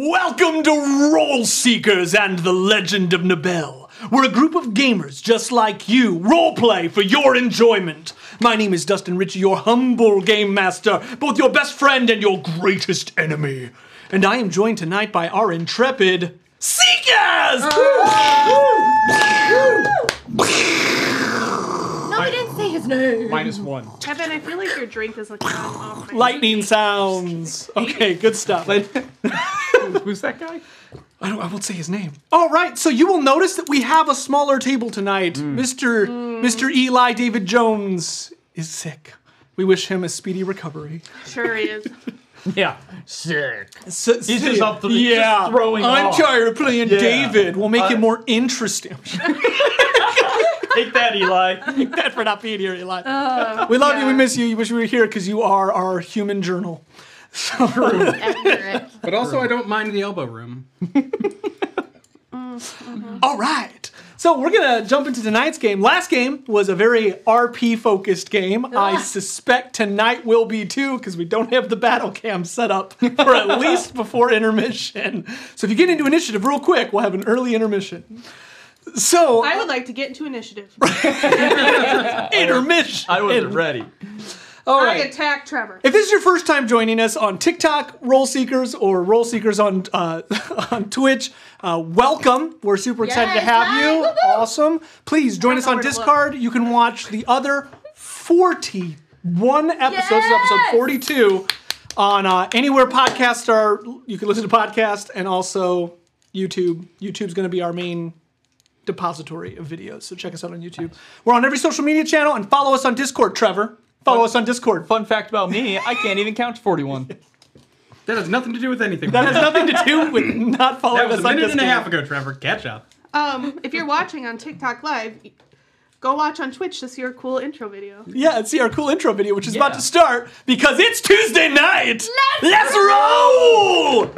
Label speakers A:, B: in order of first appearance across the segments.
A: Welcome to Role Seekers and the Legend of Nibel. We're a group of gamers just like you, roleplay for your enjoyment. My name is Dustin Ritchie, your humble game master, both your best friend and your greatest enemy. And I am joined tonight by our intrepid Seekers!
B: Uh-huh.
C: No, we didn't say his name.
D: Minus one.
E: Kevin, I feel like your drink is looking off. my-
A: Lightning sounds. Okay, good stuff.
D: Who's that guy?
A: I, don't, I won't say his name. All right, so you will notice that we have a smaller table tonight.
D: Hmm.
A: Mr. Mr. Eli David Jones is sick. We wish him a speedy recovery.
E: Sure is.
D: Yeah. Sick.
A: So,
D: He's just up to the- he's
A: yeah.
D: just throwing
A: I'm
D: off.
A: tired of playing
D: Yeah.
A: David. We'll make it
D: Uh,
A: more interesting.
D: Take that, Eli.
A: Bad for not being here, Eli.
D: Oh,
A: we love you. We miss you. You wish we were here because you are our human journal.
C: Accurate.
F: But also, I don't mind the elbow room.
A: Mm-hmm. All right. So we're gonna jump into tonight's game. Last game was a very RP focused game.
C: Ah.
A: I suspect tonight will be too, because we don't have the battle cam set up for at least before intermission. So if you get into initiative real quick, we'll have an early intermission. So
E: I would like to get into initiative.
A: intermission.
D: I wasn't ready.
A: All
E: I
A: right.
E: attack Trevor.
A: If this is your first time joining us on TikTok, Roll Seekers, or Roll Seekers on uh, on Twitch, uh, welcome. We're super excited to
C: Yes,
A: have
C: hi,
A: you.
C: woo-hoo.
A: Awesome. Please join
E: don't
A: us
E: know
A: on
E: where to look.
A: Discord. You can watch the other 41 episodes, this is episode
C: Yes!
A: 42, on uh, anywhere podcasts are. You can listen to podcasts and also YouTube. YouTube's going to be our main depository of videos. So check us out on YouTube. We're on every social media channel and follow us on Discord, Trevor. Follow us on Discord.
D: Fun fact about me, I can't even count to 41.
F: That has nothing to do with anything.
A: That has nothing to do with not following
F: that was
A: us
F: a
A: on
F: minute and a
A: Discord.
F: half ago, Trevor. Catch up.
E: Um, if you're watching on TikTok Live, go watch on Twitch to see our cool intro video.
A: Yeah, and see our cool intro video, which is about
D: Yeah.
A: to start because it's Tuesday night.
C: Let's
A: roll!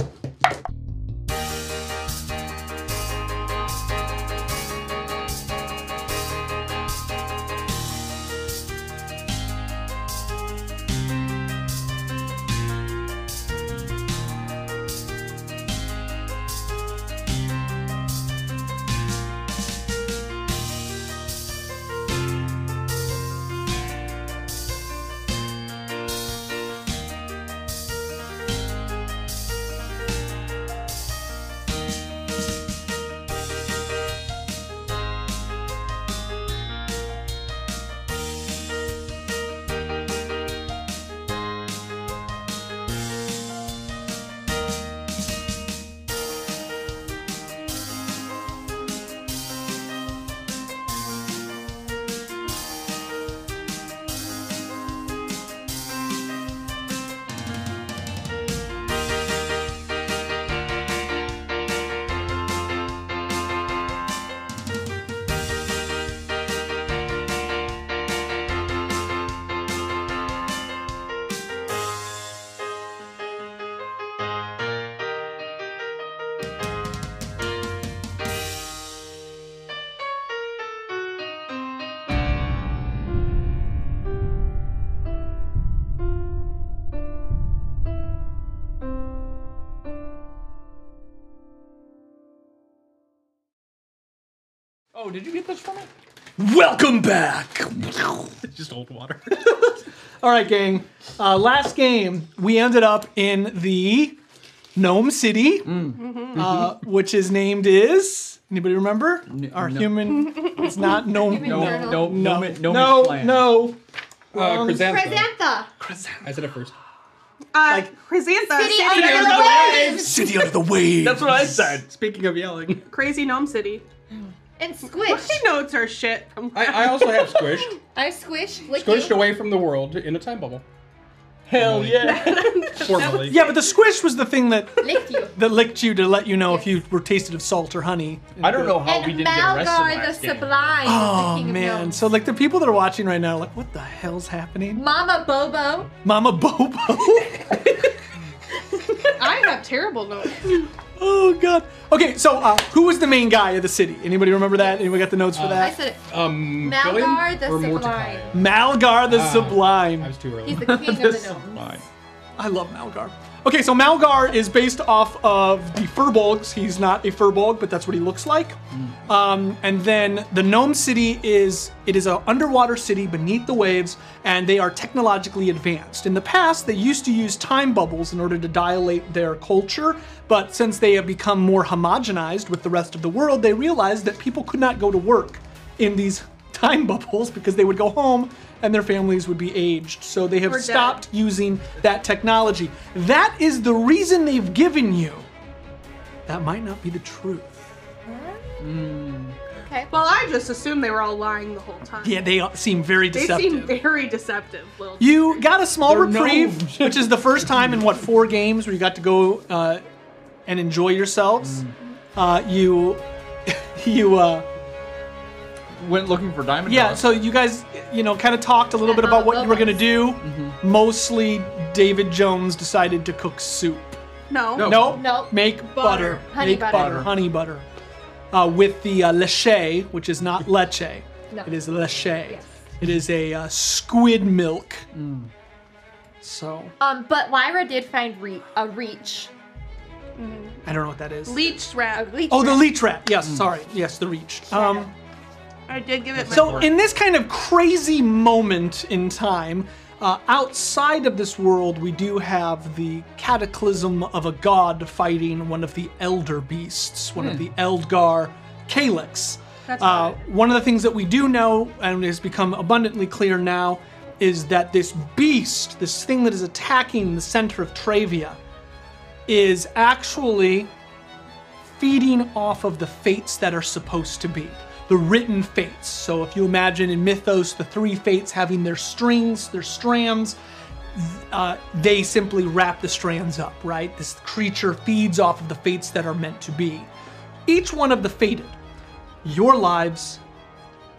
D: Oh, did you get this from me?
A: Welcome back.
F: It's just old water.
A: All right, gang. Uh, last game, we ended up in the Gnome City, uh, which is named is anybody remember? Our
D: no.
A: human. It's not Gnome.
C: No,
A: No,
D: no,
C: no,
A: no,
D: no,
A: no, no,
E: Oh,
F: Uh, Chrysanthemum.
C: Presenta.
F: I said it first.
E: Uh, Chrysanthemum,
C: City
E: City
C: under
E: under
C: the
E: the
C: waves.
A: City under the waves.
D: That's what I said.
F: Speaking of yelling,
E: Crazy Gnome City.
C: And squish.
E: She notes her shit. from-
F: I, I also have squished.
C: I squish. Lick
F: Squished
C: you.
F: away from the world in a time bubble.
D: Hell yeah.
F: Formally.
A: Yeah, but the squish was the thing that
C: Lick you.
A: that licked you to let you know if you were tasted of salt or honey.
D: I don't know how we
C: And
D: didn't get arrested
C: Malgar the
D: last game.
C: Sublime.
A: Oh
C: the king Of
A: man!
C: gnomes.
A: So like the people that are watching right now, are like, what the hell's happening?
C: Mama Bobo.
A: Mama Bobo.
E: I have terrible notes.
A: oh god. Okay, so uh, who was the main guy of the city? Anybody remember that? Anyone got the notes for
C: Uh, I
A: that?
C: said it.
F: Um,
C: Malgar
F: Billion
C: the
F: or
C: Sublime.
F: Mordecai?
A: Malgar the
F: Ah, I
A: Sublime.
F: was too early.
C: He's the king of the gnomes.
A: I love Malgar. Okay, so Malgar is based off of the Furbolgs. He's not a Furbolg, but that's what he looks like.
B: Mm.
A: Um, and then the Gnome City is it is an underwater city beneath the waves, and they are technologically advanced. In the past, they used to use time bubbles in order to dilate their culture, but since they have become more homogenized with the rest of the world, they realized that people could not go to work in these time bubbles because they would go home and their families would be aged. So they have
C: Or dead.
A: stopped using that technology. That is the reason they've given you. That might not be the truth.
C: Okay.
E: Well, I just assumed they were all lying the whole time.
A: Yeah, they seem very
E: they
A: deceptive.
E: seem very deceptive, little.
A: you got a small
D: They're
A: reprieve,
D: gnomes.
A: which is the first time in what four games where you got to go uh, and enjoy
D: Mm.
A: yourselves. Uh, you, you. Uh,
D: Went looking for diamond.
A: Yeah,
D: dogs.
A: so you guys, you know, kind of talked a little bit about what you were going to do.
D: Mm-hmm.
A: Mostly, David Jones decided to cook soup.
E: No.
F: No.
A: No,
C: Nope.
A: Make butter.
C: Butter. Honey
A: Make
C: butter.
A: Honey butter. Uh, with the uh, leche, which is not leche.
C: No.
A: It is leche. It is a uh, squid milk. So,
C: Um, but Lyra did find re- a reach.
A: I don't know what that is.
E: Leech
C: A
E: rat.
C: reach.
A: oh, the leech rat. Yes, sorry. Yes, the reach. Um,
E: I did give it my
A: So, in this kind of crazy moment in time, uh, outside of this world, we do have the cataclysm of a god fighting one of the elder beasts,
E: Hmm.
A: one of the Eldgar Calyx.
E: That's
A: Uh, one of the things that we do know, and has become abundantly clear now, is that this beast, this thing that is attacking the center of Travia, is actually feeding off of the fates that are supposed to be, the written fates. So if you imagine in Mythos the three fates having their strings, their strands, uh, they simply wrap the strands up, right? This creature feeds off of the fates that are meant to be. Each one of the fated, your lives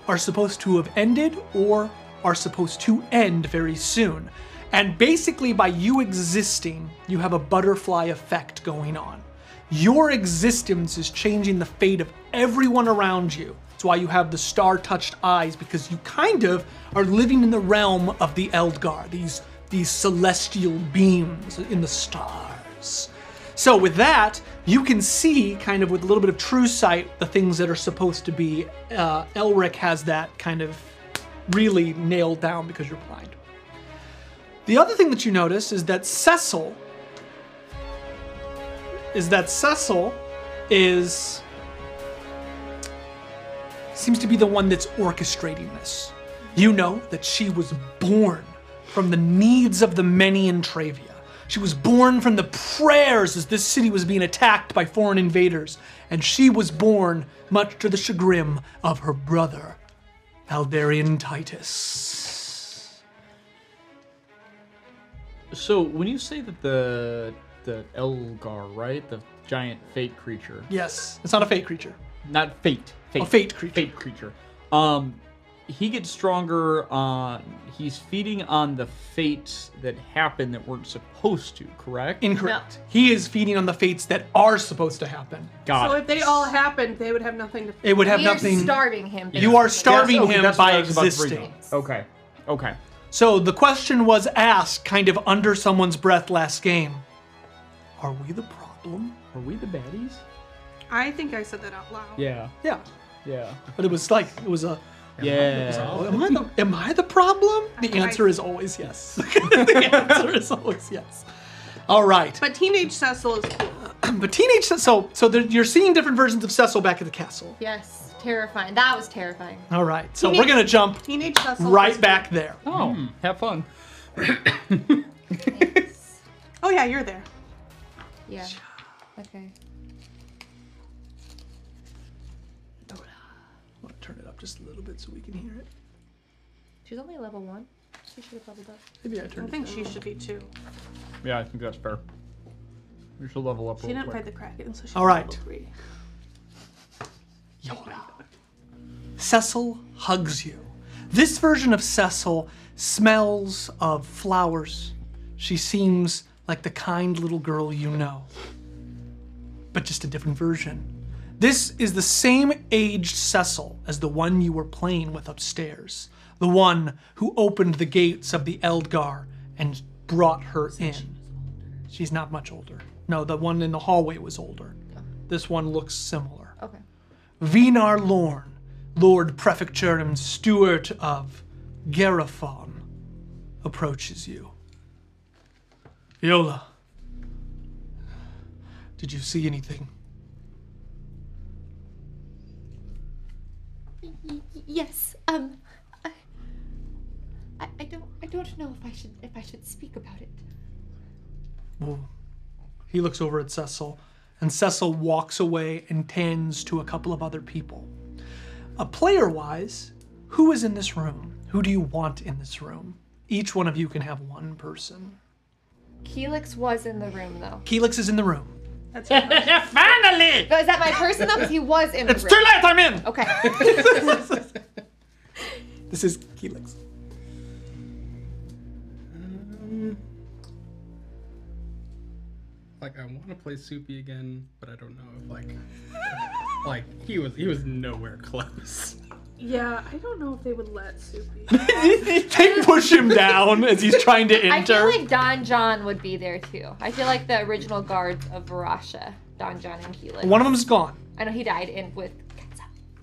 A: are supposed to have ended or are supposed to end very soon. And basically, by you existing, you have a butterfly effect going on. Your existence is changing the fate of everyone around you. That's why you have the star touched eyes, because you kind of are living in the realm of the Eldgar, these, these celestial beams in the stars. So with that, you can see kind of with a little bit of true sight the things that are supposed to be. Uh, Elric has that kind of really nailed down because you're blind. The other thing that you notice is that Cecil is that Cecil is seems to be the one that's orchestrating this. You know that she was born from the needs of the many in Travia. She was born from the prayers as this city was being attacked by foreign invaders, and she was born much to the chagrin of her brother, Aldarian Titus.
D: So when you say that the the Elgar, right, the giant fate creature,
A: Yes, it's not a fake creature.
D: not fate, fate,
A: A fate creature.
D: fate creature. Um, he gets stronger on. He's feeding on the fates that happen that weren't supposed to. Correct.
A: Incorrect. He is feeding on the fates that are supposed to happen.
D: God.
E: So if they all happened, they would have nothing to.
A: It would have
C: we
A: nothing.
C: are starving him.
A: you are starving
C: starving.
D: Yes, okay,
A: him
D: that's what
A: by
D: I was about to bring
A: existing.
D: up. Okay. Okay.
A: So the question was asked kind of under someone's breath last game. Are we the problem?
D: Are we the baddies?
E: I think I said that out loud.
D: Yeah.
A: Yeah.
D: Yeah.
A: But it was like it was a
D: Yeah.
A: "Oh, am I the am I the problem? The
E: I-
A: answer is always yes. the answer is always yes. All right.
E: But teenage Cecil is cool.
A: But teenage so so there, you're seeing different versions of Cecil back at the castle.
C: Yes, terrifying. That was terrifying.
A: All right. So we're going to jump
E: Teenage Cecil. is
A: right
E: cool.
A: back there.
D: Oh,
E: Hmm.
D: have fun.
E: Oh yeah, you're there.
C: Yeah. Okay.
A: I'm going to turn it up just a little bit so we can hear it.
C: She's only level one. She should have leveled up.
A: Maybe I
E: I
A: turned it
E: think she should be too.
D: Yeah, I think that's fair. We should level up.
E: She
D: real
E: didn't
D: quick.
E: fight the Kraken, so she's
A: All right.
E: level three.
A: Cecil hugs you. This version of Cecil smells of flowers. She seems like the kind little girl you know, but just a different version. This is the same aged Cecil as the one you were playing with upstairs, the one who opened the gates of the Eldgar and brought her in. She's not much older. No, the one in the hallway was older. This one looks similar.
C: Okay.
A: Vinar Lorn, Lord Prefecturum Steward of Geraphon, approaches you. Viola, did you see anything?
C: Y- y- yes. Um. I, I, I don't. I don't know if I should. If I should speak about it.
A: Well, he looks over at Cecil, and Cecil walks away and tends to a couple of other people. A player wise, who is in this room? Who do you want in this room? Each one of you can have one person.
C: Keelix was in the room though.
A: Keelix is in the room.
D: Finally!
C: But is that my person though? Because he was in the room.
A: late, I'm in!
C: Okay.
A: This is Keelix.
B: Mm.
F: Like I want to play Soupy again, but I don't know if like, like he was he was nowhere close.
E: Yeah, I don't know if they would let Soupy.
A: they push him down as he's trying to
C: I feel
A: enter.
C: like Don John would be there too. I feel like the original guards of Varasha, Don John and Keelix.
A: One of them's gone.
C: I know he died in with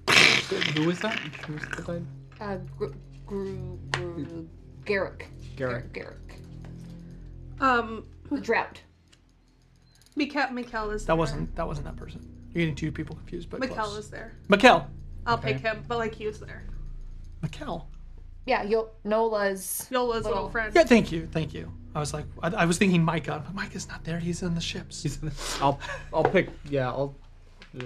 C: Ketsa.
F: Who is that? Who was that guy?
C: Uh, Gru, Gru, Gru, Garrick.
D: Garrick.
C: Garrick.
E: Um,
C: The drought.
E: Mikel, Mikel is
A: That
E: there.
A: wasn't that wasn't that person. You're getting two people confused, but
E: Mikel
A: close.
E: is there.
A: Mikkel.
E: I'll
F: Okay.
E: pick him, but like he was there.
A: Mikkel.
C: Yeah, Yo- Nola's.
E: Yola's little,
C: Little-
E: friend.
A: Yeah, thank you, thank you. I was like, I, I was thinking Micah, but Micah's not there. He's in the ships.
D: I'll I'll pick yeah, I'll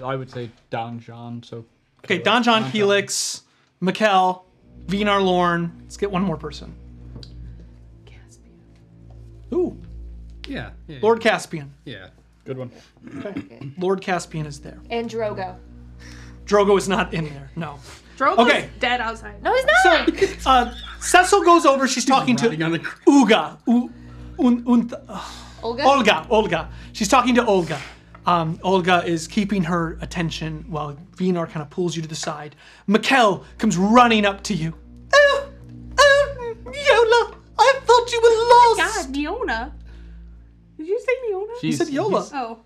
D: I would say Don John, so
A: okay, Don John, Helix, Mikkel, Vinar Lorn. Let's get one more person. Caspian. Ooh,
F: Yeah, yeah,
A: Lord Caspian.
F: Yeah.
D: good one.
A: Lord Caspian is there.
C: And Drogo.
A: Drogo is not in there. No.
E: Drogo's
A: Okay.
E: dead outside.
C: No, he's not!
A: So, uh, Cecil goes over. She's talking
F: Riding
A: to
F: on the cr-
A: Uga. U, un, un, uh,
C: Olga?
A: Olga, Olga. She's talking to Olga. Um, Olga is keeping her attention while Vinar kind of pulls you to the side. Mikkel comes running up to you. Oh, oh, Yola, I thought you were
E: Oh God, Neona. Did you say Neona?
A: He said Yola.
E: oh.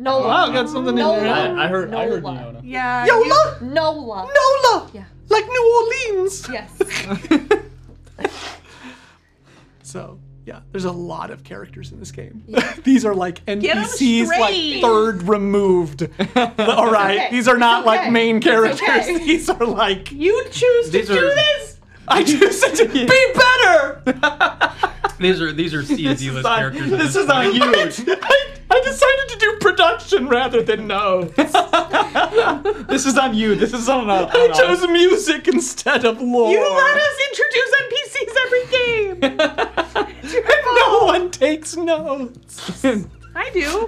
C: Nola.
A: Wow, Oh, got something in
C: Nola.
A: there.
D: I, I heard I heard
C: Nola.
D: Neona.
E: Yeah. you-
A: Yola,
C: Nola.
A: Nola,
C: Yeah.
A: like New Orleans.
C: Yes.
A: So yeah, there's a lot of characters in this game. These are like
E: them
A: NPCs, like
E: straight.
A: third removed. All right,
C: okay.
A: these are not
C: It's
A: like
C: okay.
A: main
C: It's
A: characters.
C: okay.
A: These are like
E: You choose to
F: These
E: do
F: are-
E: this?
A: I choose to be better.
F: These are these are C and D list
A: on-
F: characters. at
A: This is
F: point.
A: on you. I, I decided to do production rather than no.
D: This is on you. This is on, uh,
A: I
D: on us.
A: chose music instead of lore.
E: You let us introduce NPCs every game.
A: No one takes notes.
E: I do. I do.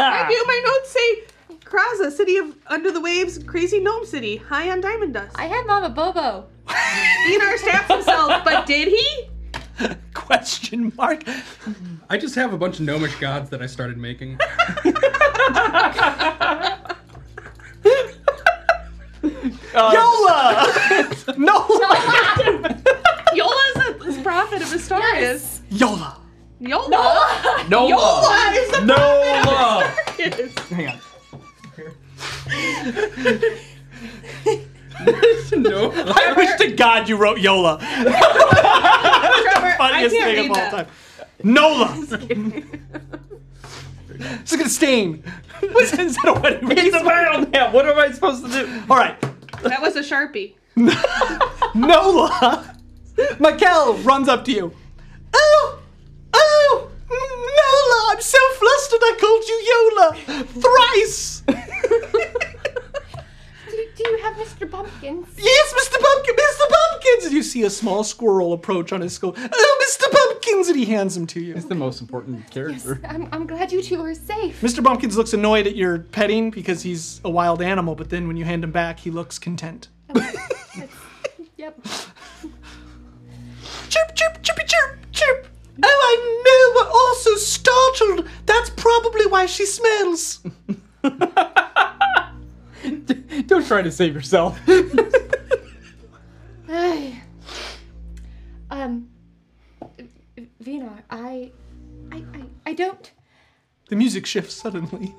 E: I do. My notes say Kraza, city of under the waves, crazy gnome city, high on diamond dust.
C: I had Mama Bobo.
E: Enar stabs himself, but did he?
A: Question mark.
F: I just have a bunch of gnomish gods that I started making.
A: Yola. Nola.
E: Yola's is prophet of Astarius.
A: Yola.
E: Yola.
D: No
E: Yola is the
D: No love.
E: prophet.
D: Hang on.
F: no.
A: I wish to God you wrote Yola.
E: Trevor, I
A: Funniest
E: can't
A: thing
E: read
A: of all
E: that.
A: time. Nola. It's gonna stain. What's is that a wedding ring?
D: Yeah, what am I supposed to do?
A: All right.
E: That was a sharpie.
A: Nola! Mikkel runs up to you. Oh! Oh! Nola! I'm so flustered I called you Yola! Thrice!
C: Do, do you have Mr. Pumpkins?
A: yes, Mr. Pumpkin! Mr. Pumpkins! And you see a small squirrel approach on his skull. Oh, Mr. Pumpkins! And he hands him to you.
D: It's the most important character.
C: I'm, I'm glad you two are safe.
A: Mr. Pumpkins looks annoyed at your petting because he's a wild animal, but then when you hand him back, he looks content.
C: Yep.
A: Chirp, chirp, chirpy, chirp, chirp. Oh, I know, we're all so startled. That's probably why she smells.
D: Don't try to save yourself.
C: Ay. um, V- Vinar, I, I, I, I don't,
A: The music shifts suddenly.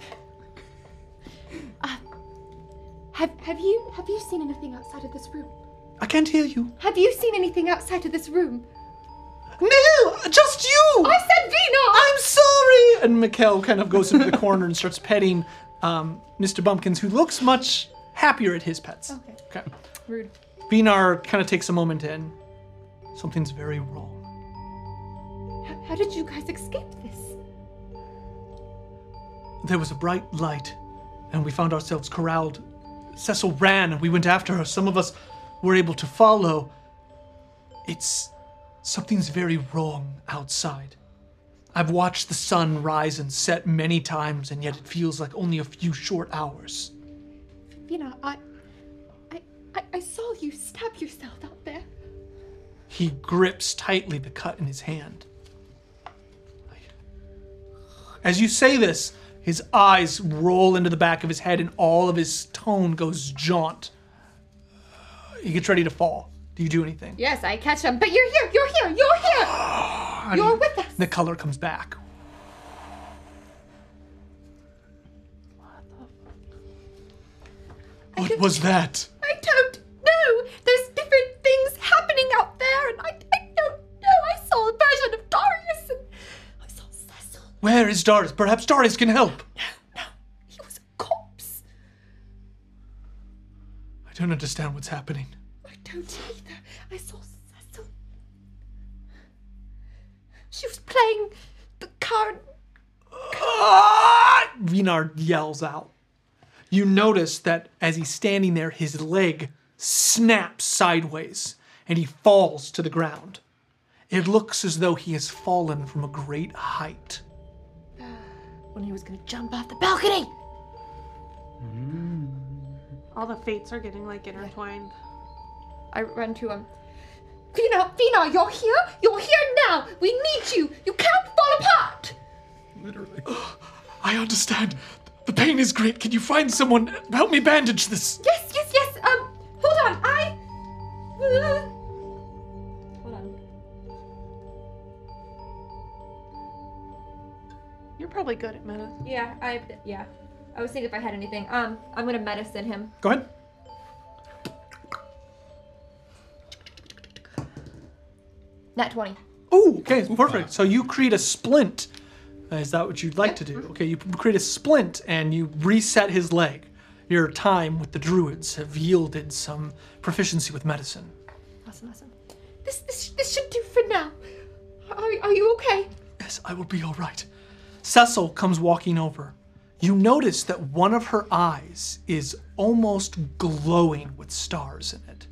C: Have have you have you seen anything outside of this room?
A: I can't hear you.
C: Have you seen anything outside of this room?
A: No, just you.
C: I said Vino!
A: I'm sorry. And Mikkel kind of goes into the corner and starts petting um, Mr. Bumpkins, who looks much happier at his pets.
C: Okay.
A: Okay.
C: Rude.
A: Vinar kind of takes a moment in. Something's very wrong.
C: How, how did you guys escape this?
A: There was a bright light, and we found ourselves corralled. Cecil ran, and we went after her. Some of us were able to follow. It's. something's very wrong outside. I've watched the sun rise and set many times, and yet it feels like only a few short hours.
C: Vino, I I I, I saw you stab yourself out there.
A: He grips tightly the cut in his hand. As you say this, his eyes roll into the back of his head and all of his tone goes jaunt. He gets ready to fall. Do you do anything?
C: Yes, I catch him. But you're here, you're here, you're here! You're with us!
A: The color comes back. What was that?
C: I don't know. There's different things happening out there, and I, I don't know. I saw a version of Darius, and I saw Cecil.
A: Where is Doris? Perhaps Doris can help.
C: He was a corpse.
A: I don't understand what's happening.
C: I don't either. I saw Cecil. She was playing the card.
A: Ah! Vinard yells out. You notice that as he's standing there, his leg snaps sideways and he falls to the ground. It looks as though he has fallen from a great height.
C: When he was gonna jump off the balcony.
E: All the fates are getting like intertwined.
C: I run to him. Fina, Fina, you're here. You're here now. We need you. You can't fall apart.
F: Literally.
A: I understand. The pain is great. Can you find someone? Help me bandage this.
C: Yes, yes, yes. Um, hold on. I. uh, hold on.
E: You're probably good at medicine.
C: Yeah, I. Yeah, I was thinking if I had anything. Um, I'm gonna medicine him.
A: Go ahead.
C: Nat twenty.
A: Ooh, okay, perfect. So you create a splint. Uh, Is that what you'd like to do? Okay, you create a splint and you reset his leg. Your time with the druids have yielded some proficiency with medicine.
C: Awesome, awesome. This this this should do for now. Are, are you okay?
A: Yes, I will be all right. Cecil comes walking over. You notice that one of her eyes is almost glowing with stars in it.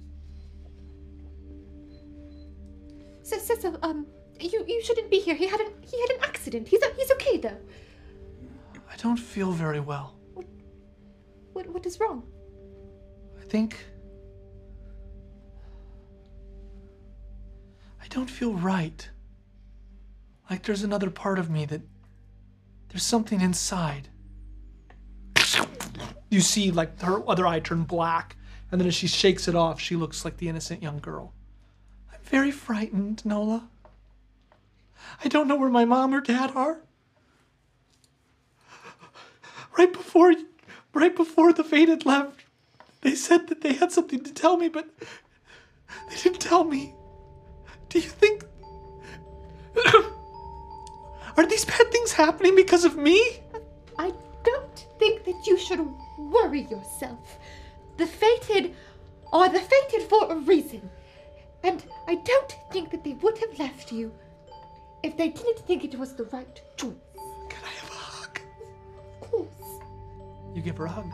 C: So Cecil, um, you you shouldn't be here. He had an he had an accident. He's he's okay though.
A: I don't feel very well.
C: What what is wrong?
A: I think. I don't feel right. Like there's another part of me that. There's something inside. You see, like, her other eye turn black, and then as she shakes it off, she looks like the innocent young girl. I'm very frightened, Nola. I don't know where my mom or dad are. Right before, right before the fate had left, they said that they had something to tell me, but they didn't tell me. Do you think. Are these bad things happening because of me?
C: I don't think that you should worry yourself. The fated are the fated for a reason. And I don't think that they would have left you if they didn't think it was the right choice.
A: Can I have a hug?
C: Of course.
A: You give her a hug.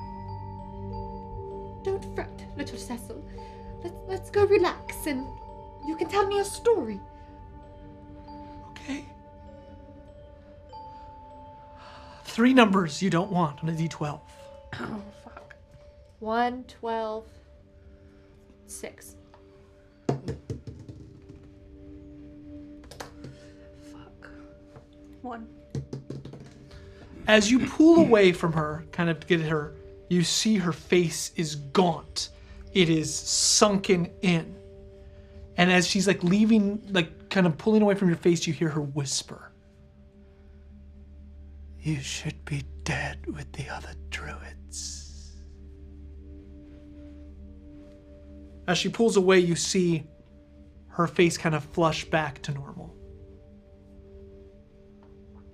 C: Don't fret, little Cecil. Let's, let's go relax and you can tell me a story.
A: Okay. Three numbers you don't want on a d12.
E: Oh fuck.
C: One, twelve, six.
E: Fuck. One.
A: As you pull away from her, kind of to get at her, you see her face is gaunt. It is sunken in. And as she's like leaving, like kind of pulling away from your face, you hear her whisper. You should be dead with the other druids. As she pulls away, you see her face kind of flush back to normal.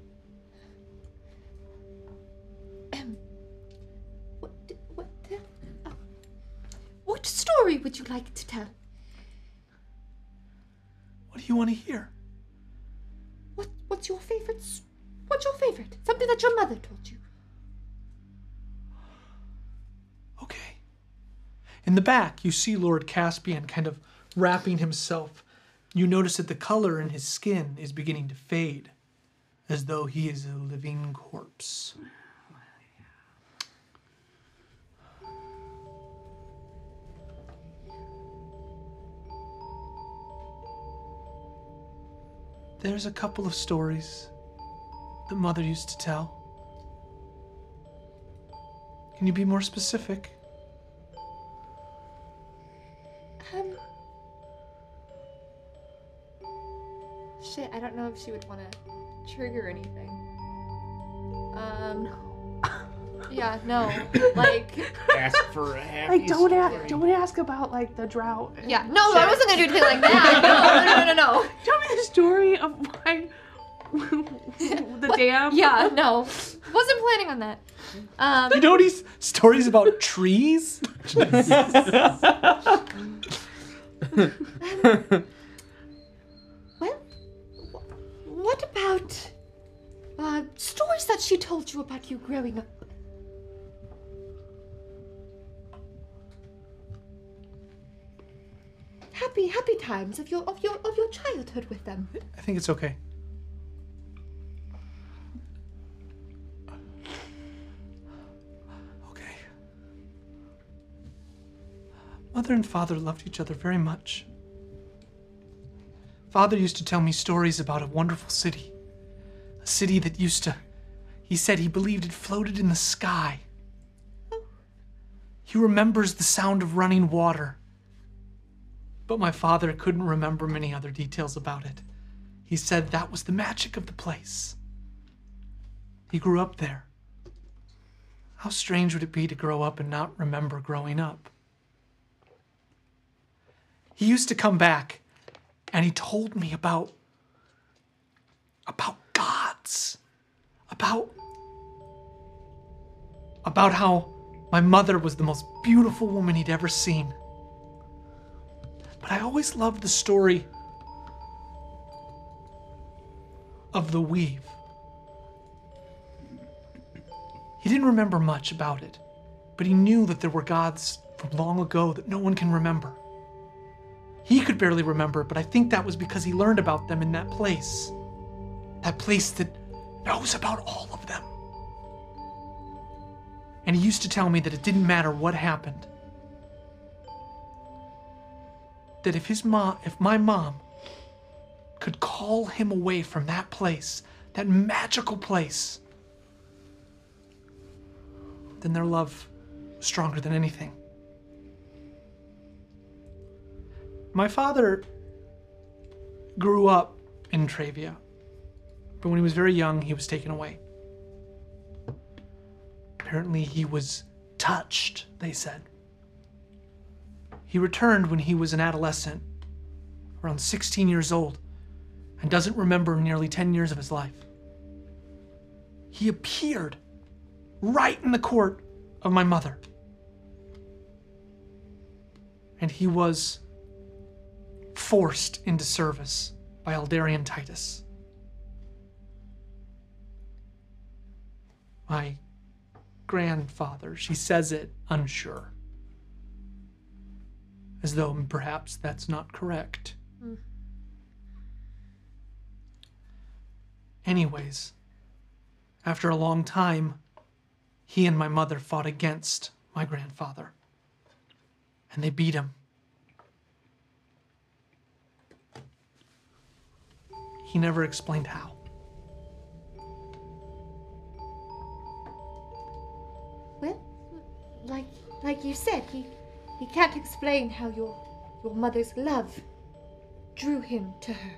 C: What, what, uh, uh, what story would you like to tell?
A: What do you want to hear?
C: What, what's your favorite? s- What's your favorite? Something that your mother told you.
A: Okay. In the back, you see Lord Caspian kind of wrapping himself. You notice that the color in his skin is beginning to fade, as though he is a living corpse. There's a couple of stories that Mother used to tell. Can you be more specific?
C: Um. Shit, I don't know if she would want to trigger anything. Um. Yeah, no. Like,
D: Ask for a happy.
E: Like don't ask, don't ask about like the drought.
C: yeah, no, I wasn't gonna do anything like that. No, no, no, no, no.
E: Tell me the story of why the dam.
C: Yeah, no. Wasn't planning on that. Um,
A: You know these stories about trees?
C: well, wh- what about uh, stories that she told you about you growing up? Happy, happy times of your of your of your childhood with them.
A: I think it's okay. Okay. Mother and father loved each other very much. Father used to tell me stories about a wonderful city. A city that used to. He said he believed it floated in the sky. He remembers the sound of running water. But my father couldn't remember many other details about it. He said that was the magic of the place. He grew up there. How strange would it be to grow up and not remember growing up? He used to come back and he told me about about gods. About about how my mother was the most beautiful woman he'd ever seen. But I always loved the story of the weave. He didn't remember much about it, but he knew that there were gods from long ago that no one can remember. He could barely remember, but I think that was because he learned about them in that place. That place that knows about all of them. And he used to tell me that it didn't matter what happened, that if his mom, if my mom could call him away from that place, that magical place, then their love was stronger than anything. My father grew up in Travia, but when he was very young, he was taken away. Apparently, he was touched, they said. He returned when he was an adolescent, around 16 years old, and doesn't remember nearly 10 years of his life. He appeared right in the court of my mother. And he was forced into service by Aldarian Titus. My grandfather, she says it unsure as though perhaps that's not correct. Anyways, after a long time, he and my mother fought against my grandfather, and they beat him. He never explained how.
C: Well, like like you said, he he can't explain how your your mother's love drew him to her.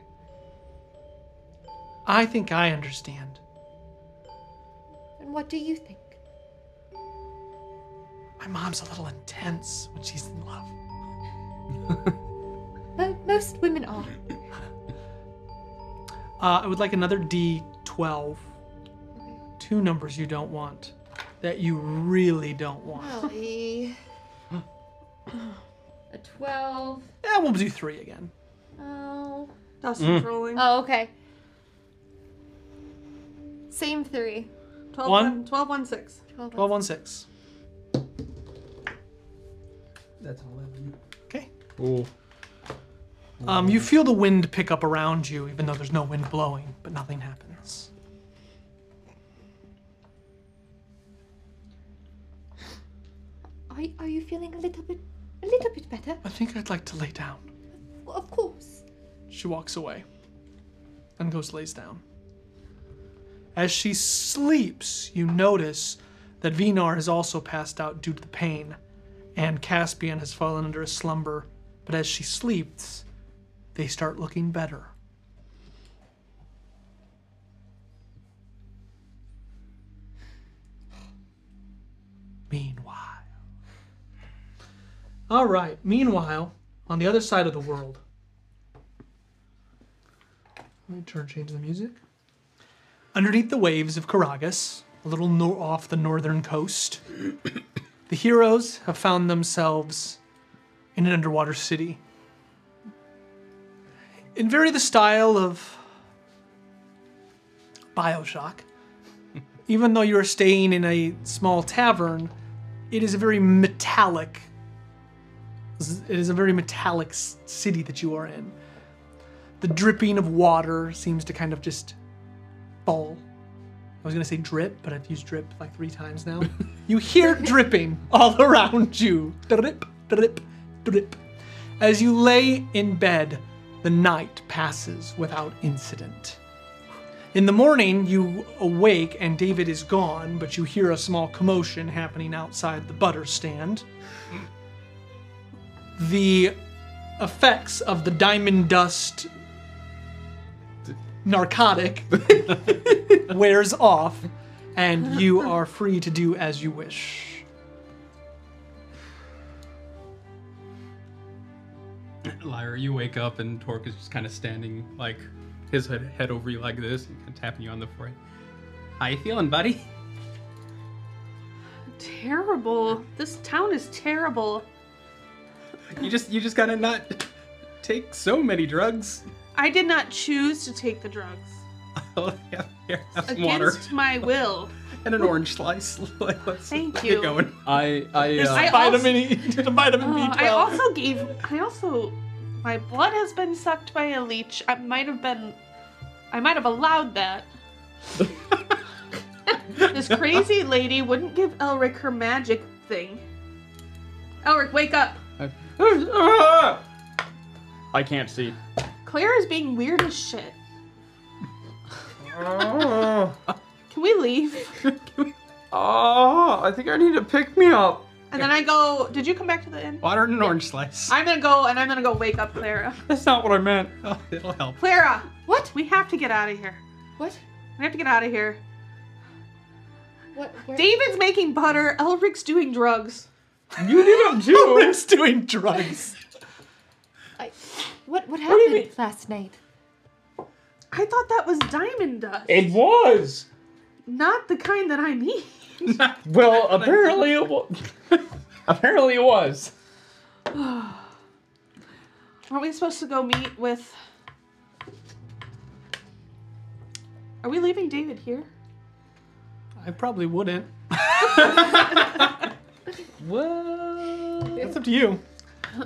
A: I think I understand.
C: What do you think?
A: My mom's a little intense when she's in love.
C: Mo- most women are.
A: Uh, I would like another D12. Two numbers you don't want, that you really don't want.
C: Golly. A 12.
A: Yeah, we'll do three again.
C: Oh.
A: Mm.
E: Dustin's rolling.
C: Oh, okay. Same three.
E: 12,
A: One.
E: one- 12, Um, one, six.
C: 12.
A: 12 on six.
F: That's an 11.
A: Okay.
D: Ooh.
A: Um, you feel the wind pick up around you, even though there's no wind blowing, but nothing happens.
C: Are, are you feeling a little bit, a little bit better?
A: I think I'd like to lay down.
C: Well, Of course.
A: She walks away and goes lays down. As she sleeps, you notice that Vinar has also passed out due to the pain, and Caspian has fallen under a slumber. But as she sleeps, they start looking better. Meanwhile. All right, meanwhile, on the other side of the world, let me turn change the music. Underneath the waves of Caragas, a little nor- off the northern coast, the heroes have found themselves in an underwater city. In very the style of Bioshock, even though you are staying in a small tavern, it is a very metallic. It is a very metallic s- city that you are in the dripping of water seems to kind of just fall. I was gonna say drip, but I've used drip like three times now. you hear dripping all around you. Drip, drip, drip. As you lay in bed, the night passes without incident. In the morning, you awake and David is gone, but you hear a small commotion happening outside the butter stand. The effects of the diamond dust narcotic wears off, and you are free to do as you wish.
F: Lyra, you wake up and Torque is just kind of standing, like, his head, head over you like this and kind of tapping you on the forehead. How you feeling, buddy?
E: Terrible. This town is terrible.
F: You just, you just gotta not take so many drugs.
E: I did not choose to take the drugs.
F: I'll have, Oh, here, have some water
E: Against my will.
F: and an orange slice. Like, let's
E: Thank
F: get
E: you.
F: going.
D: I I, uh,
E: I-
A: vitamin E, the vitamin
E: Uh,
A: B12.
E: I also gave. I also. My blood has been sucked by a leech. I might have been. I might have allowed that. this crazy lady wouldn't give Elric her magic thing. Elric, wake up!
D: I, can't see.
E: Claire is being weird as shit. Can we leave?
G: Oh, I think I need to pick me up.
E: And then I go. Did you come back to the inn?
F: Water and an orange slice.
E: I'm gonna go and I'm gonna go wake up Clara.
G: That's not what I meant.
F: Oh, it'll help.
E: Clara,
C: What?
E: we have to get out of here.
C: What?
E: We have to get out of here.
C: What? Where?
E: David's making butter. Elric's doing drugs.
G: You did them too.
A: Rick's doing drugs.
C: I, what? What
G: do you
C: happened
G: mean?
C: last night?
E: I thought that was diamond dust,
G: it was.
E: not the kind that I mean.
G: Well, apparently it was. apparently it was.
E: Aren't we supposed to go meet with? Are we leaving David here?
A: I probably wouldn't.
G: Well,
A: It's up to you.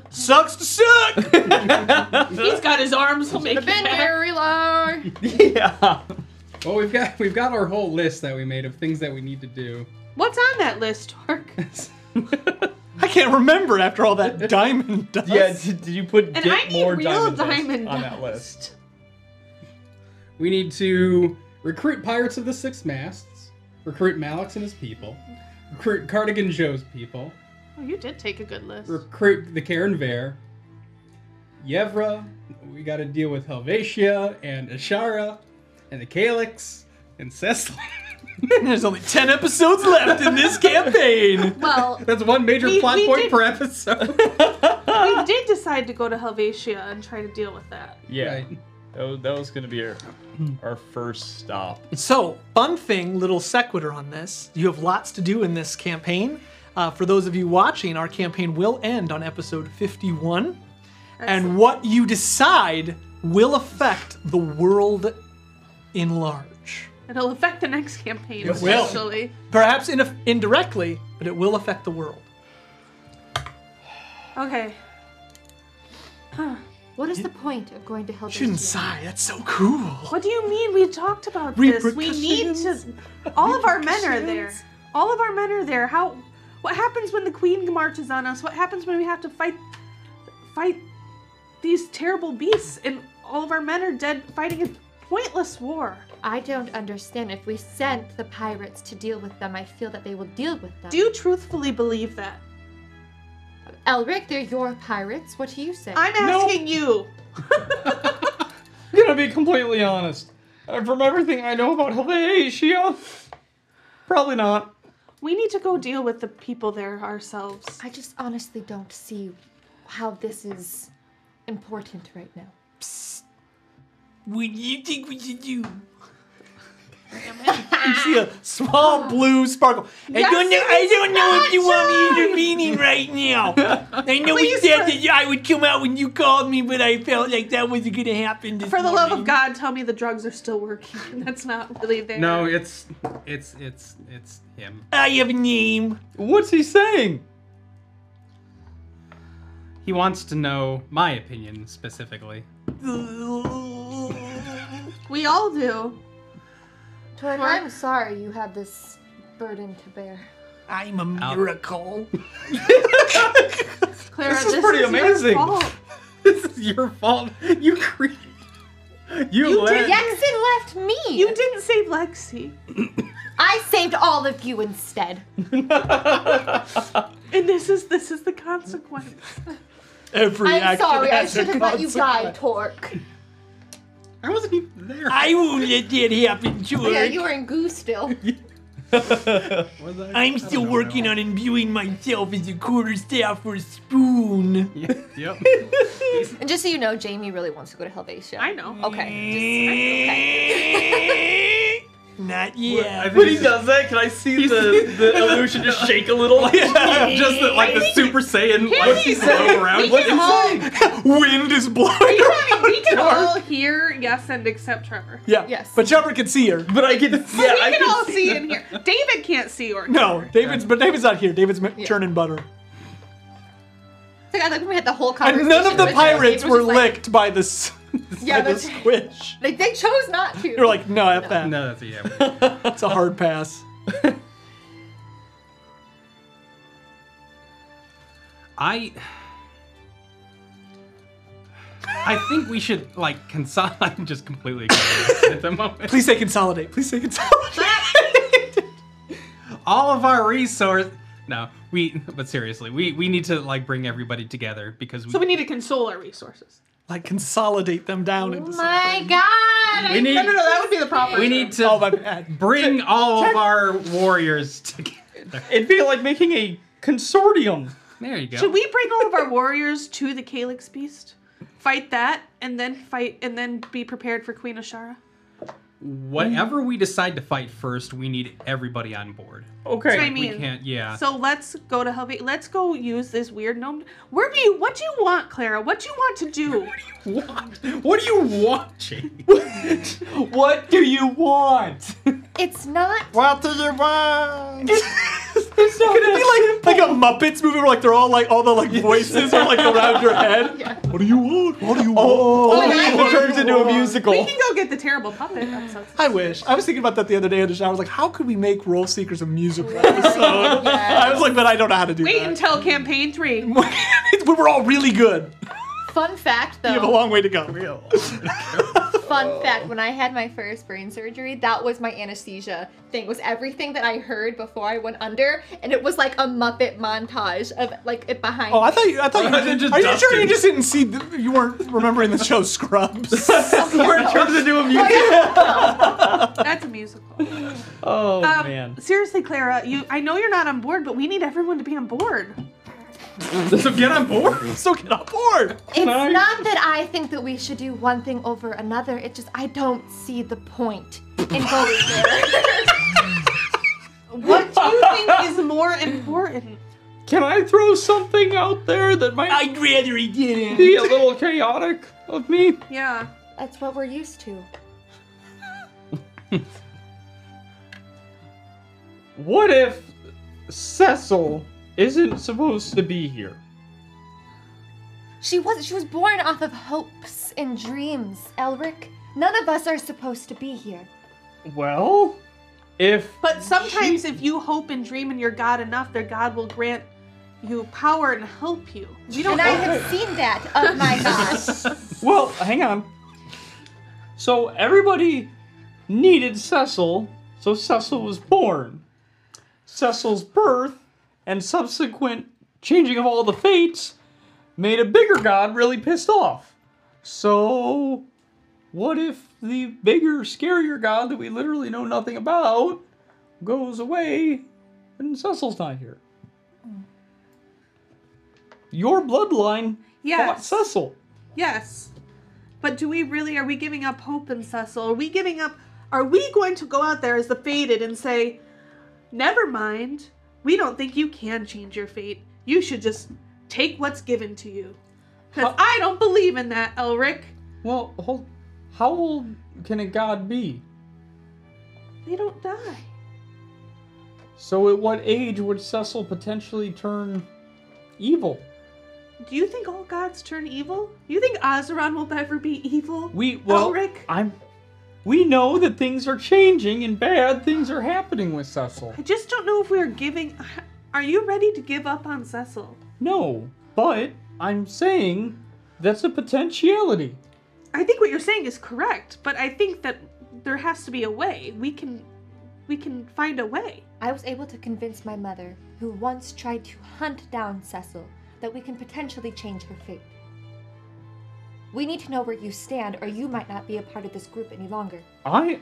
A: Sucks to suck.
E: He's got his arms. He'll make it back.
C: low.
G: yeah.
F: Well, we've got we've got our whole list that we made of things that we need to do.
E: What's on that list, Torque?
A: I can't remember after all that diamond dust.
G: yeah. Did, did you put
E: And
G: get
E: I need
G: more
E: real
G: diamond,
E: diamond
G: dust on that
E: dust.
G: list?
F: we need to recruit pirates of the six masts, recruit Malix and his people, recruit Cardigan Joe's people,
E: Oh, you did take a good list.
F: recruit the Karen Vare, Yevra. We got to deal with Helvetia and Ashara, and the Calix and Cecily.
A: There's only 10 episodes left in this campaign.
C: Well,
F: That's one major
E: We-
F: plot
E: we
F: point
E: did-
F: per episode.
E: we did decide to go to Helvetia and try to deal with that.
G: Yeah.
F: Right.
G: That was, that was gonna be our our first stop.
A: So, fun thing, little sequitur on this. You have lots to do in this campaign. Uh, for those of you watching, our campaign will end on episode 51. And what you decide will affect the world in large.
E: It'll affect the next campaign,
F: It will.
E: especially.
A: Perhaps in- indirectly, but it will affect the world.
E: Okay.
C: what is the point of going to help?
A: Shouldn't sigh, that's so cool.
E: What do you mean? We talked about this. We need to. All of our men are there. All of our men are there. How? What happens when the queen marches on us? What happens when we have to fight, fight these terrible beasts? And all of our men are dead fighting a pointless war.
C: I don't understand. If we sent the pirates to deal with them, I feel that they will deal with them.
E: Do you truthfully believe that?
C: Elric, they're your pirates. What do you say?
E: I'm asking you.
G: I'm gonna be completely honest. Uh, From everything I know about Helvetia, probably not.
E: We need to go deal with the people there ourselves.
C: I just honestly don't see how this is important right now.
A: What do you think we should do? you see a small blue sparkle. I don't know. I don't know if you want me intervening right now. I know we said that I would come out when you called me, but I felt like that wasn't gonna happen. This
E: For the love of
A: morning.
E: God, tell me the drugs are still working. That's not really there.
F: no, it's it's it's it's him.
A: I have a name.
G: What's he saying?
F: He wants to know my opinion specifically.
E: We all do.
C: Torn, I'm sorry you had this burden to bear.
A: I'm a
F: Out.
A: miracle.
E: Clara,
G: This is pretty
E: your
G: amazing.
C: Oh,
E: fault.
F: This is your fault. You created. You,
E: You
F: let.
E: did-
C: Yaxon left me.
E: You didn't save Lexi.
C: I saved all of you instead.
E: And this is this is the consequence.
A: Every
C: I'm
A: action
C: sorry. I
A: has a
C: should have let you
A: consequence.
C: die, Torque.
F: I wasn't even there.
A: I won't let that happen, George.
C: Oh, Yeah, you were in goo still.
F: Was I?
A: I'm still working on imbuing myself as a quarterstaff or spoon.
F: Yep.
C: And just so you know, Jamie really wants to go to Helvetia.
E: I know.
C: Okay.
A: Not yet.
G: When he does that, can I see the, the illusion just shake a little?
F: Just the, like the Super Saiyan like blow around. What
A: Wind is blowing.
E: we can all hear yes and accept Trevor.
A: Yeah.
C: Yes.
A: But Trevor can see her.
G: But I can, yeah,
E: we
G: I
E: can,
G: can
E: all see in here. David can't see or
A: No, David's but David's not here. David's m churning butter.
C: It's like I like when we had the whole conversation.
A: And none of the
C: with him.
A: pirates
C: It was
A: were
C: just like-
A: licked by the s-
C: Yeah,
A: by the
C: that's right.
A: squish.
C: They, they chose not to.
A: You're like, no, F that.
F: No, that's yeah.
A: That's a hard pass.
F: I. I think we should like consolidate. I'm just completely ignoring this at the moment.
A: Please say consolidate. Please say consolidate.
F: all of our resource. No, we. But seriously, we we need to like bring everybody together because we.
E: So we need to console our resources.
A: like consolidate them down into something.
C: My God.
F: we need.
E: No, no, no, that would be the proper.
F: We need to
A: Oh my bad.
F: bring all of our warriors together.
G: It'd be like making a consortium.
F: There you go.
E: Should we bring all of our warriors to the Calyx Beast? Fight that, and then fight, and then be prepared for Queen Ashara.
F: Whatever we decide to fight first, we need everybody on board.
G: Okay.
E: That's what I mean.
F: We can't. Yeah.
E: So let's go to Helvetia. Let's go use this weird gnome. Where do you? What do you want, Clara? What do you want to do?
G: Oh,
F: what? What do you want, Jamie?
G: What do you want?
C: It's not.
G: What do you want? it's not
A: It'd be like like a Muppets movie where like they're all like all the like voices are like around your head. What do you want? What do you want?
C: Oh, yeah.
G: it turns into a
E: We
G: musical.
E: can go get the terrible puppet. That sounds-
A: I wish. I was thinking about that the other day in the shower. I was like, how could we make Role Seekers a musical episode? I was like, but I don't know how to do
E: Wait
A: that.
E: until campaign three.
A: we were all really good.
C: Fun fact,
A: We have a
C: though.
A: long way to go.
C: Fun fact: When I had my first brain surgery, that was my anesthesia thing. It was everything that I heard before I went under, and it was like a Muppet montage of like it behind.
A: Oh, I thought you. I thought you.
F: I thought just
A: are you sure you
F: Dustin.
A: just didn't see? The, you weren't remembering the show Scrubs.
G: turns into a music.
E: That's a musical.
G: Oh
E: Um,
G: man.
E: Seriously, Clara, you I know you're not on board, but we need everyone to be on board.
F: So get on board.
A: so get on board.
C: It's not that I think that we should do one thing over another. It's just I don't see the point in going there.
E: What do you think is more important?
G: Can I throw something out there that might
A: rather he didn't.
G: be a little chaotic of me?
E: Yeah.
C: That's what we're used to.
G: What if Cecil isn't supposed to be here?
C: She was she was born off of hopes and dreams, Elric. None of us are supposed to be here.
G: Well, if
E: But sometimes if you hope and dream in your God enough, their God will grant you power and help you. We don't
C: And I have seen that
E: Oh
C: of my God.
G: well, hang on. So everybody needed Cecil, so Cecil was born. Cecil's birth and subsequent changing of all the fates made a bigger god really pissed off. So what if the bigger, scarier god that we literally know nothing about goes away and Cecil's not here? Your bloodline fought
E: Yes.
G: Cecil.
E: Yes. But do we really are we giving up hope in Cecil? Are we giving up are we going to go out there as the fated and say, Never mind. We don't think you can change your fate. You should just take what's given to you. Because
G: Huh.
E: I don't believe in that, Elric.
G: Well, hold. How old can a god be?
E: They don't die.
G: So, at what age would Cecil potentially turn evil?
E: Do you think all gods turn evil? You think Azeron will ever be evil?
G: We well,
E: Elric?
G: I'm. We know that things are changing and bad things are happening with Cecil.
E: I just don't know if we are giving. Are you ready to give up on Cecil?
G: No, but I'm saying that's a potentiality.
E: I think what you're saying is correct, but I think that there has to be a way. We can, we can find a way.
C: I was able to convince my mother, who once tried to hunt down Cecil, that we can potentially change her fate. We need to know where you stand, or you might not be a part of this group any longer.
G: I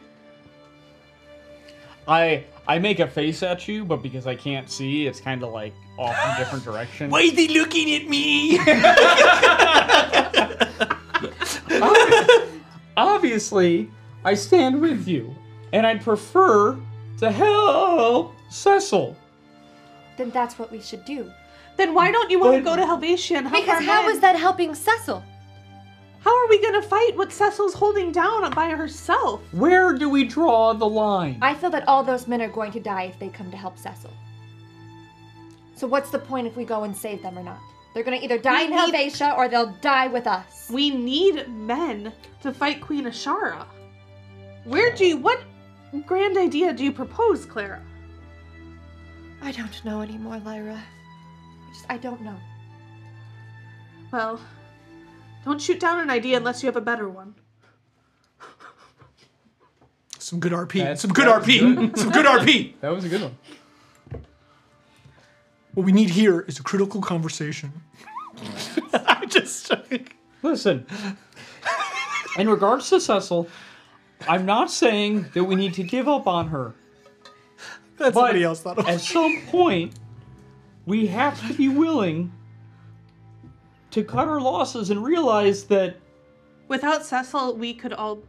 G: I I make a face at you, but because I can't see, it's kind of like off in a different direction.
A: Why is he looking at me?
G: Obviously, I stand with you, and I'd prefer to help Cecil.
C: Then that's what we should do.
E: Then why don't you want to
G: But-
E: go to Helvetia and help our
C: Because how
E: men?
C: is that helping Cecil?
E: How are we gonna fight what Cecil's holding down by herself?
G: Where do we draw the line?
C: I feel that all those men are going to die if they come to help Cecil. So what's the point if we go and save them or not? They're gonna either die
E: We
C: in
E: need-
C: Helvetia or they'll die with us.
E: We need men to fight Queen Ashara. Where do you? What grand idea do you propose, Clara?
C: I don't know anymore, Lyra. I just I don't know.
E: Well, don't shoot down an idea unless you have a better one.
A: Some good RP.
F: That's-
A: Some good
F: that was
A: RP. Some good RP.
F: That was a good one.
A: What we need here is a critical conversation. I just.
G: Listen, in regards to Cecil, I'm not saying that we need to give up on her. But
A: That's somebody else thought of.
G: At some point, we have to be willing to cut our losses and realize that
E: Without Cecil, we could all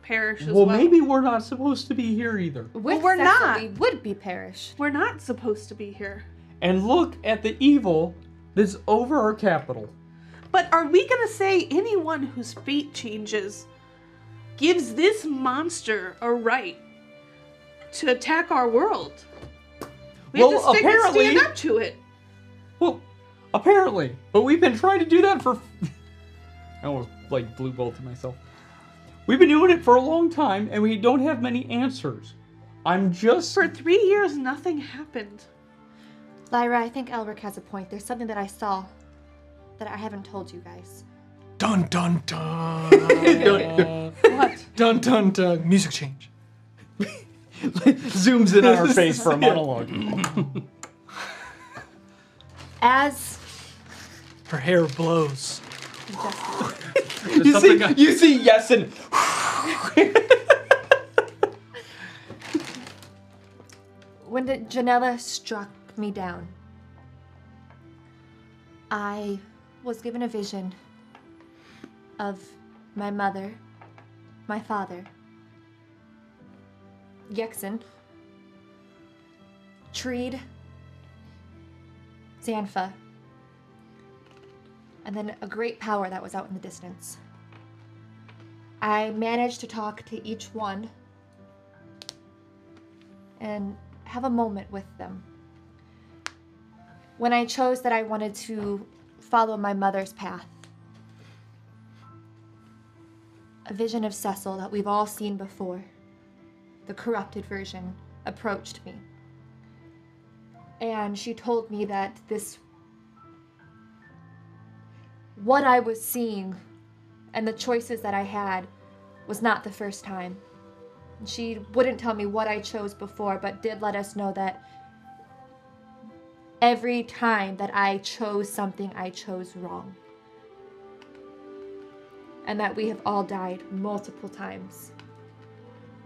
E: perish as well.
G: well, maybe we're not supposed to be here either.
C: With
E: we're
C: Cecil,
E: not.
C: we would be perished.
E: we're not supposed to be here.
G: And look at the evil that's over our capital.
E: But are we gonna say anyone whose fate changes gives this monster a right to attack our world? We have
G: Well,
E: to stick and
G: apparently-
E: stand up to it.
G: Well, apparently, but we've been trying to do that for. I almost like blue bolt to myself. We've been doing it for a long time, and we don't have many answers. I'm just.
E: For three years, nothing happened.
C: Lyra, I think Elric has a point. There's something that I saw that I haven't told you guys.
A: Dun dun dun. what? Dun dun dun. Music change.
D: Zooms in on her face for a monologue.
C: As
A: Her hair blows.
G: You see, you see, yes, and
C: when the Janella struck me down, I was given a vision of my mother, my father, Yexen, Treed, Xantha, and then a great power that was out in the distance. I managed to talk to each one and have a moment with them. When I chose that I wanted to follow my mother's path, a vision of Cecil that we've all seen before, the corrupted version, approached me. And she told me that this. What I was seeing and the choices that I had was not the first time. She wouldn't tell me what I chose before, but did let us know that every time that I chose something, I chose wrong. And that we have all died multiple times.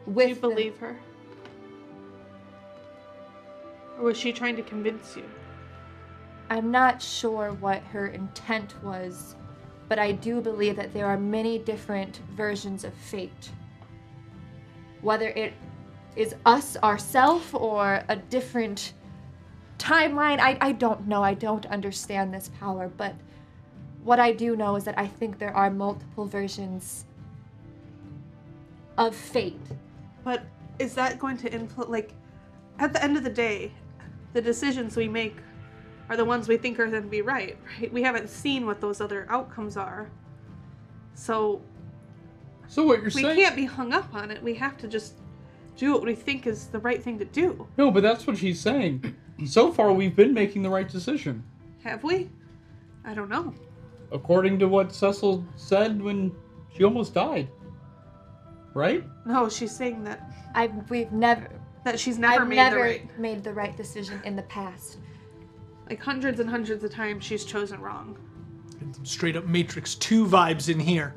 C: With
E: Do you
C: the-
E: believe her? Or was she trying to convince you?
C: I'm not sure what her intent was, but I do believe that there are many different versions of fate. Whether it is us ourself or a different timeline, I, I don't know. I don't understand this power, but what I do know is that I think there are multiple versions of fate.
E: But is that going to influence? Like, at the end of the day, the decisions we make are the ones we think are going to be right, right? We haven't seen what those other outcomes are. So
F: So what you're
E: we
F: saying?
E: can't be hung up on it. We have to just do what we think is the right thing to do.
G: no, but that's what she's saying. So far, we've been making the right decision,
E: Have we? I don't know.
G: according to what Cecil said when she almost died. Right?
E: No, she's saying that
C: I we've never
E: that she's never
C: I've
E: made
C: never
E: the right.
C: made the right decision in the past.
E: Like hundreds and hundreds of times, she's chosen wrong.
A: Straight up Matrix 2 vibes in here.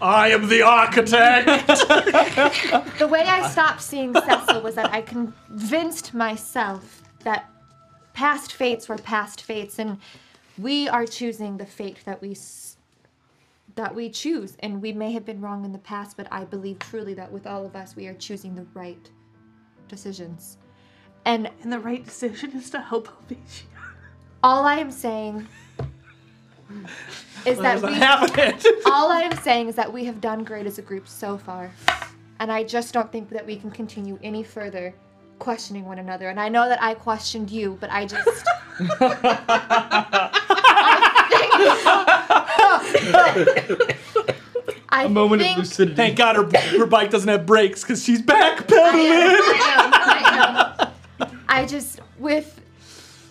A: I am the architect!
C: The way I stopped seeing Cecil was that I convinced myself that past fates were past fates, and we are choosing the fate that we s- that we choose. And we may have been wrong in the past, but I believe truly that with all of us, we are choosing the right decisions. And
E: And the right decision is to help Alicia.
C: all I am saying is that we
A: Have it!
C: all I am saying is that we have done great as a group so far. And I just don't think that we can continue any further questioning one another. And I know that I questioned you, but I just. I think. I think-
A: Thank God her, her bike doesn't have brakes because she's backpedaling!
C: I am, I am. I just with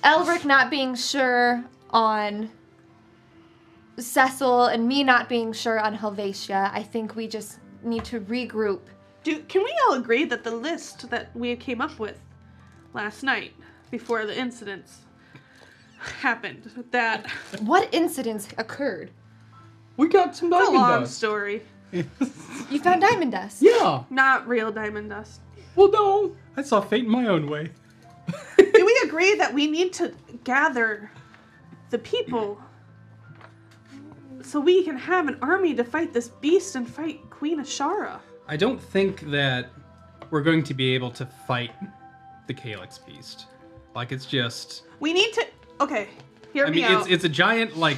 C: Elric not being sure on Cecil and me not being sure on Helvetia, I think we just need to regroup.
E: Do can we all agree that the list that we came up with last night before the incidents happened that
C: What incidents occurred?
G: We got some
E: a
G: diamond
E: long
G: dust.
E: story,
C: You found diamond dust.
G: Yeah.
E: not real diamond dust.
G: Well, no.
F: I saw fate in my own way.
E: Do we agree that we need to gather the people so we can have an army to fight this beast and fight Queen Ashara?
F: I don't think that we're going to be able to fight the Calyx Beast. Like it's just.
E: We need to. Okay, hear
F: I
E: me
F: mean,
E: out.
F: it's it's a giant like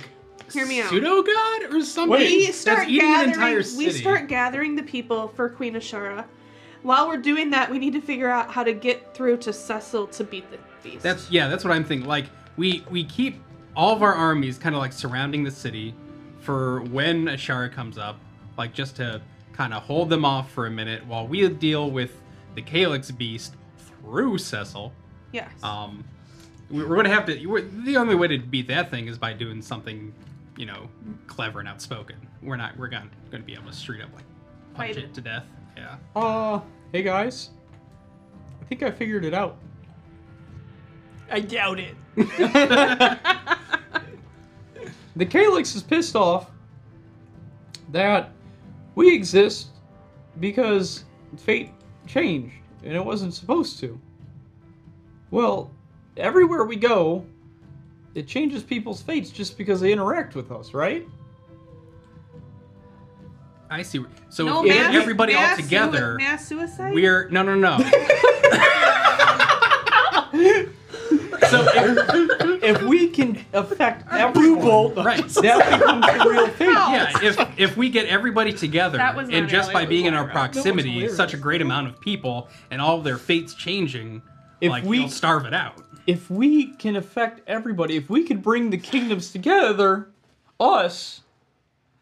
E: Hear me out.
F: pseudo god or something.
E: we
F: that's
E: start
F: eating
E: gathering.
F: an entire
E: We
F: city.
E: start gathering the people for Queen Ashura. While we're doing that, we need to figure out how to get through to Cecil to beat the beast.
F: That's yeah. That's what I'm thinking. Like we we keep all of our armies kind of like surrounding the city for when Ashara comes up, like just to kind of hold them off for a minute while we deal with the Calyx Beast through Cecil.
E: yes.
F: Um, we- we're gonna have to. We're, the only way to beat that thing is by doing something you know, clever and outspoken. We're not. We're going to be able to straight up like punch it
E: Fight it.
F: to death. Yeah.
G: Uh, hey guys. I think I figured it out.
A: I doubt it.
G: The Calyx is pissed off that we exist because fate changed and it wasn't supposed to. Well, everywhere we go, it changes people's fates just because they interact with us, right?
F: I see. where- So
E: No
F: if we get
E: mass,
F: everybody all
E: mass sui-
F: together,
E: mass suicide.
F: we're no, no, no. so if,
G: If we can affect
A: Blue
G: everyone,
A: bolt.
F: right.
G: that becomes the real fate.
F: Yeah, if if we get everybody together
E: That was
F: and
E: not
F: just
E: how
F: by
E: it
F: being
E: was
F: in our
E: wired out.
F: proximity,
G: hilarious.
F: such a great amount of people and all of their fates changing,
G: If
F: like
G: we-
F: we will starve it out.
G: if we can affect everybody, if we could bring the kingdoms together, us,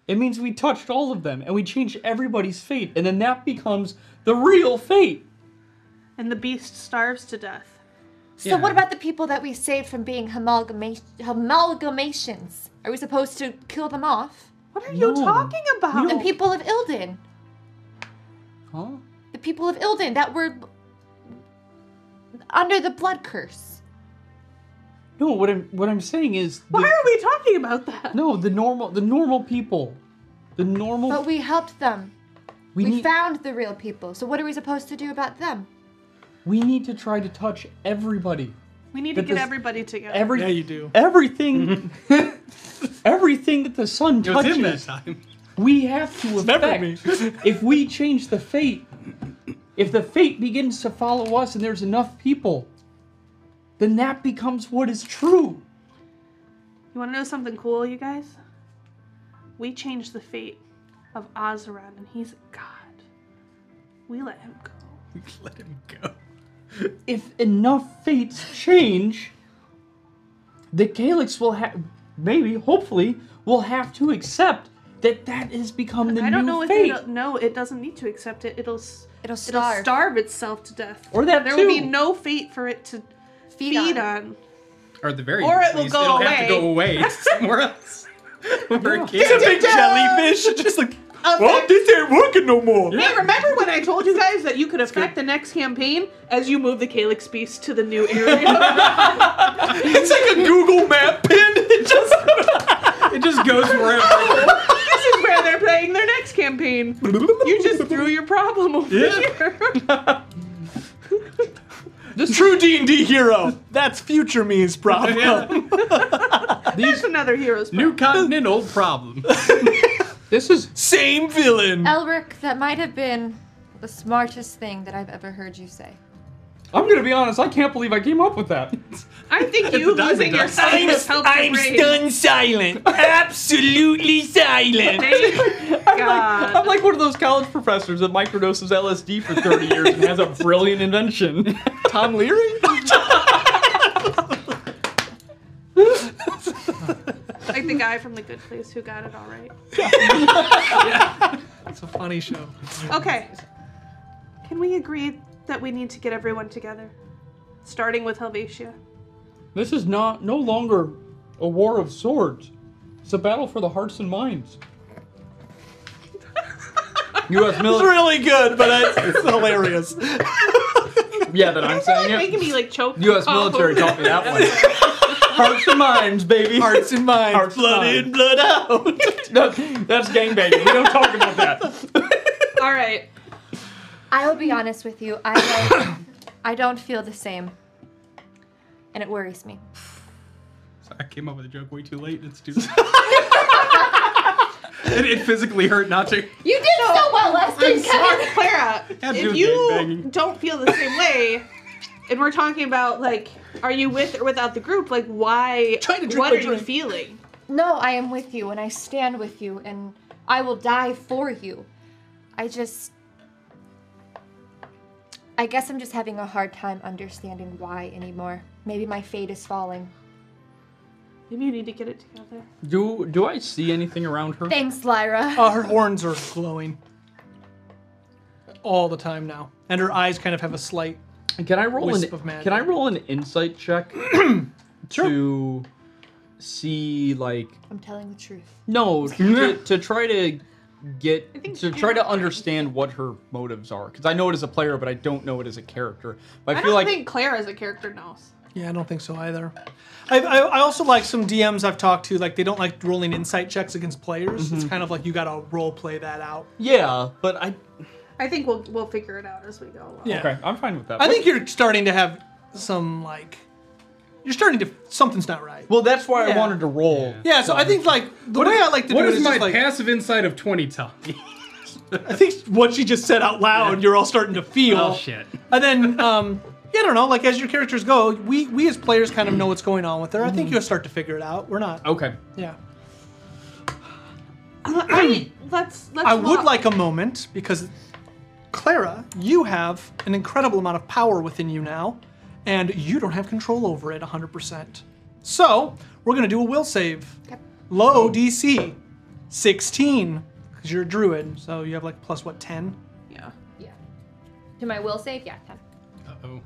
G: it means we touched all of them and we changed everybody's fate, and then that becomes the real fate.
E: and the beast starves to death.
C: So what about the people that we saved from being amalgamation amalgamations? Are we supposed to kill them off?
E: What are
G: No.
E: you talking about?
C: The people of Ilden.
G: Huh?
C: The people of Ilden that were under the blood curse.
G: No, what I'm what I'm saying is the-
E: Why are we talking about that?
G: no the normal the normal people, the normal
C: But we helped them.
G: we
C: We,
G: need
C: found the real people. So what are we supposed to do about them?
G: we need to try to touch everybody,
E: We need to
G: But
E: get
G: this-
E: everybody together.
G: every
A: Yeah, you do.
G: everything, everything that the sun
F: It was him that
G: touches.
F: time.
G: We have to affect.
A: me.
G: if we change the fate, if the fate begins to follow us and there's enough people, then that becomes what is true.
E: you want to know something cool, you guys? We changed the fate of Azeroth, and he's a god. We let him go.
F: Let him go.
G: If enough fates change, the Calyx will have, maybe, hopefully, will have to accept that that has become the
E: I don't
G: new
E: know
G: fate.
E: if it'll, no, it doesn't need to accept it. It'll s-
C: It'll
E: it'll
C: starve.
E: starve. itself to death.
G: Or that
E: there will be
G: too.
E: no fate for it to
C: Feed,
E: feed
C: on.
E: on.
F: Or at the very
E: Or
F: least,
E: it will go
F: it'll have to
E: away.
F: go away somewhere else. Where it can't.
A: It's a big jellyfish. Just like,
F: Oh,
A: well, this ain't working no more.
E: Hey, remember when I told you guys that you could affect the next campaign as you move the Calyx Beast to the new area?
A: It's like a Google map pin. It just.
F: It just goes wherever.
E: this is where they're playing their next campaign. You just threw your problem over here.
A: True D&D hero. That's future me's problem.
E: That's another hero's
F: New continent, old problem.
G: This is
A: Same villain.
C: Elric, that might have been the smartest thing that I've ever heard you say.
G: I'm gonna be honest, I can't believe I came up with that.
E: I think you
F: diamond
E: losing your
F: dust.
E: sight has helped your brain.
A: silent. Absolutely silent.
E: Thank
G: I'm
E: God.
G: like one of those college professors that microdoses LSD for 30 years and has a brilliant invention.
A: Tom Leary?
E: Like the guy from The Good Place who got it all right.
A: It's a funny show.
E: Okay. Can we agree that we need to get everyone together? Starting with Helvetia.
G: This is not no longer a war of swords. It's a battle for the hearts and minds. U.S.
A: It's
G: military.
A: really good, but it's, it's hilarious.
G: Yeah, that I'm saying
E: Like
G: it.
E: making me like choke.
G: U.S. military taught me that one. hearts and minds, baby.
A: Hearts and minds.
G: Hearts and
A: blood
G: minds.
A: in, blood out.
G: No, that's gangbanging. We don't talk about that.
E: All right.
C: I will be honest with you. I don't, I don't feel the same. And it worries me.
F: Sorry, I came up with a joke way too late. It's too. it, it physically hurt not to.
C: You did so, well last
E: I'm
C: time,
E: sorry,
C: Kevin.
E: Clara.
F: Have
E: if
F: your
E: you
F: gangbanging.
E: don't feel the same way, and we're talking about like, are you with or without the group? Like, why?
A: Trying to drink
E: what
A: my
E: are you
A: drink.
E: feeling?
C: No, I am with you, and I stand with you, and I will die for you. I just. I guess I'm just having a hard time understanding why anymore. Maybe my fate is falling.
E: Maybe you need to get it together.
G: do do I see anything around her?
C: Thanks, Lyra.
A: Uh, her horns are glowing all the time now, and her eyes kind of have a slight.
G: Can I roll
A: Wisp
G: an
A: of magic.
G: Can I roll an insight check to
D: see like
C: I'm telling the truth.
D: no to, to try to get
E: think
D: to
E: she
D: try to
E: knows.
D: understand what her motives are because I know it as a player, but I don't know it as a character. But I,
E: I
D: feel
E: don't
D: like
E: think Claire as a character knows.
A: Yeah, I don't think so either. I, I, I also like some DMs I've talked to, like they don't like rolling insight checks against players. It's kind of like you gotta role play that out.
D: Mm-hmm. yeah, but I
E: I think we'll we'll figure it out as we go along.
A: Yeah.
D: okay, I'm fine with that.
A: I think you're starting to have some like you're starting to something's not right.
D: well, that's why I
A: Yeah.
D: wanted to roll.
A: Yeah, so I think like the way I like to
F: What
A: do it
F: does
A: is
F: my
A: just, like
F: passive insight of 20 tell me?
A: I think what she just said out loud, you're all starting to feel.
F: Oh, shit.
A: And then, um, yeah, I don't know. Like as your characters go, we we as players kind of know what's going on with her. I think you'll start to figure it out. We're not.
F: Okay.
A: Yeah.
E: Uh, I, let's let's.
A: I would
E: walk.
A: like a moment because, Clara, you have an incredible amount of power within you now, and you don't have control over it 100%. So we're gonna do a will save. Low DC, 16, because you're a druid, so you have like plus what 10.
E: Yeah.
C: Yeah. To my will save, yeah, 10.
F: Uh oh.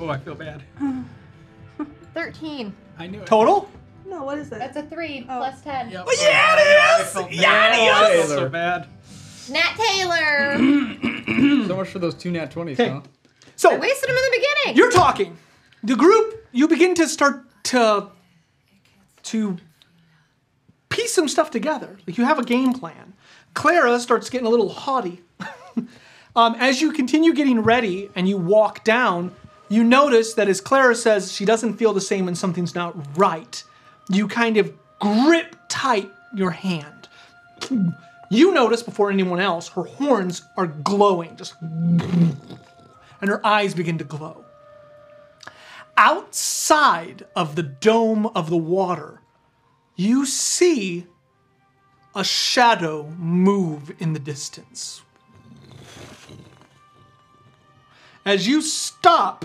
F: Oh, I feel bad.
C: 13.
F: I knew it.
A: Total?
E: No, what is Oh. that?
C: That's a 3 plus 10.
A: Yeah,
F: Yep.
A: it
F: I felt bad.
A: Yeah,
F: I
A: it
F: felt
A: is!
F: so bad.
C: Nat Taylor!
G: So much for those two nat 20s,
A: Okay.
G: huh?
A: So
C: I wasted him in the beginning!
A: You're talking. The group, you begin to start to to piece some stuff together. Like you have a game plan. Clara starts getting a little haughty. um, as you continue getting ready and you walk down, you notice that as Clara says she doesn't feel the same and something's not right, you kind of grip tight your hand. You notice before anyone else, her horns are glowing, just and her eyes begin to glow. Outside of the dome of the water, you see a shadow move in the distance. As you stop,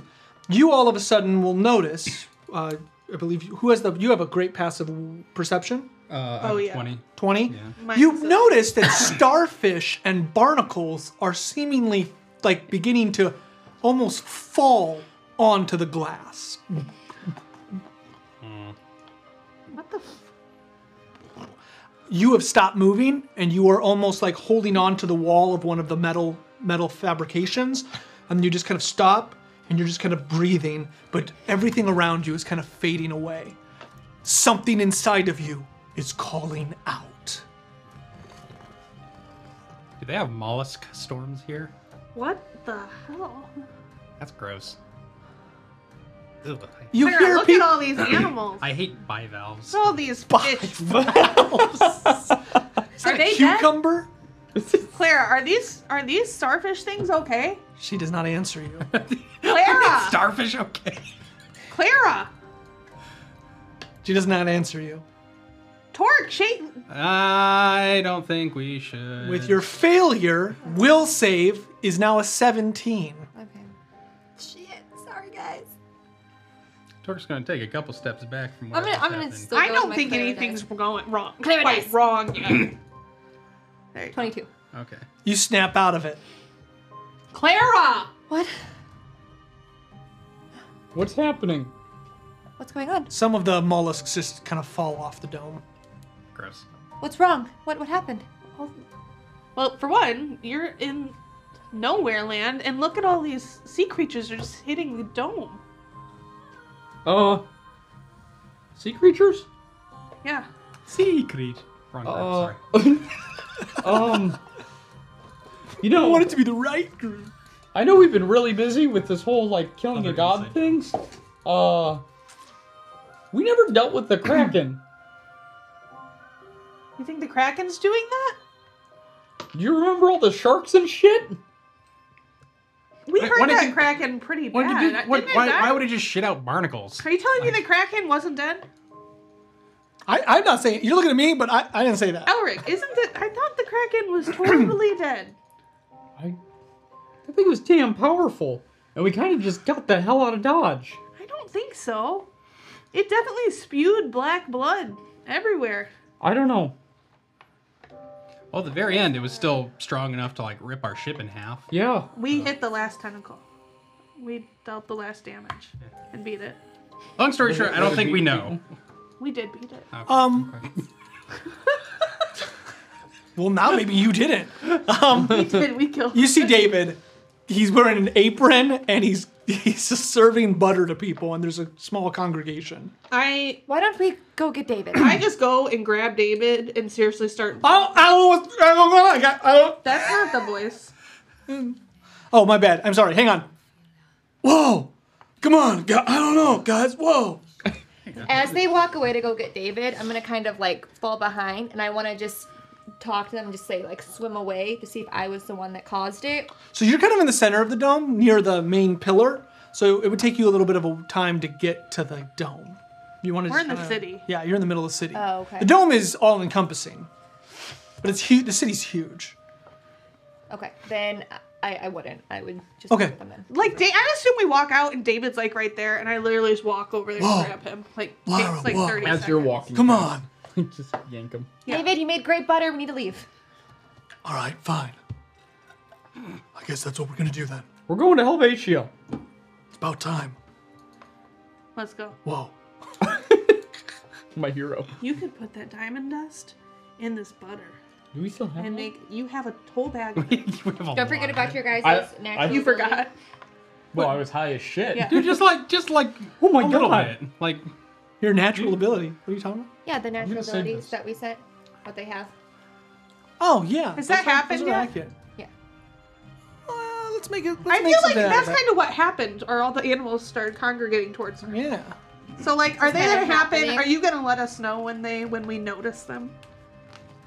A: you all of a sudden will notice. Uh, I believe you, who has the you have a great passive perception.
F: Uh,
E: Oh,
F: oh,
E: yeah.
F: 20.
A: 20.
E: Mine
A: You've
E: is a-
A: noticed that starfish and barnacles are seemingly like beginning to almost fall onto the glass.
E: What the? F-
A: You have stopped moving and you are almost like holding on to the wall of one of the metal metal fabrications and you just kind of stop and you're just kind of breathing but everything around you is kind of fading away. Something inside of you is calling out.
F: Do they have mollusk storms here?
E: what the hell?
F: That's gross. Ugh, I-
A: You
E: Sarah,
A: hear
E: look
A: people
E: at all these animals.
F: I hate bivalves.
E: all these bitch. Are they dead?
A: cucumber?
E: Clara, are these are these starfish things okay?
A: She does not answer you.
E: Clara,
F: Starfish, okay.
E: Clara,
A: She does not answer you.
E: Torque, shake.
F: I don't think we should.
A: With your failure, will save is now a 17.
C: Okay. Shit. Sorry, guys.
F: Torque's gonna take a couple steps back from where
C: I'm gonna,
F: this
C: I'm gonna
F: happened.
C: still
E: I
C: go with
E: don't
C: my
E: think
C: Clara
E: anything's
C: dice.
E: going wrong.
C: Clara
E: quite
C: dice.
E: wrong. Yet. there you go.
C: 22.
F: Okay.
A: You snap out of it.
E: Clara,
C: What?
G: What's happening?
C: What's going on?
A: Some of the mollusks just kind of fall off the dome.
F: Gross.
C: What's wrong? What what happened?
E: Well, for one, you're in nowhere land, and look at all these sea creatures are just hitting the dome.
G: Uh, sea creatures?
E: Yeah.
F: Secret. Wrong word,
G: Uh,
F: sorry.
G: um, you know,
A: I want it to be the right group.
G: I know we've been really busy with this whole like killing a
F: Other
G: god
F: insight.
G: things. Uh, we never dealt with the kraken.
E: You think the Kraken's doing that?
G: Do you remember all the sharks and shit?
E: We
F: Wait,
E: heard
F: when did
E: that
F: you-
E: Kraken pretty
F: When did
E: bad.
F: you, what,
E: Didn't it
F: why,
E: die?
F: why would it just shit out barnacles?
E: Are you telling me the Kraken wasn't dead?
A: I, I'm not saying, you're looking at me, but I, I didn't say that.
E: Elric, isn't it? I thought the Kraken was totally dead.
G: I, I think it was damn powerful, and we kind of just got the hell out of Dodge.
E: I don't think so. It definitely spewed black blood everywhere.
G: I don't know.
F: Well, at the very end, it was still strong enough to like rip our ship in half.
G: Yeah.
A: Uh.
E: We hit the last tentacle. We dealt the last damage and beat it.
F: Long story short, I don't
G: it
F: think
G: be
F: we know.
E: We did beat it.
A: Um. well, now maybe you didn't. Um,
E: We did. We killed.
A: you see David, he's wearing an apron and he's he's just serving butter to people, and there's a small congregation.
E: I
C: Why don't we go get David?
E: I just go and grab David and seriously start.
A: Oh, I don't know what's I don't know, I got, I don't,
E: That's not the voice.
A: oh, my bad. I'm sorry. Hang on. Whoa. Come on. gu- I don't know, guys. Whoa.
C: As they walk away to go get David, I'm gonna kind of like fall behind, and I want to just talk to them, and just say like swim away to see if I was the one that caused it.
A: So you're kind of in the center of the dome near the main pillar. So it would take you a little bit of a time to get to the dome. You want to
E: We're in the city.
A: Yeah, you're in the middle of the city.
C: Oh, okay.
A: The dome is all encompassing. But it's huge. The city's huge.
C: Okay, then I, I wouldn't. I would just
A: Okay.
C: put them in.
E: Like, da- I assume we walk out and David's like right there, and I literally just walk over there
A: Whoa.
E: and grab him. Like,
A: Lara,
E: it's like
A: whoa.
E: 30
F: As you're
E: seconds.
F: walking.
A: Come on.
G: Just yank him.
C: David, you made great butter. We need to leave.
A: All right, fine. I guess that's what we're going to do then.
G: We're going to Helvetia.
A: It's about time.
E: Let's go.
A: Whoa.
G: My hero.
E: You could put that diamond dust in this butter
G: Do we still have
E: and
G: that?
E: make. You have a whole bag. of
F: We
E: it.
F: Uh-huh. have a
C: Don't forget
F: lot.
C: about your guys'
G: I-
C: natural.
G: I-
E: you forgot.
G: Well, I was high as shit.
C: Yeah.
F: Dude, just like, just like,
G: Oh my
F: a little
G: god.
F: bit. Like,
A: Your natural ability. What are you talking about?
C: Yeah, the natural
F: gonna save
C: abilities
F: this.
C: that we set, what they have.
A: Oh, yeah.
E: Has that happened yet?
C: Yeah.
A: Uh, let's make it. Let's
E: I
A: make
E: feel like
A: something out
E: that's
A: of
E: kind of what happened, or all the animals started congregating towards her.
A: it. Yeah.
E: So, like, are they
C: kind
E: gonna
C: of
E: happen?
C: happening.
E: Are you gonna let us know when they when we notice them?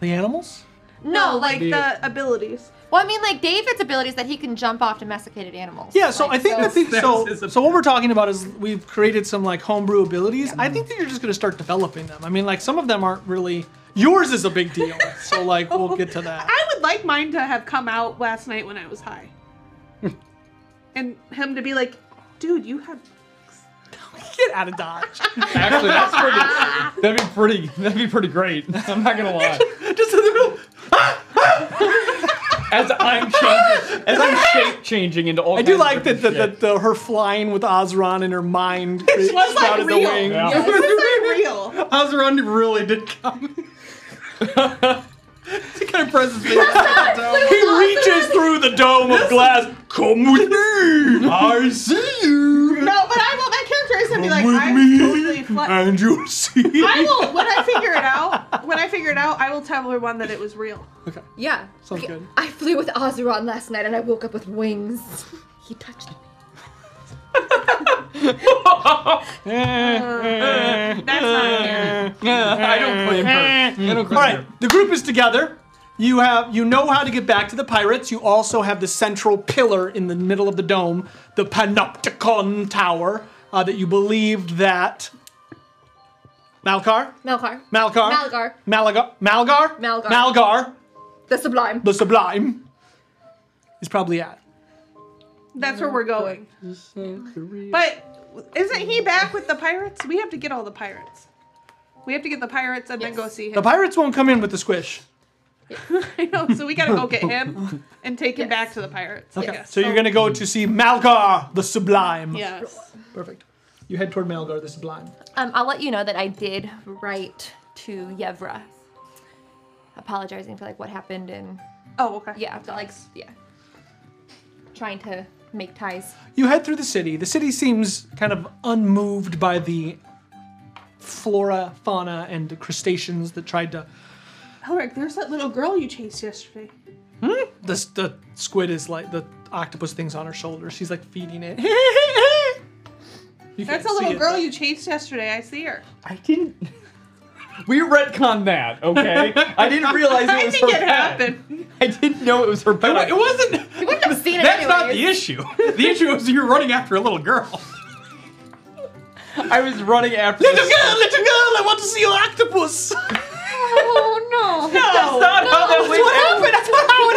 A: The animals?
E: No,
C: No,
E: like
C: like-
E: the abilities.
C: Well, I mean, like David's ability is that he can jump off domesticated animals.
A: Yeah, so
C: Like,
A: I think that the,
F: That's his
A: so so what
F: ability.
A: we're talking about is we've created some like homebrew abilities. I think that you're just gonna start developing them. I mean, like some of them aren't really yours is a big deal. so like we'll get to that.
E: I would like mine to have come out last night when I was high, and him to be like, "Dude, you have."
A: Get out of dodge.
G: Actually, that's pretty. That'd be pretty. That'd be pretty great. I'm not gonna lie.
A: just in the middle.
G: As I'm changing, as I'm shape changing into all.
A: I do like that the, the, the her flying with Ozron in her mind
E: was, like,
A: sprouted the
E: real.
A: wing.
G: Yeah.
E: This is like real.
F: Azeron really did come. he kind of presses me.
A: He reaches through the dome of glass. Come with me. I see you.
E: No, but I will. My character is gonna be like,
A: Come with
E: "I'm
A: me,
E: totally flat."
A: and you'll see.
E: I will when I figure it out. When I figure it out, I will tell everyone that it was real.
C: Yeah.
A: Sounds good.
C: I flew with Azeron last night and I woke up with wings. He touched me.
E: That's not fair.
G: I don't claim her. I don't claim
A: All
G: her.
A: right, the group is together. You have you know how to get back to the pirates. You also have the central pillar in the middle of the dome, the Panopticon Tower, uh, that you believed that Malgar,
C: Malgar.
A: Malgar,
C: Malgar.
A: Malagar, Malgar,
C: Malgar.
A: Malgar,
C: The Sublime.
A: the Sublime is probably at.
E: That's where we're going. But isn't he back with the pirates? We have to get all the pirates. We have to get the pirates and then go see
A: The
E: him.
A: pirates won't come in with the squish.
E: I know, so we gotta go get him and take him back to the pirates. I guess.
A: So you're gonna go to see Malgar, the Sublime.
E: Yes.
A: Perfect. You head toward Malgar, the Sublime.
C: Um, I'll let you know that I did write to Yevra, apologizing for like what happened and
E: Oh, okay.
C: yeah, but, like s- yeah, trying to make ties.
A: You head through the city. The city seems kind of unmoved by the flora, fauna, and crustaceans that tried to.
E: Elric, there's that little girl you chased yesterday.
A: The, the squid is like the octopus thing's on her shoulder. She's like feeding it. You
E: That's
A: can't
E: a
A: see
E: little
A: it,
E: girl
A: but-
E: you chased yesterday. I see her.
G: I didn't. We retcon that, okay? I didn't realize it
E: I
G: was
E: think
G: her
E: it
G: pet.
E: happened.
G: I didn't know it was her pet.
F: It wasn't.
C: You wouldn't have seen it
F: That's not the
C: anyways.
F: issue. The issue is you're running after a little girl.
G: I was running after.
A: Little girl, little girl, I want to see your octopus.
C: Oh no!
G: That's not how that
A: That's what happened. That's what, how it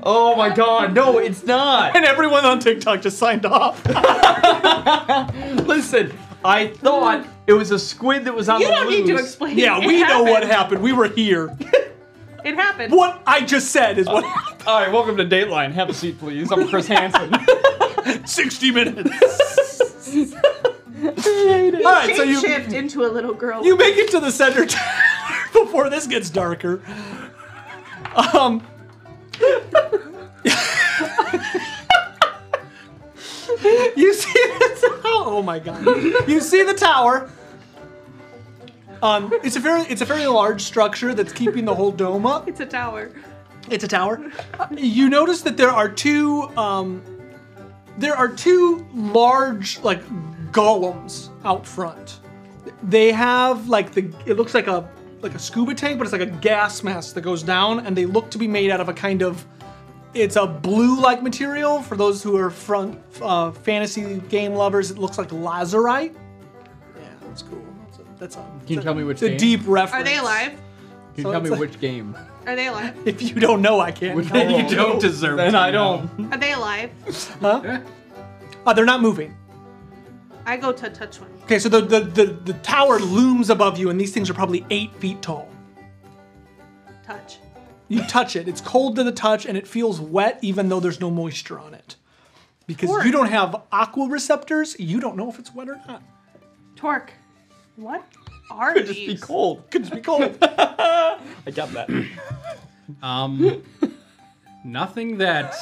G: Oh my god, no, it's not.
A: And everyone on TikTok just signed off.
G: Listen, I thought it was a squid that was on
E: You
G: the
E: don't need to
G: loose.
E: explain.
A: yeah,
E: It
A: we know what
E: happened.
A: happened. We were here.
E: It happened.
A: What I just said is what.
G: Uh, All right, welcome to Dateline. Have a seat, please. I'm Chris Hansen.
A: 60 minutes. All right, so you
E: shapeshift into a little girl.
A: you make it to the center t- before this gets darker. Um. you see the tower. Oh my god! You see the tower. Um, it's a very, it's a very large structure that's keeping the whole dome up.
E: it's a tower.
A: It's a tower. You notice that there are two, um, there are two large like golems out front. They have like the, it looks like a like a scuba tank, but it's like a gas mask that goes down, and they look to be made out of a kind of, it's a blue-like material. For those who are front uh, fantasy game lovers, it looks like lazurite. Yeah, that's cool. That's a, that's a,
D: Can you tell me which
A: it's a
D: game?
A: deep reference.
E: Are they alive?
D: Can you
A: So
D: tell me
A: it's like-
D: which game?
E: Are they alive?
A: If you don't know, I can't.
D: Which
A: tell.
D: one?
F: You don't deserve
G: Then
F: to
G: I
F: know.
G: don't.
E: Are they alive?
A: Uh, they're not moving.
E: I go to touch one.
A: Okay, so the, the, the, the tower looms above you, and these things are probably eight feet tall.
E: Touch.
A: You touch it, it's cold to the touch, and it feels wet even though there's no moisture on it. Because
E: Torque.
A: you don't have aqua receptors, you don't know if it's wet or not.
E: Torque. What are
G: Just be
E: these?
G: cold.
A: Could just be cold.
G: I got that.
F: Um, nothing that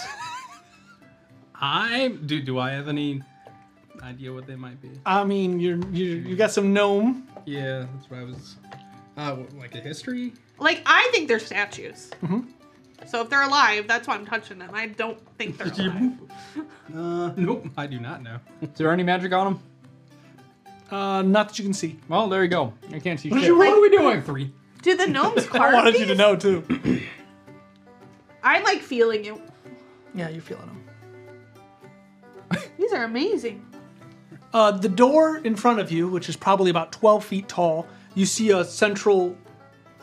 F: I do. Do I have any idea what they might be?
A: I mean, you're, you you got some gnome.
F: Yeah, that's what I was. Uh, what, like a history?
E: Like I think they're statues.
A: Mm-hmm.
E: So if they're alive, that's why I'm touching them. I don't think they're alive.
F: Uh, nope, I do not know.
D: Is there any magic on them?
A: Uh, not that you can see.
D: Well, there you go. I can't see
A: you
D: shit.
A: roll?
D: What are we doing? Three.
E: Do the gnomes
A: I
E: carve
A: wanted you
E: these?
A: to know too.
E: I like feeling it.
A: yeah, you're feeling them.
E: These are amazing.
A: Uh, the door in front of you, which is probably about 12 feet tall, you see a central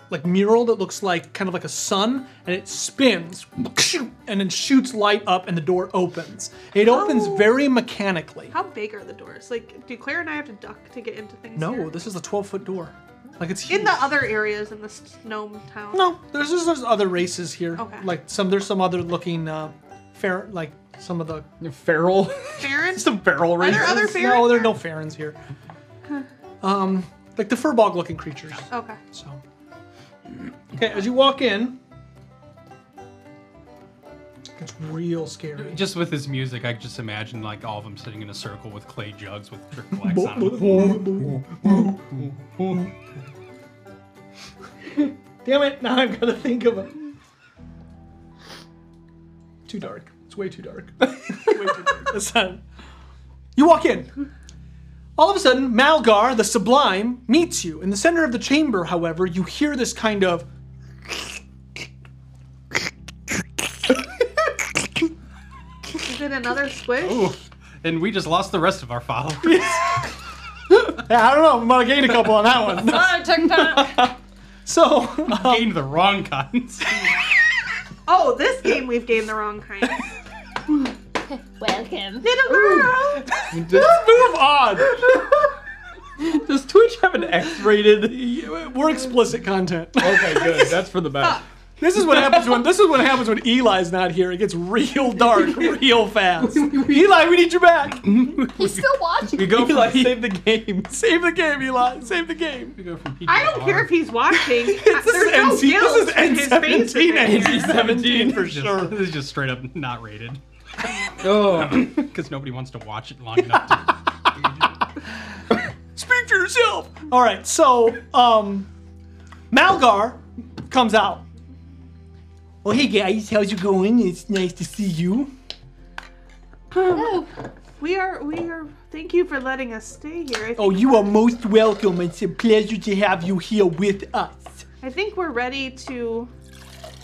A: like mural that looks like kind of like a sun and it spins and then shoots light up and the door opens. It opens
E: Oh.
A: very mechanically.
E: How big are the doors? Like, do Claire and I have to duck to get into things?
A: No,
E: here?
A: this is a 12 foot door. Like it's huge.
E: in the other areas in this gnome town.
A: No, there's just there's other races here.
E: Okay.
A: Like some there's some other looking uh fair like some of the
D: Feral.
E: Baron?
A: some feral
E: there
A: races.
E: other
A: No,
E: Farron
A: there are
E: here?
A: no Farrons here. um like the furbog looking creatures.
E: Okay.
A: So, okay, as you walk in, it's real scary.
F: Just with this music, I just imagine like all of them sitting in a circle with clay jugs with trick flags on them.
A: Damn it! Now I've got to think of it. Too dark. It's way too dark. way too dark. That's not- You walk in. All of a sudden, Malgar, the Sublime, meets you. In the center of the chamber, however, you hear this kind of
E: Is it another squish?
F: Ooh, and we just lost the rest of our followers.
A: Yeah, I don't know. I might have gained a couple on that one. So, uh,
F: Gained the wrong kinds.
E: Oh, this game we've gained the wrong kind.
C: Welcome.
E: Little girl.
A: move on.
G: Does Twitch have an X-rated?
A: We're explicit content.
G: Okay, good. That's for the best.
A: This is what happens when this is what happens when Eli's not here. It gets real dark, real fast. Eli, we need you back.
C: He's still watching.
F: We go from,
G: Eli, save the game.
A: Save the game, Eli. Save the game.
F: we go from PG
E: I don't care if he's watching.
A: This
E: There's
A: is
E: no
A: NC
E: guilt
A: this is
E: in his face. in
A: N17
E: it.
A: NC17 for
F: This is just-
A: sure.
F: This is just straight up not rated
G: Oh,
F: because nobody wants to watch it long enough. To,
A: Speak for yourself. All right, so um, Malgar comes out. Well, hey guys, how's you going? It's nice to see you.
C: Oh,
E: We are. We are. Thank you for letting us stay here. I think,
A: Oh, you are most welcome. It's a pleasure to have you here with us.
E: I think we're ready to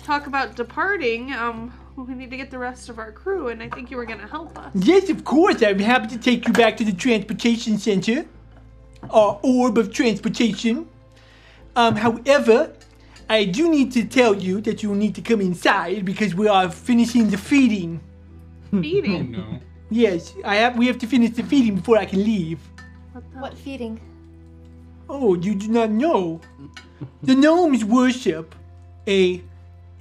E: talk about departing. Um, we need to get the rest of our crew, and I think you were gonna help us.
A: Yes, of course. I'm happy to take you back to the transportation center, our orb of transportation. Um, however, I do need to tell you that you'll need to come inside because we are finishing the feeding.
E: Feeding.
F: no.
A: Yes, I have. We have to finish the feeding before I can leave.
C: what feeding?
A: Oh, you do not know. The gnomes worship a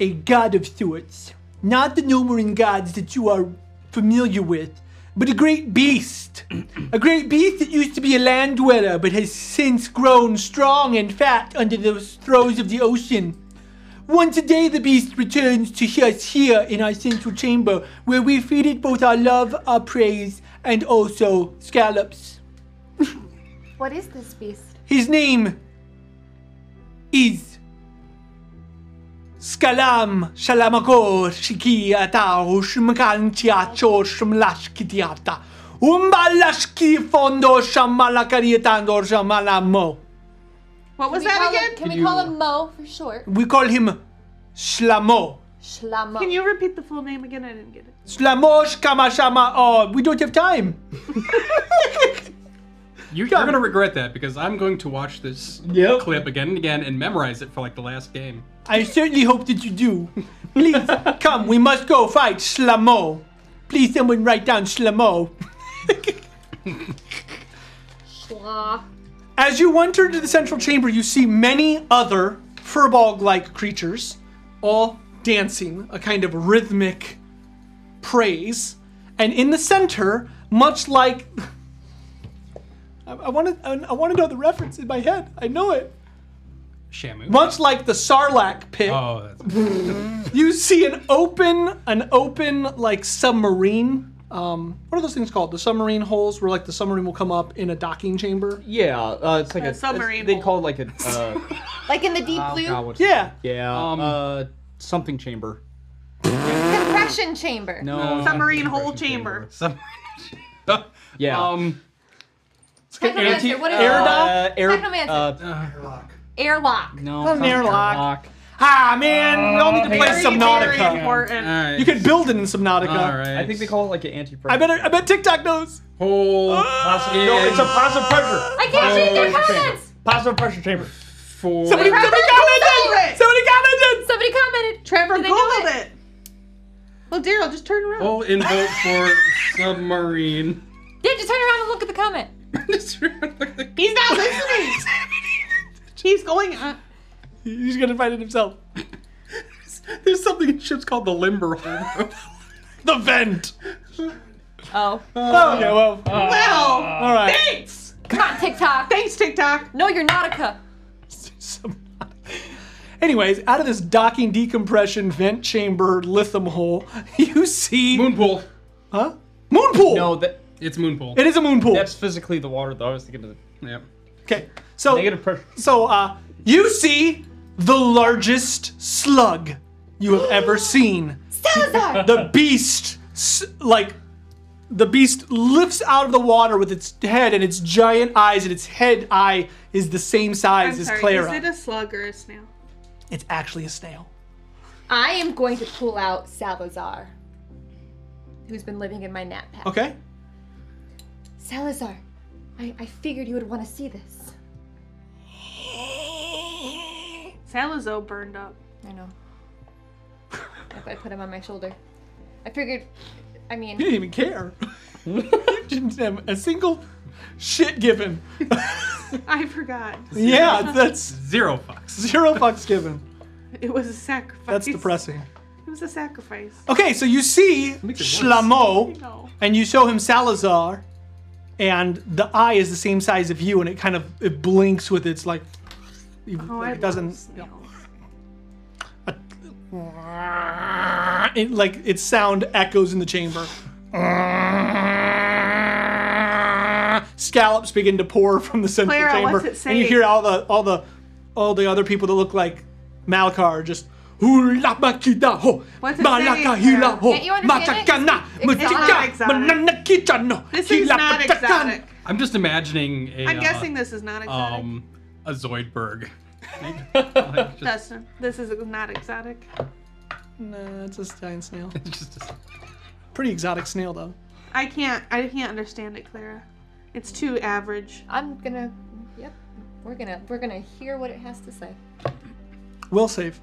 A: a god of sorts. Not the Nomerian gods that you are familiar with, but a great beast. a great beast that used to be a land dweller, but has since grown strong and fat under the throes of the ocean. Once a day, the beast returns to us here in our central chamber, where we feed it both our love, our praise, and also scallops.
C: What is this beast?
A: His name is Skalam Shalamako Shikia Tao Shmkantia Choshmlashkitiata Umbalashki Fondo Shamalakarietando Shamalamo.
E: What was
C: Can we
E: that
C: call
E: again?
C: Him, can we call him Mo for short?
A: We call him Shlamo.
C: Shlamo.
E: Can you repeat the full name again? I didn't get it.
A: Slamosh Kamashama. Oh, we don't have time.
F: You, you're gonna regret that because I'm going to watch this
G: Yep.
F: clip again and again and memorize it for like the last game.
A: I certainly hope that you do. Please, come, we must go fight Slamo. Please, someone write down Slamo.
C: Shla.
A: As you enter into the central chamber, you see many other furbog like creatures, all dancing a kind of rhythmic praise. And in the center, much like. I want to. I want to know the reference in my head. I know it.
F: Shamu.
A: Much like the Sarlacc pit,
F: Oh, that's
A: you see an open, an open like submarine. Um, what are those things called? The submarine holes, where like the submarine will come up in a docking chamber.
G: Yeah, uh, it's like a,
E: submarine
G: it's- They
E: hole.
G: call it like a. Uh,
C: Like in the deep
G: oh
C: blue
G: God, what's
A: Yeah.
G: Yeah.
F: Um,
G: uh, something chamber.
C: compression chamber.
G: No.
E: Submarine hole chamber.
F: Submarine.
G: Yeah.
F: Um.
C: Technomancer, what is
A: Air
C: it?
A: duct?
G: uh, air,
C: Technomancer.
G: uh,
C: Airlock.
G: no.
A: Not an
G: something-
A: airlock.
G: lock.
A: Ah, man, we all need to play
E: Very, Oh, Very
A: Subnautica.
E: important.
F: Alright.
A: You can build it in Subnautica.
F: Alright.
G: I think they call it like an anti
A: I bet. I bet TikTok knows. Ah.
F: Hole
H: No, it's a positive pressure.
C: I
F: Oh,
C: can't read their comments.
H: Positive pressure chamber.
F: for.
A: Somebody,
C: Trevor
A: somebody commented.
E: Googled it!
A: Somebody commented.
C: Somebody commented.
E: Trevor
C: Do they know
E: googled it. Well, Daryl, just turn around.
F: Hole uh, in vote for submarine.
C: Yeah, just turn around and look at the comment.
E: He's not listening. He's going. Uh,
A: He's gonna find it himself.
F: There's something in ships called the limber hole.
A: The vent.
C: Oh.
A: Oh, okay, well,
E: well,
A: all right.
E: thanks.
C: Come on, TikTok.
E: Thanks, TikTok.
C: No, you're Nautica.
A: Subnautica. Anyways, out of this docking decompression vent chamber lithium hole, you see
F: Moonpool.
A: huh? Moon pool.
G: No, that
F: It's Moonpool.
A: It is a moon pool.
G: that's physically the water though. I was thinking of the
F: Yep.
A: Okay. So
G: negative pressure.
A: So, uh, you see the largest slug you have ever seen.
C: Salazar.
A: The beast, s- like, the beast lifts out of the water with its head and its giant eyes, and its head eye is the same size
E: I'm
A: as
E: sorry.
A: Clara.
E: Is it a slug or a snail?
A: It's actually a snail.
C: I am going to pull out Salazar, who's been living in my nap pack.
A: Okay.
C: Salazar, I, I figured you would want to see this.
E: Salazo burned up.
C: I know. if I put him on my shoulder. I figured, I mean,
A: You didn't even care. you didn't have a single shit given.
E: I forgot.
A: yeah, that's
F: Zero fucks.
A: zero fucks given.
E: It was a sacrifice.
A: That's depressing.
E: It was a sacrifice.
A: Okay, so you see
F: worse.
A: Shlamo.
E: No.
A: and you show him Salazar, and the eye is the same size of you, and it kind of it blinks with its like.
E: Oh, I
A: like,
E: love
A: it doesn't.
E: snails.
A: It like its sound echoes in the chamber. Scallops begin to pour from the central
E: Clara,
A: chamber,
E: what's it
A: and you
E: saying?
A: hear all the all the all the other people that look like Malkar just.
E: What's it saying, Clara?
C: Can't you understand it? It's
E: not exotic. This is not exotic.
F: I'm just imagining a.
E: I'm
F: uh,
E: guessing this is not exotic.
F: Um, a Zoidberg. just,
E: Dustin, this is not exotic.
A: Nah, it's a giant snail.
F: just a,
A: Pretty exotic snail though.
E: I can't. I can't understand it, Clara. It's too average.
C: I'm gonna. Yep, we're gonna we're gonna hear what it has to say.
A: Will save.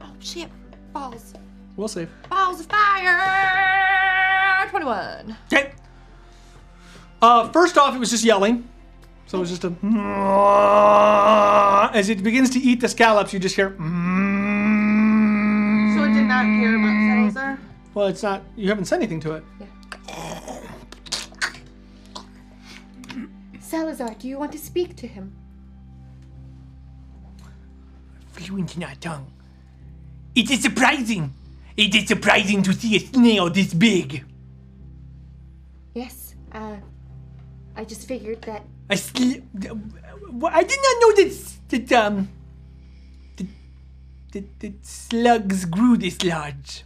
C: Oh shit! Balls,
A: Will save.
C: balls of fire. Twenty-one.
A: Okay. Uh, first off, it was just yelling. So it was just a. As it begins to eat the scallops, you just hear.
E: So it did not care about Salazar.
A: Well, it's not. You haven't said anything to it.
C: Salazar, do you want to speak to him?
H: Fluent in our tongue. It is surprising. It is surprising to see a snail this big.
C: Yes. Uh, I just figured that
H: A sl- Well, I did not know that s- that um that, that, that slugs grew this large.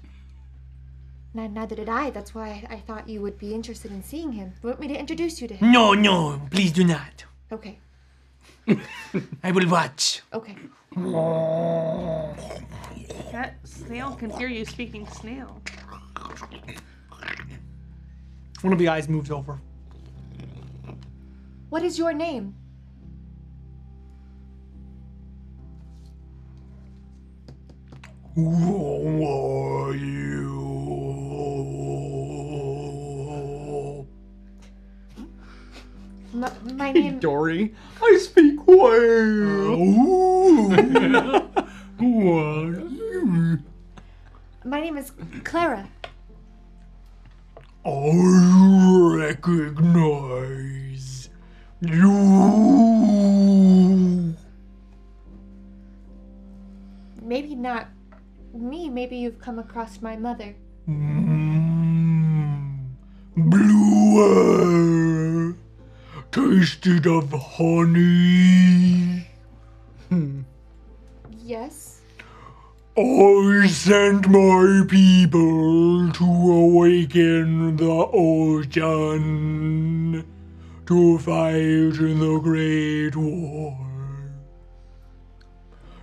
C: Now, neither did I. That's why I thought you would be interested in seeing him. Want me to introduce you to him?
H: No, no, please do not.
C: Okay.
H: I will watch.
C: Okay.
E: That snail can hear you speaking snail.
H: One of the eyes moves over.
C: What is your name?
H: Who are you?
C: M- my name.
I: Dory, I speak whale.
A: Oh.
C: My name is Clara.
H: I recognize you.
C: Maybe not me. Maybe you've come across my mother.
H: Blue air, tasted of honey. Hmm.
C: Yes.
H: I sent my people to awaken the ocean to fight in the Great War.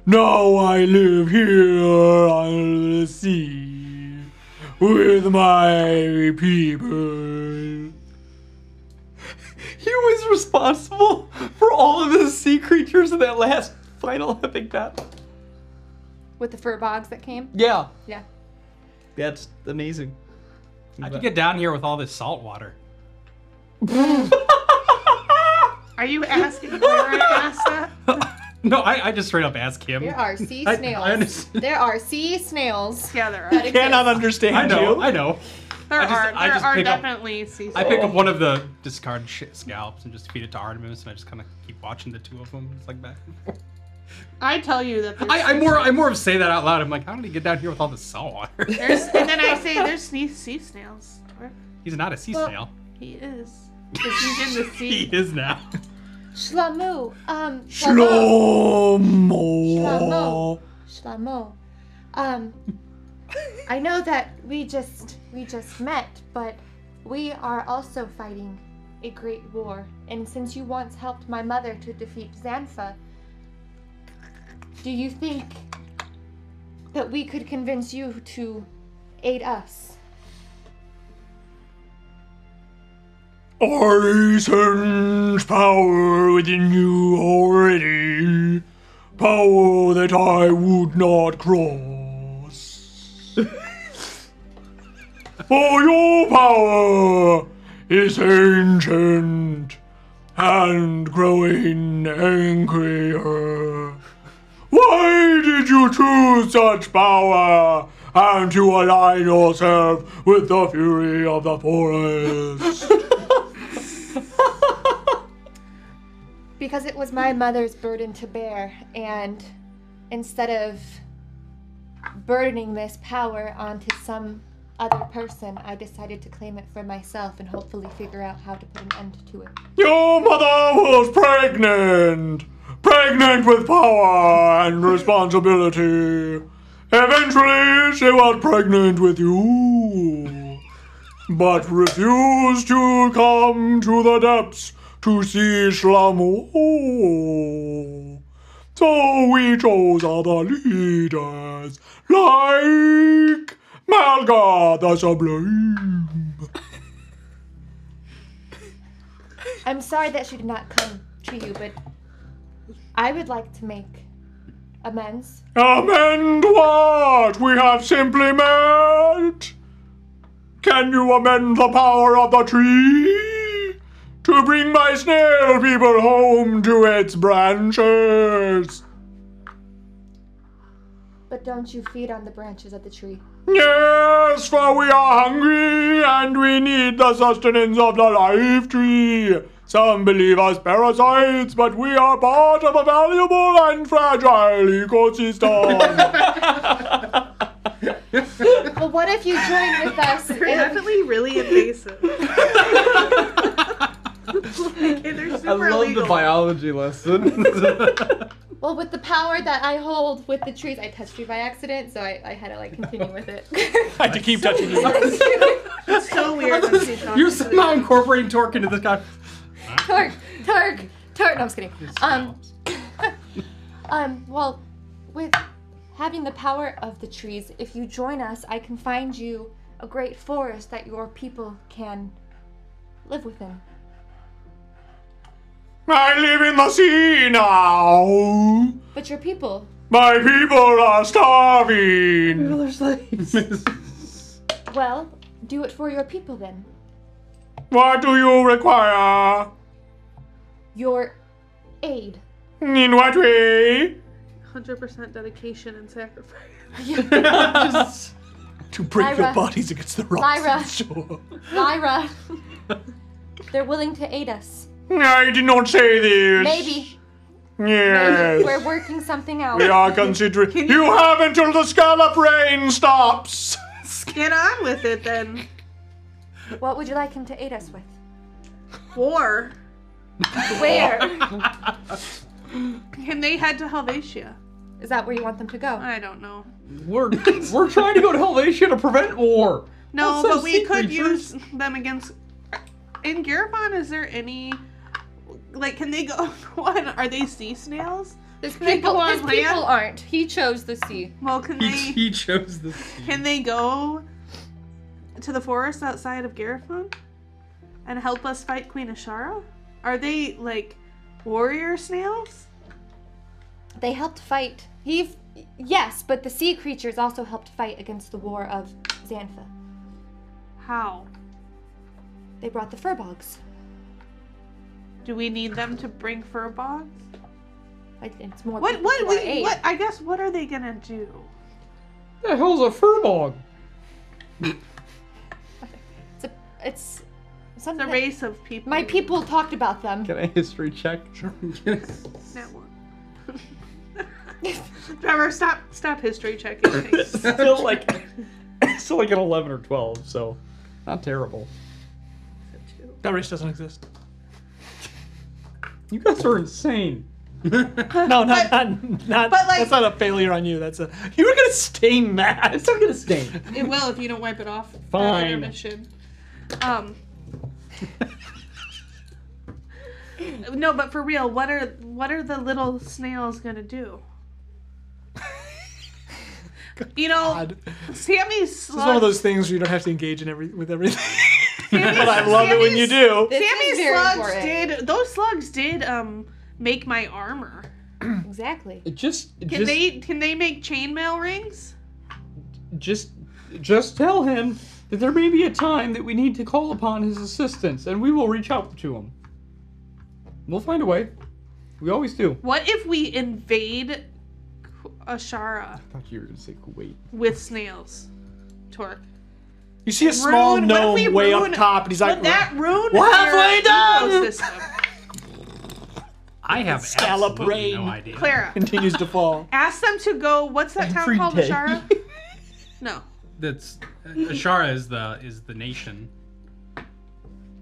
H: Now I live here on the sea with my people.
G: He was responsible for all of the sea creatures in that last final epic battle.
C: With the fur bogs that came?
G: Yeah,
C: Yeah.
G: that's amazing.
F: How'd you get down here with all this salt water?
E: Are you asking Clara asked that?
F: No, I, I just straight up ask him.
C: There are sea
F: I- I
C: snails.
F: understand.
C: there are sea snails.
E: Yeah, there are.
G: Cannot understand
F: I know, I know.
E: There
F: I just-
E: are.
F: I
E: There
F: just
E: are
F: pick up-
E: definitely sea
F: I pick up one of the discard sh- scallops and just feed it to Artemis, and I just kind of keep watching the two of them. It's like back. and forth.
E: I tell you that there's,
F: I, I more, I more of say that out loud. I'm like, how did he get down here with all the salt water?
E: there's and then I say there's sea, sea snails. Or
F: He's not a sea
C: Well-
F: snail.
E: he is. 'Cause He's in the
F: He
E: sea.
F: is now.
C: Shlamu. Um. Shlomo.
H: Shlomo.
C: Shlomo. Shlomo. Um. I know that we just we just met, but we are also fighting a great war. And since you once helped my mother to defeat Xantha, do you think that we could convince you to aid us?
H: I sense power within you already. Power that I would not cross. For your power is ancient and growing angrier. Why did you choose such power and to align yourself with the fury of the forest?
C: Because it was my mother's burden to bear, and instead of burdening this power onto some other person, I decided to claim it for myself and hopefully figure out how to put an end to it.
H: Your mother was pregnant! Pregnant with power and responsibility! Eventually, she was pregnant with you! But refused to come to the depths to see Shlomo. So we chose other leaders, like Malga the Sublime.
C: I'm sorry that she did not come to you, but I would like to make amends.
H: Amend what? We have simply met. Can you amend the power of the tree to bring my snail people home to its branches?
C: But don't you feed on the branches of the tree.
H: Yes, for we are hungry and we need the sustenance of the life tree.
A: Some believe us parasites, but we are part of a valuable and fragile ecosystem.
C: Well, what if you join with us?
E: They're
C: in-
E: definitely really invasive. Like, they're super
F: I love
E: illegal.
F: the biology lesson.
C: well, with the power that I hold with the trees, I touched you by accident, so I, I had to like continue with it.
A: I had to keep touching you.
E: It's so weird. when she talks
F: You're
E: to the-
F: somehow incorporating Torque into this guy.
C: Tark, Tark, Tark. No, I'm just kidding. Um, um. Well, with having the power of the trees, if you join us, I can find you a great forest that your people can live within.
A: I live in the sea now.
C: But your people,
A: My people are starving.
C: well, do it for your people then.
A: What do you require?
C: Your aid.
A: In what way?
E: 100% dedication and sacrifice.
A: To break
C: Lyra.
A: your bodies against the rocks.
C: Lyra.
A: on shore.
C: Lyra, they're willing to aid us.
A: I did not say this.
C: Maybe.
A: Yes.
C: We're working something out.
A: We are considering. You, have until the scallop rain stops.
E: Get on with it then.
C: What would you like him to aid us with?
E: War.
C: Where?
E: Can they head to Helvetia?
C: Is that where you want them to go?
E: I don't know.
G: We're we're trying to go to Helvetia to prevent war.
E: No,
G: Also,
E: but we
G: sea
E: could
G: creatures.
E: use them against. In Garabon, is there any? Like, can they go? One, are they sea snails?
C: There's
E: they go
C: people,
E: on
C: his people
E: land?
C: aren't. He chose the sea.
E: Well, can
F: He,
E: they?
F: he chose the sea.
E: Can they go to the forest outside of Garifon and help us fight Queen Ashara? Are they like warrior snails?
C: They helped fight. He, yes, but the sea creatures also helped fight against the war of Xantha.
E: How?
C: They brought the furbogs.
E: Do we need them to bring fur bogs?
C: Like, It's more.
E: What?
C: people
E: What?
C: who
E: What?
C: are aid.
E: what I guess. What are they gonna do?
G: The hell's a furbog?
C: It's, a, it's
E: The
C: something. that-
E: race of people.
C: my people talked about them.
G: Can I history check? Sure.
E: That one. Trevor, stop! Stop history checking. Thanks.
G: Still like still like an eleven or twelve, so not terrible.
A: That race doesn't exist.
G: You guys are insane.
A: No, not, not, not
E: but, like-
A: that's not a failure on you. That's a you were gonna stay mad.
G: It's not gonna stain.
E: It will if you don't wipe it off. at
G: Fine.
E: intermission. Um. no, but for real, what are what are the little snails gonna do? you know,
A: God. This
E: Sammy's
A: is one of
E: slug.
A: those things where you don't have to engage in every with everything.
E: Sammy's,
A: but I love it when you do.
C: This is
E: Sammy's
C: very
E: slugs
C: important.
E: did those slugs did um make my armor.
C: Exactly.
G: It just it
E: Can
G: just
E: they can they make chainmail rings?
G: just just tell him that there may be a time that we need to call upon his assistance and we will reach out to him. We'll find a way. We always do.
E: What if we invade K- Ashara
G: I thought you were gonna say Kuwait.
E: with snails, Torque?
A: You see a small
E: Ruin- what if we
A: gnome way
E: ruin-
A: up top, and he's like,
E: Would that ruin
A: We're
E: our
A: halfway done!
E: ecosystem?
F: I have
A: Scallop
F: absolutely
A: rain.
F: no idea.
E: Clara,
A: continues to fall.
E: ask them to go. What's that town
G: Every
E: called,
G: day.
E: Ashara? No.
F: That's Ashara is the is the nation.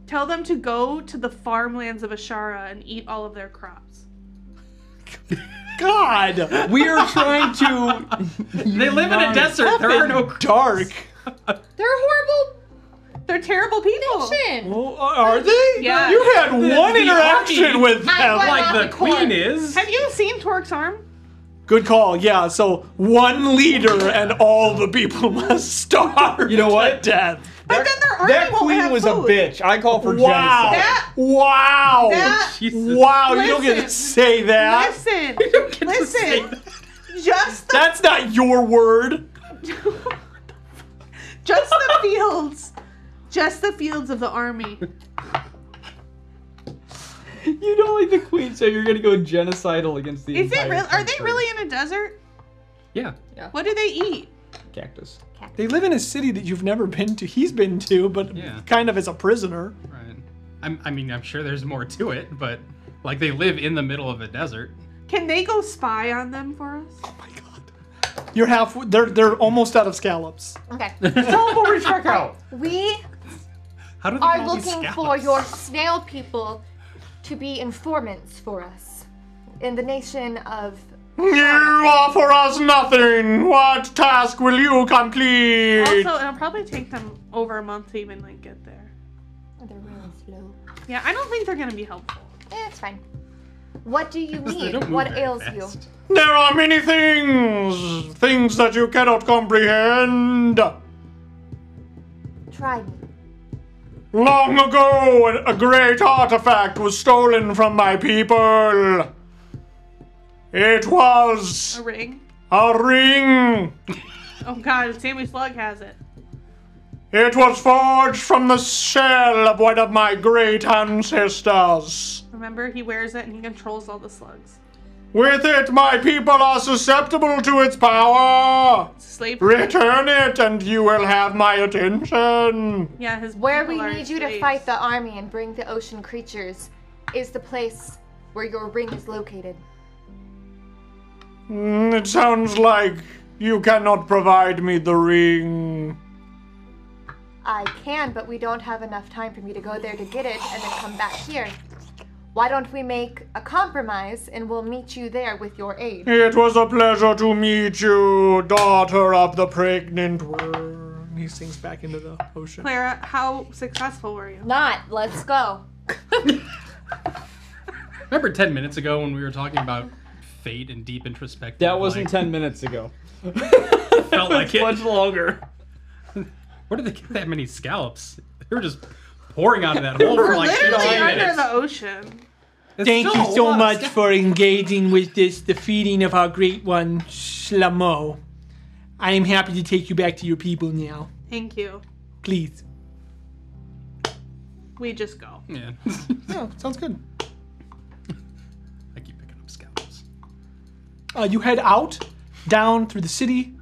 E: Tell them to go to the farmlands of Ashara and eat all of their crops.
A: God,
G: We are trying to
F: They live in a desert. There are no.
A: dark.
C: They're horrible
E: They're terrible people.
C: nation.
A: Well, Oh, are they?
E: Yeah.
A: You had one
F: the
A: interaction
F: army.
A: with them.
C: I was-
F: Like the
C: Not the corn.
F: queen is.
E: Have you seen Torque's arm?
A: Good call. Yeah. So one leader and all the people must starve.
G: You know what?
A: To death.
E: But then their army
H: That
E: won't
H: queen
E: have
H: was a
E: food.
H: bitch. I call for
A: Wow.
H: genocide.
E: That-
A: wow.
E: That-
F: Jesus.
A: wow. You don't get to
E: Listen.
A: say that.
E: Listen,
F: get to
E: listen. Just the
A: That's not your word.
E: just the fields, just the fields of the army.
G: You don't like the queen, so you're gonna go genocidal against the
E: Is it
G: entire
E: real? Are they
G: country.
E: really in a desert?
F: Yeah.
E: What do they eat?
G: cactus?
A: They live in a city that you've never been to. He's been to, but
F: Yeah.
A: kind of as a prisoner.
F: Right. I'm, I mean, I'm sure there's more to it, but like they live in the middle of a desert.
E: Can they go spy on them for us?
A: my god. You're half. They're they're almost out of scallops.
C: Okay.
H: Celebratory checkout.
C: We
F: How do they
C: are
F: get all these
C: looking
F: scallops?
C: for your snail people to be informants for us in the nation of.
H: You offer us nothing. What task will you complete?
E: Also, it'll probably take them over a month to even like get there.
C: They're really slow.
E: Yeah, I don't think they're gonna be helpful.
C: Eh, it's fine. What do you
F: They
C: need?
F: don't move
C: What
F: very
C: ails you?
F: fast.
H: There are many things, things that you cannot comprehend.
C: Try me.
H: Long ago, a great artifact was stolen from my people. It was
E: A ring.
H: a ring.
E: Oh god, Sammy Slug has it.
H: It was forged from the shell of one of my great ancestors.
E: Remember, he wears it and he controls all the slugs.
H: With it, my people are susceptible to its power.
E: Slavery.
H: Return Oh. it, and you will have my attention.
E: Yeah, his
C: Where
E: people
C: we
E: are
C: need you to
E: slaves.
C: fight the army and bring the ocean creatures is the place where your ring is located.
H: Mm, It sounds like you cannot provide me the ring.
C: I can, but we don't have enough time for me to go there to get it and then come back here. Why don't we make a compromise and we'll meet you there with your aid?
H: It was a pleasure to meet you, daughter of the pregnant worm.
A: He sinks back into the ocean.
E: Clara, how successful were you?
C: Not. Let's go.
F: Remember 10 minutes ago when we were talking about fate and deep introspective?
G: That wasn't
F: like,
G: 10 minutes ago.
F: Felt like
G: It's
F: it.
G: much longer.
F: Where did they get that many scallops? They were just pouring out of that hole for
E: We're
F: like
E: literally
F: 15
E: under
F: minutes.
E: the ocean.
F: It's
A: Thank
F: still
A: you
F: a
A: so
F: lot of
A: much
F: scallops.
A: for engaging with this, the feeding of our great one, Shlomo. I am happy to take you back to your people now.
E: Thank you.
A: Please.
E: We just go.
F: Yeah.
A: Yeah, sounds good.
F: I keep picking up scallops.
A: Uh, you head out, down through the city.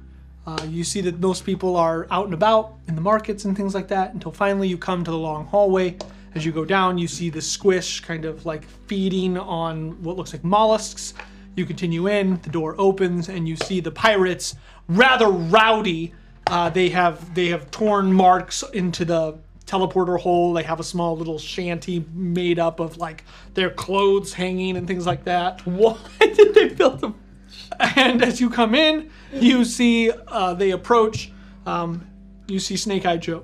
A: Uh, you see that most people are out and about in the markets and things like that until finally you come to the long hallway. As you go down, you see the squish kind of like feeding on what looks like mollusks. You continue in, the door opens, and you see the pirates, rather rowdy. Uh, they have they have torn marks into the teleporter hole. They have a small little shanty made up of like their clothes hanging and things like that.
G: Why did they build a
A: And as you come in, you see uh, they approach. Um, you see Snake Eye Joe.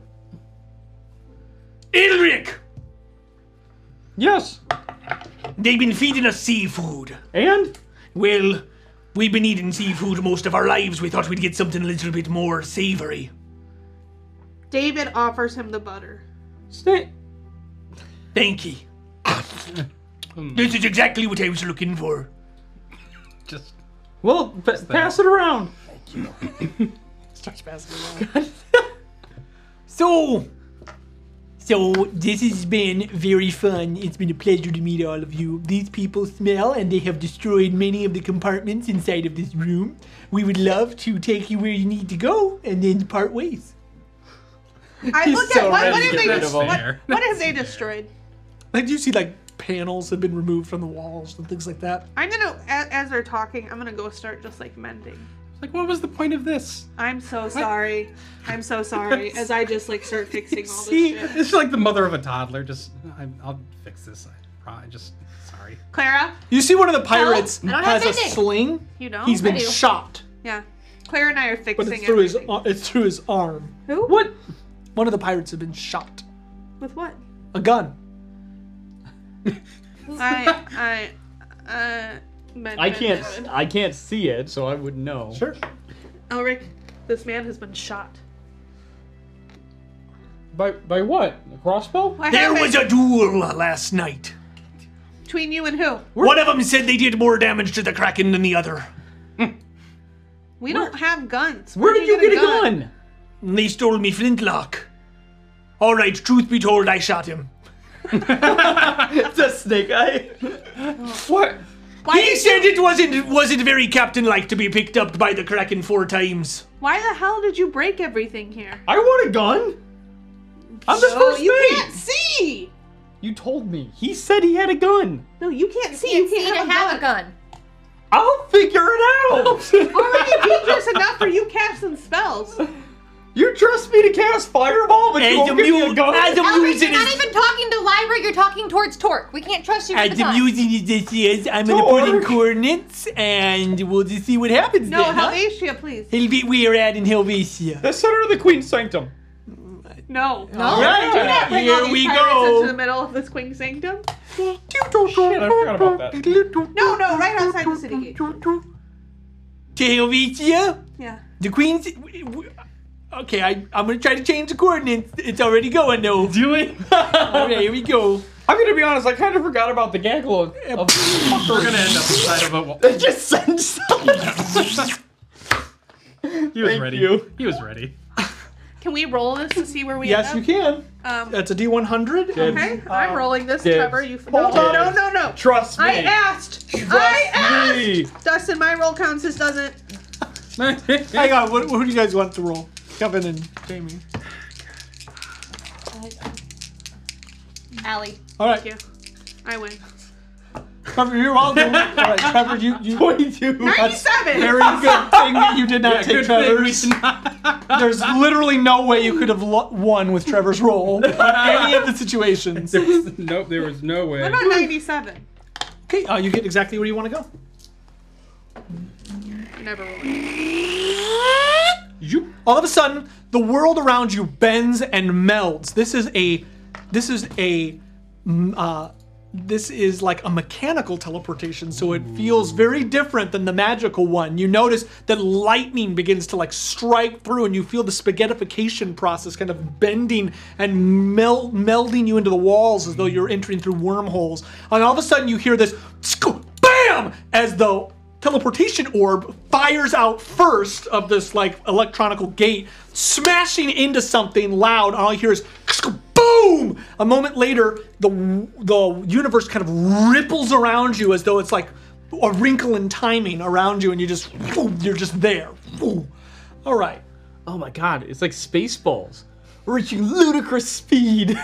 H: Ilric!
G: Yes.
A: They've been feeding us seafood.
G: And
A: Well, we've been eating seafood most of our lives. We thought we'd get something a little bit more savory.
E: David offers him the butter.
G: Snake.
A: Thank ye.
G: Hmm.
A: this is exactly what I was looking for.
F: Just
G: Well, pa- pass it around.
A: So, so this has been very fun. It's been a pleasure to meet all of you. These people smell, and they have destroyed many of the compartments inside of this room. We would love to take you where you need to go, and then part ways.
E: I look
A: so
E: at what,
A: ready
E: what
A: to
E: have
F: get
E: they
F: rid of
E: just,
F: them.
E: what,
F: Fair.
E: what have they destroyed?
A: Like, do you see like panels have been removed from the walls and things like that?
E: I'm gonna as, as they're talking, I'm gonna go start just like mending.
F: like, what was the point of this?
E: I'm so sorry. I'm so sorry. As I just like start fixing all this
F: See,
E: shit.
F: it's like the mother of a toddler. Just, I, I'll fix this. I, pro- I just, sorry.
E: Clara,
A: You see one of the pirates
C: I don't have
A: has a
C: anything.
A: sling.
E: you know?
A: He's been
C: do.
A: shot,
E: yeah. Clara and I are
A: but
E: fixing
A: it's through his
E: everything.
A: ar- it's through his arm.
E: Who?
G: What?
A: One of the pirates has been shot.
E: With what?
A: A gun.
E: I I uh mend,
G: I
E: mend,
G: can't.
E: mend.
G: I can't see it, so I wouldn't know.
A: Sure.
E: Elric, Oh, this man has been shot.
G: By by what? A crossbow?
E: What
A: There
E: happened?
A: was a duel last night.
E: Between you and who?
A: One of them said they did more damage to the Kraken than the other.
E: We don't have guns.
G: Where did you get a gun?
A: And They stole me flintlock. All right, truth be told, I shot him.
G: it's a snake eye. what?
E: Why
A: He
E: did
A: said
E: you-
A: it wasn't wasn't very captain-like to be picked up by the Kraken four times.
E: Why the hell did you break everything here?
G: I want a gun. I'm the
E: No,
G: first
E: you
G: mate.
E: can't see.
G: You told me. He said he had a gun.
E: No, you can't see.
C: You
E: You
C: see
E: can't
C: to
E: have,
C: have
E: a
C: a
E: gun.
C: gun.
G: I'll figure it out.
E: Already dangerous enough for you cast and spells.
G: you trust me to cast fireball, but you won't give me a gun.
C: Albert, you're not even talking to Lyra, you're talking towards Torque. We can't trust you with
A: As
C: the gun.
A: amusing as this is, I'm gonna put in
G: Torque.
A: coordinates and we'll just see what happens
E: No,
A: then, huh?
E: Helvetia, please.
A: Helve- we are at in Helvetia.
G: the center of the Queen's Sanctum.
E: No. No.
C: Oh,
A: Right.
C: do that.
E: Bring all
A: Here
E: these
A: we
E: pirates
A: go.
E: into the middle of this Queen Sanctum.
G: Shit, I forgot about that.
E: No, no, right outside the city gate.
A: To Helvetia?
E: Yeah.
A: The Queen's. w- w- Okay, I, I'm gonna try to change the coordinates. It's already going though. Do it. okay, here we go.
G: I'm gonna be honest. I kind of forgot about the gaggle of, of
F: We're
G: fuckers.
F: gonna end up inside of a wall.
G: It just sends stuff.
F: He was
G: Thank
F: ready.
G: you.
F: He was ready.
E: Can we roll this to see where we
G: yes, you
E: end
G: can.
E: up? Um,
A: That's a D100.
E: okay,
A: Um,
E: I'm rolling this,
G: dibs.
E: Trevor. You
G: Hold
E: no,
G: on.
E: no, no, no.
G: Trust me.
E: I asked. I asked. Dustin, my roll counts. This doesn't.
A: Hang on, what, who do you guys want to roll? Kevin and Jamie.
C: Allie.
A: All right,
E: you. I win.
A: Trevor, you're all good. All right, Trevor, you, you
G: 22. That's-
E: 97.
A: very good thing that you did not
F: Yeah,
A: take
F: good thing we
A: Trevor's. There's literally no way you could have lo- won with Trevor's roll on any of the situations.
F: nope, there was no way.
E: What about 97?
A: Okay, uh, you get exactly where you want to go.
E: Never rolling.
A: You all of a sudden the world around you bends and melds. This is a, this is a, mm, uh, this is like a mechanical teleportation, so it feels very different than the magical one. You notice that lightning begins to like strike through, and you feel the spaghettification process kind of bending and mel- melding you into the walls as though you're entering through wormholes. And all of a sudden, you hear this BAM! as though teleportation orb fires out first of this like electronical gate, smashing into something loud. And all you hear is boom. A moment later, the the universe kind of ripples around you as though it's like a wrinkle in timing around you, and you just you're just there. All right,
G: oh my god, it's like Spaceballs. Reaching ludicrous speed.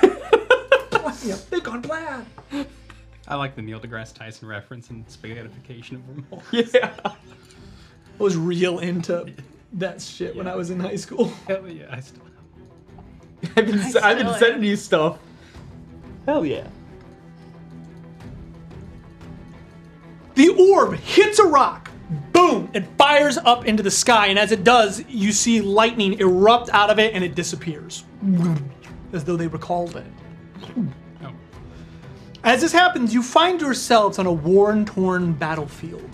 A: they've gone black.
F: I like the Neil deGrasse Tyson reference and spaghettification of wormhole.
G: yeah.
A: I was real into that shit when I was in high school.
F: Hell yeah, I still
G: I've been, I've been
C: still am.
G: sending you stuff. Hell yeah.
A: The orb hits a rock, boom, and fires up into the sky. And as it does, you see lightning erupt out of it and it disappears. As though they recalled it.
F: Oh.
A: As this happens, you find yourselves on a worn, torn battlefield.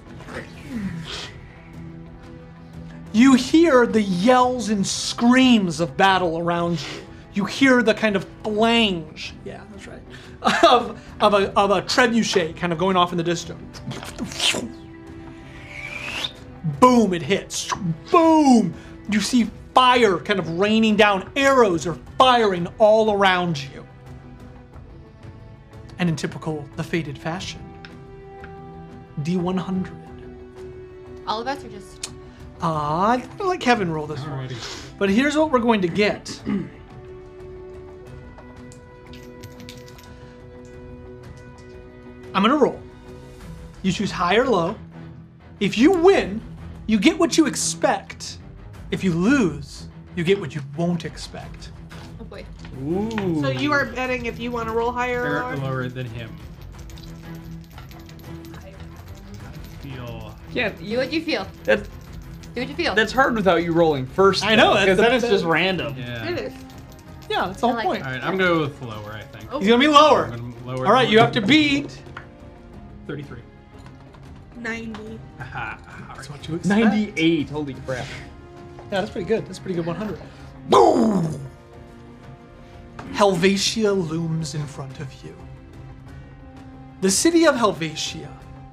A: You hear the yells and screams of battle around you. You hear the kind of flange, yeah, that's right, of, of, a, of a trebuchet kind of going off in the distance. Boom, it hits. Boom! You see fire kind of raining down. Arrows are firing all around you. And in typical The Faded fashion, D100.
C: All of us are just.
A: Ah, I'm gonna let Kevin roll this one. But here's what we're going to get. I'm gonna roll. You choose high or low. If you win, you get what you expect. If you lose, you get what you won't expect.
C: Oh boy.
E: So you are betting if you want to roll higher or
F: Lower,
E: lower?
F: lower than him. I feel.
G: Yeah,
C: Do what you feel.
G: that,
C: Do what you feel.
G: that's hard without you rolling first.
A: I know, that's
G: Because
A: the
G: then it's
A: best.
G: just random.
E: It
F: Yeah.
E: is.
A: Yeah, that's the whole
C: like
A: point.
C: it.
F: Alright, I'm going with lower, I think.
A: He's gonna be lower.
F: I'm gonna lower
A: All right,
F: than
A: you have to beat.
F: 33.
E: 90.
F: Aha, all right.
A: What you expect.
G: 98. Holy crap.
A: Yeah, that's pretty good. That's a pretty good 100. Boom! Helvetia looms in front of you. The city of Helvetia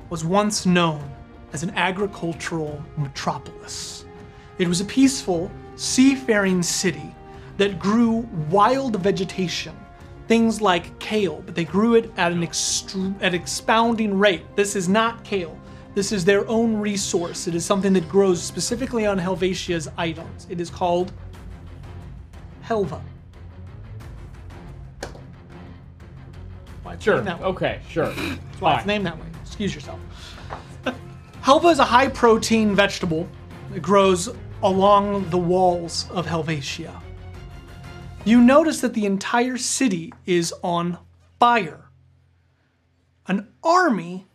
A: was once known as an agricultural metropolis. It was a peaceful, seafaring city that grew wild vegetation, things like kale, but they grew it at an extru- at expounding rate. This is not kale. This is their own resource. It is something that grows specifically on Helvetia's items. It is called helva. Why
G: Sure.
A: that way.
G: Okay. Sure.
A: That's why it's named that way. Excuse yourself. Helva is a high protein vegetable that grows along the walls of Helvetia. You notice that the entire city is on fire. An army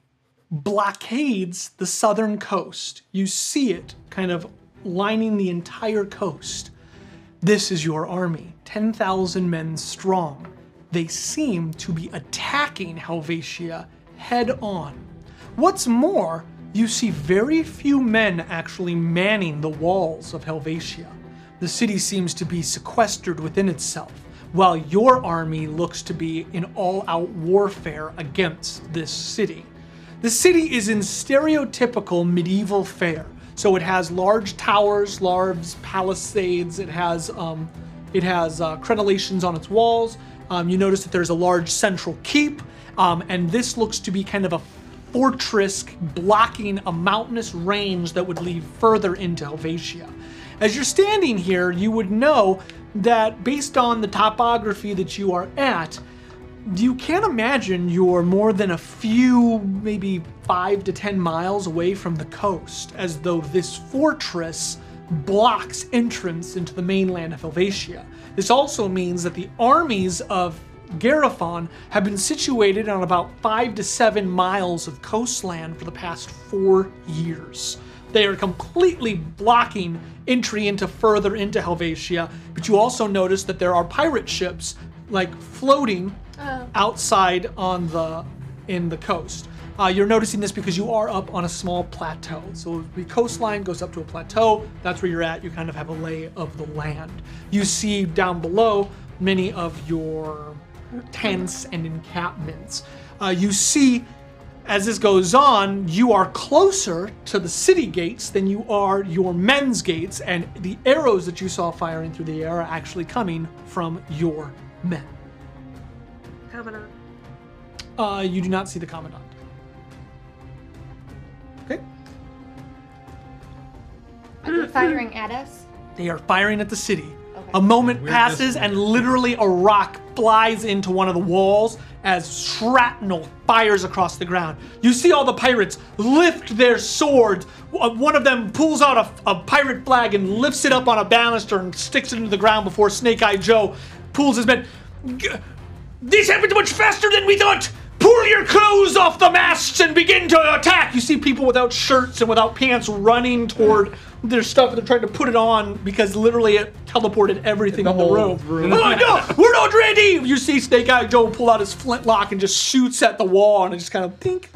A: blockades the southern coast. You see it kind of lining the entire coast. This is your army, 10,000 men strong. They seem to be attacking Helvetia head on. What's more, you see very few men actually manning the walls of Helvetia. The city seems to be sequestered within itself, while your army looks to be in all out warfare against this city. The city is in stereotypical medieval fare. So it has large towers, large palisades. It has um, it has uh, crenellations on its walls. Um, you notice that there's a large central keep, um, and this looks to be kind of a fortress blocking a mountainous range that would lead further into Helvetia. As you're standing here, you would know that based on the topography that you are at, you can't imagine you're more than a few, maybe five to ten miles away from the coast, as though this fortress blocks entrance into the mainland of Helvetia. This also means that the armies of Garifon have been situated on about five to seven miles of coastland for the past four years. They are completely blocking entry into further into Helvetia, but you also notice that there are pirate ships like floating
C: Oh.
A: outside on the in the coast. Uh, you're noticing this because you are up on a small plateau. So the coastline goes up to a plateau. That's where you're at. You kind of have a lay of the land. You see down below many of your tents and encampments. Uh, you see as this goes on, you are closer to the city gates than you are your men's gates, and the arrows that you saw firing through the air are actually coming from your men.
E: Commandant.
A: Uh, you do not see the commandant. Okay.
C: Are they firing at us?
A: They are firing at the city.
C: Okay.
A: A moment
F: We're
A: passes,
F: just-
A: and literally a rock flies into one of the walls as shrapnel fires across the ground. You see all the pirates lift their swords. Uh, One of them pulls out a, a pirate flag and lifts it up on a banister and sticks it into the ground before Snake Eye Joe pulls his men. "G- This happened much faster than we thought! Pull your clothes off the masts and begin to attack! You see people without shirts and without pants running toward their stuff and they're trying to put it on because literally it teleported everything in the room. Oh no! We're not ready! You see Snake Eye Joe pull out his flintlock and just shoots at the wall and it just kind of think.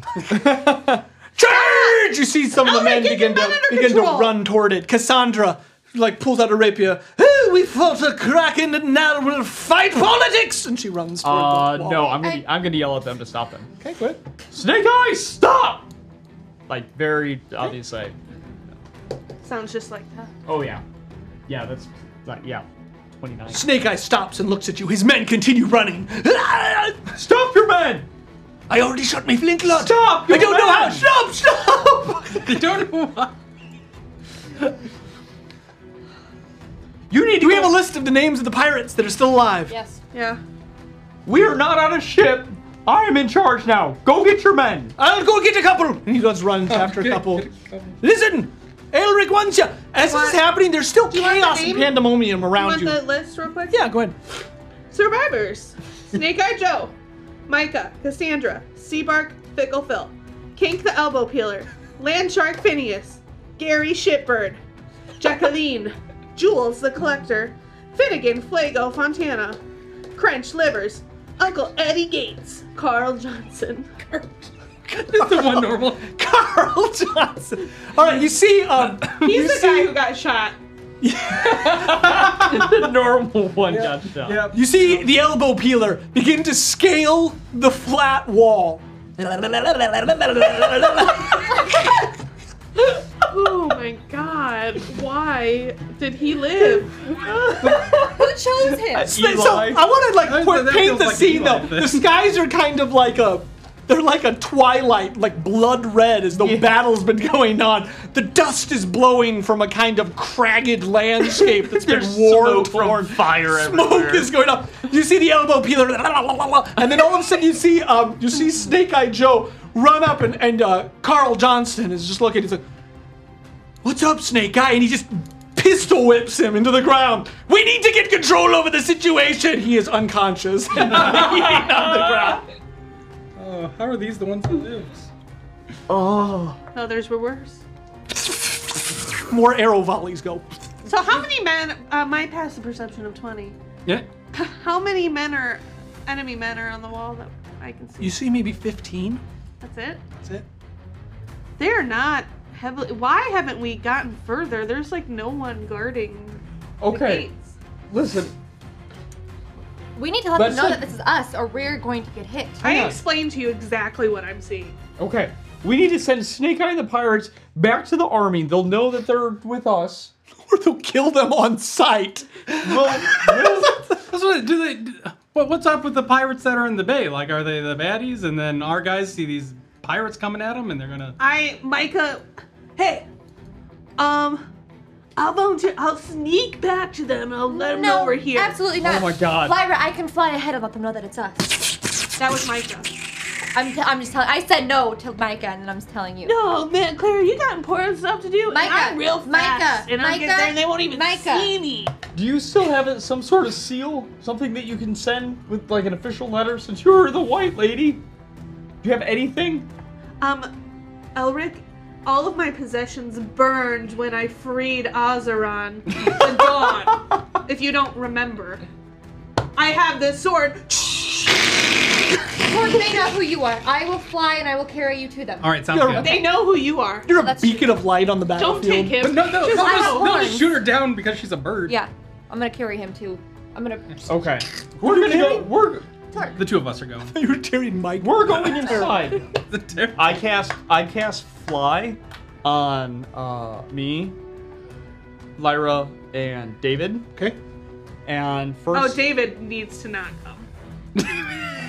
A: Charge! You see some of the
E: Elric,
A: men
E: get your
A: begin
E: men
A: to
E: under
A: begin to
E: control.
A: run toward it. Cassandra like pulls out a rapier. "Oh, we fought a kraken and now we'll fight politics! And she runs toward
G: Uh,
A: the wall.
G: no, I'm gonna
C: I-
G: I'm gonna yell at them to stop them.
A: Okay, good.
G: Snake Eye, stop! Like very obviously.
E: Sounds just like that.
G: Oh yeah, yeah. That's like yeah, twenty nine.
A: Snake Eye stops and looks at you. His men continue running.
G: Stop your men!
A: I already shot my flintlock.
G: Stop!
A: I
G: your
A: don't know
G: men!
A: how. Stop! Stop!
F: I don't know why.
G: You need to.
A: Do we have a list of the names of the pirates that are still alive?
C: Yes.
E: Yeah.
G: We are not on a ship. I am in charge now. Go get your men.
A: I'll go get a couple. And he goes runs after a couple. Listen, Elric wants you. As this is
E: want-
A: happening, there's still
E: you want the
A: chaos and
E: name?
A: pandemonium around
E: Want
A: you.
E: the list real quick?
A: Yeah, go ahead.
E: Survivors: Snake Eye Joe, Micah, Cassandra, Seabark, Fickle Phil, Kink the Elbow Peeler, Land Shark Phineas, Gary Shitbird, Jacqueline, Jules the Collector, Finnegan Flago Fontana, Crunch Livers, Uncle Eddie Gates, Carl Johnson.
F: It's the one normal.
A: Carl Johnson. All right, you see, um, you
E: He's the guy
A: see,
E: who got shot.
G: the normal one got shot.
F: Yep.
A: you see the elbow peeler begin to scale the flat wall.
E: Oh my god. Why did he live?
C: Who chose him?
A: So I want to
F: That-
A: like quick
F: that
A: paint
F: feels
A: the
F: like
A: scene
F: Eli.
A: though. The skies are kind of like a They're like a twilight, like blood red as the battle's been going on. The dust is blowing from a kind of cragged landscape that's been
G: There's
A: warped
G: smoke from fire
A: Smoke
G: everywhere.
A: is going up. You see the elbow peeler, and then all of a sudden you see um, you see Snake Eye Joe run up, and and uh, Carl Johnston is just looking. He's like, "What's up, Snake Eye?" And he just pistol whips him into the ground. We need to get control over the situation. He is unconscious. He ain't on the ground.
F: Oh, how are these the ones that lives?
E: No, there's Oh, were worse.
A: Oh, More arrow volleys go.
E: So how many men? Uh, my passive perception of twenty.
F: Yeah.
E: How many men are enemy men are on the wall that I can see?
A: You see, maybe 15.
E: That's it.
A: That's it.
E: They're not heavily. Why haven't we gotten further? There's like no one guarding the
F: Okay.
E: gates.
F: Listen.
C: We need to let
F: But-
C: them know that this is us, or we're going to get hit.
E: I
F: on.
E: explained to you exactly what I'm seeing.
G: Okay, we need to send Snake Eye and the pirates back to the army. They'll know that they're with us.
A: Or they'll kill them on sight.
G: We'll, we'll,
F: That's what do they? d- What, what's up with the pirates that are in the bay? Like, are they the baddies? And then our guys see these pirates coming at them, and they're gonna.
E: I Micah, hey, um, I'll volunteer. I'll sneak back to them. and I'll let them know we're here.
C: absolutely not.
G: Oh my God.
C: Lyra, I can fly ahead and let them know that it's us.
E: That was Micah.
C: I'm, t- I'm just telling. I said no to Micah, and then I'm just telling you.
E: No, man, Claire, you got important stuff to do.
C: Micah,
E: and I'm real fast,
C: Micah,
E: and I'll get
C: Micah,
E: there, and they won't even
C: Micah.
E: see me.
G: do you still have it- some sort of seal? Something that you can send with like an official letter since you're the white lady? Do you have anything?
E: Um, Elric, all of my possessions burned when I freed Azeron the Dawn. If you don't remember, I have this sword.
C: Of course they know who you are. I will fly, and I will carry you to them.
F: All right, sounds
A: You're-
F: good.
E: They know who you are.
A: You're a
C: That's
A: beacon of light on the
E: Don't
A: battlefield.
E: take
F: But
E: him.
F: no, no, no,
E: Just
C: have
F: no, no,
C: horns.
F: just shoot her down because she's a bird.
C: Yeah, I'm gonna carry him too. I'm gonna.
G: Okay, we're gonna go.
A: kidding?
G: We're
F: The two of us are going.
A: You're tearing Mike.
G: we're going inside.
F: The ter-
G: I cast I cast fly on uh, me, Lyra, and David.
A: Okay.
G: And
E: Oh,
G: first.
E: David needs to not come.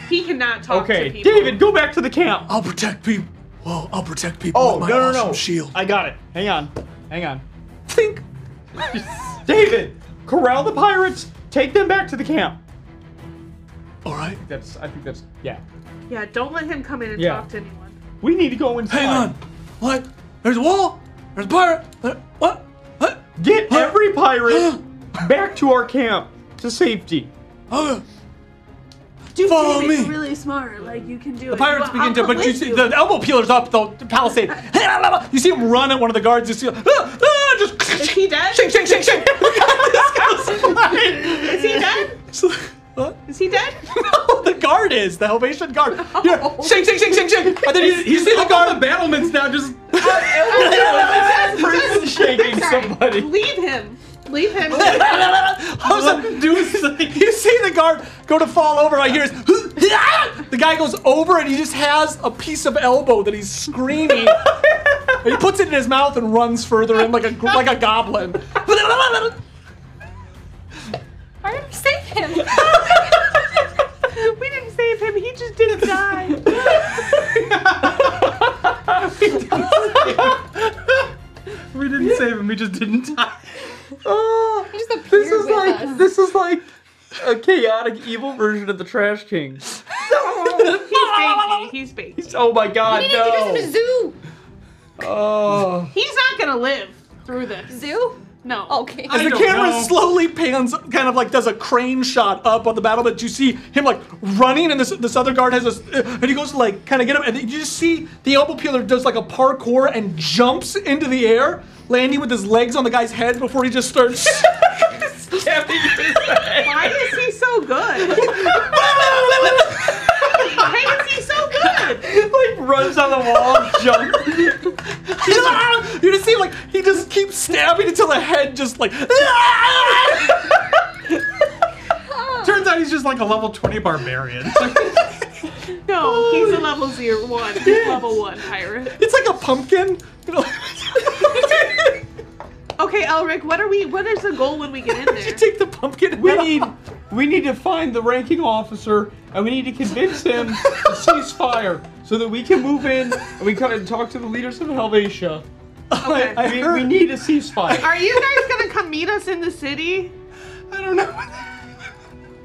E: he cannot talk
G: okay,
E: to people.
G: David, go back to the camp.
A: I'll protect people. Well, I'll protect people
G: Oh
A: with my
G: no no
A: awesome
G: no!
A: shield.
G: I got it. Hang on, hang on.
A: think.
G: David, corral the pirates. Take them back to the camp.
A: All right.
G: That's. I think that's. Yeah.
A: Oh.
E: Yeah, don't let him come in and
G: Yeah.
E: talk to anyone.
G: We need to go inside.
A: Hang on. What? There's a wall. There's a pirate. There- What? What?
G: Get every pirate back to our camp to safety.
A: Oh,
E: Dude,
A: Follow
E: David's
A: me.
E: really smart. Like you can do it.
A: the pirates
E: Well,
A: begin
E: I'll
A: to,
E: come
A: but you
E: with
A: see the elbow peeler's up the, the palisade. You see him run at one of the guards. You see, ah, ah, just
E: Is he dead?
A: shake, shake, shake, shake. this guy's flying.
E: Is he dead?
A: What?
E: Is he dead? Oh.
A: No, the guard is the Helvetian guard. Yeah, shake, shake, shake, shake, shake. And then you, you
F: he's
A: see the
F: up on
A: guard.
F: the battlements now. Just
E: Oh,
G: Prince is shaking
E: Sorry.
G: somebody.
E: Leave him. Leave him.
A: you see the guard go to fall over. I hear his, the guy goes over and he just has a piece of elbow that he's screaming. And he puts it in his mouth and runs further in like a like a goblin.
C: I didn't save him.
E: we didn't save him. He just didn't die.
F: we didn't save him. We just didn't die.
C: He just appeared
G: Ah, This is
C: with
G: like
C: us.
G: this is like a chaotic evil version of the Trash King.
E: He's baby. He's baby.
G: Oh my God,
C: We need to do this in a
G: no!
C: zoo.
G: Oh.
E: He's not gonna live through this.
C: Zoo?
E: No.
C: Okay.
A: As the
F: don't
A: camera
F: know.
A: slowly pans, kind of like does a crane shot up on the battlement, you see him like running, and this this other guard has this, and he goes to like kind of get him, and you just see the elbow peeler does like a parkour and jumps into the air, landing with his legs on the guy's head before he just starts.
E: Why is he so good? Why is he so good?
G: like runs on the wall, jumps.
A: you just see like he just keeps stabbing until the head just like.
F: Turns out he's just like a level 20 barbarian. It's like,
E: No, he's a level zero one. He's level one pirate.
A: It's like a pumpkin.
E: Okay, Elric, what are we? What is the goal when we get in
A: you
E: there?
A: take the pumpkin. and
G: We
A: head off.
G: need we need to find the ranking officer and we need to convince him to cease fire so that we can move in and we come and talk to the leaders of Helvetia.
E: Okay.
G: We, we need a ceasefire.
E: Are you guys gonna come meet us in the city?
G: I don't know.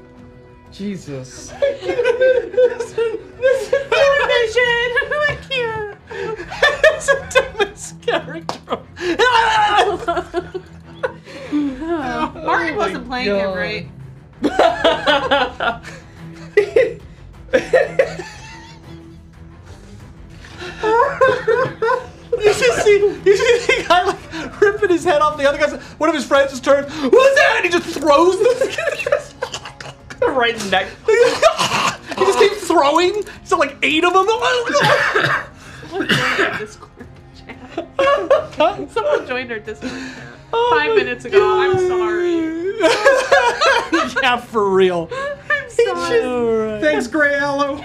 G: Jesus.
E: I can't.
A: It's the dumbest character.
C: Oh.
E: Martin wasn't playing
G: Oh
E: him right.
A: You should see, you should see the guy like ripping his head off. The other guy's one of his friends just turns, "Who's that?" And he just throws the.
G: right in the neck.
A: he just keeps throwing. So like eight of them.
E: Discord chat. Someone joined our Discord chat five minutes ago. I'm sorry.
A: yeah, for real.
E: I'm sorry.
G: Thanks, Gray Aloe.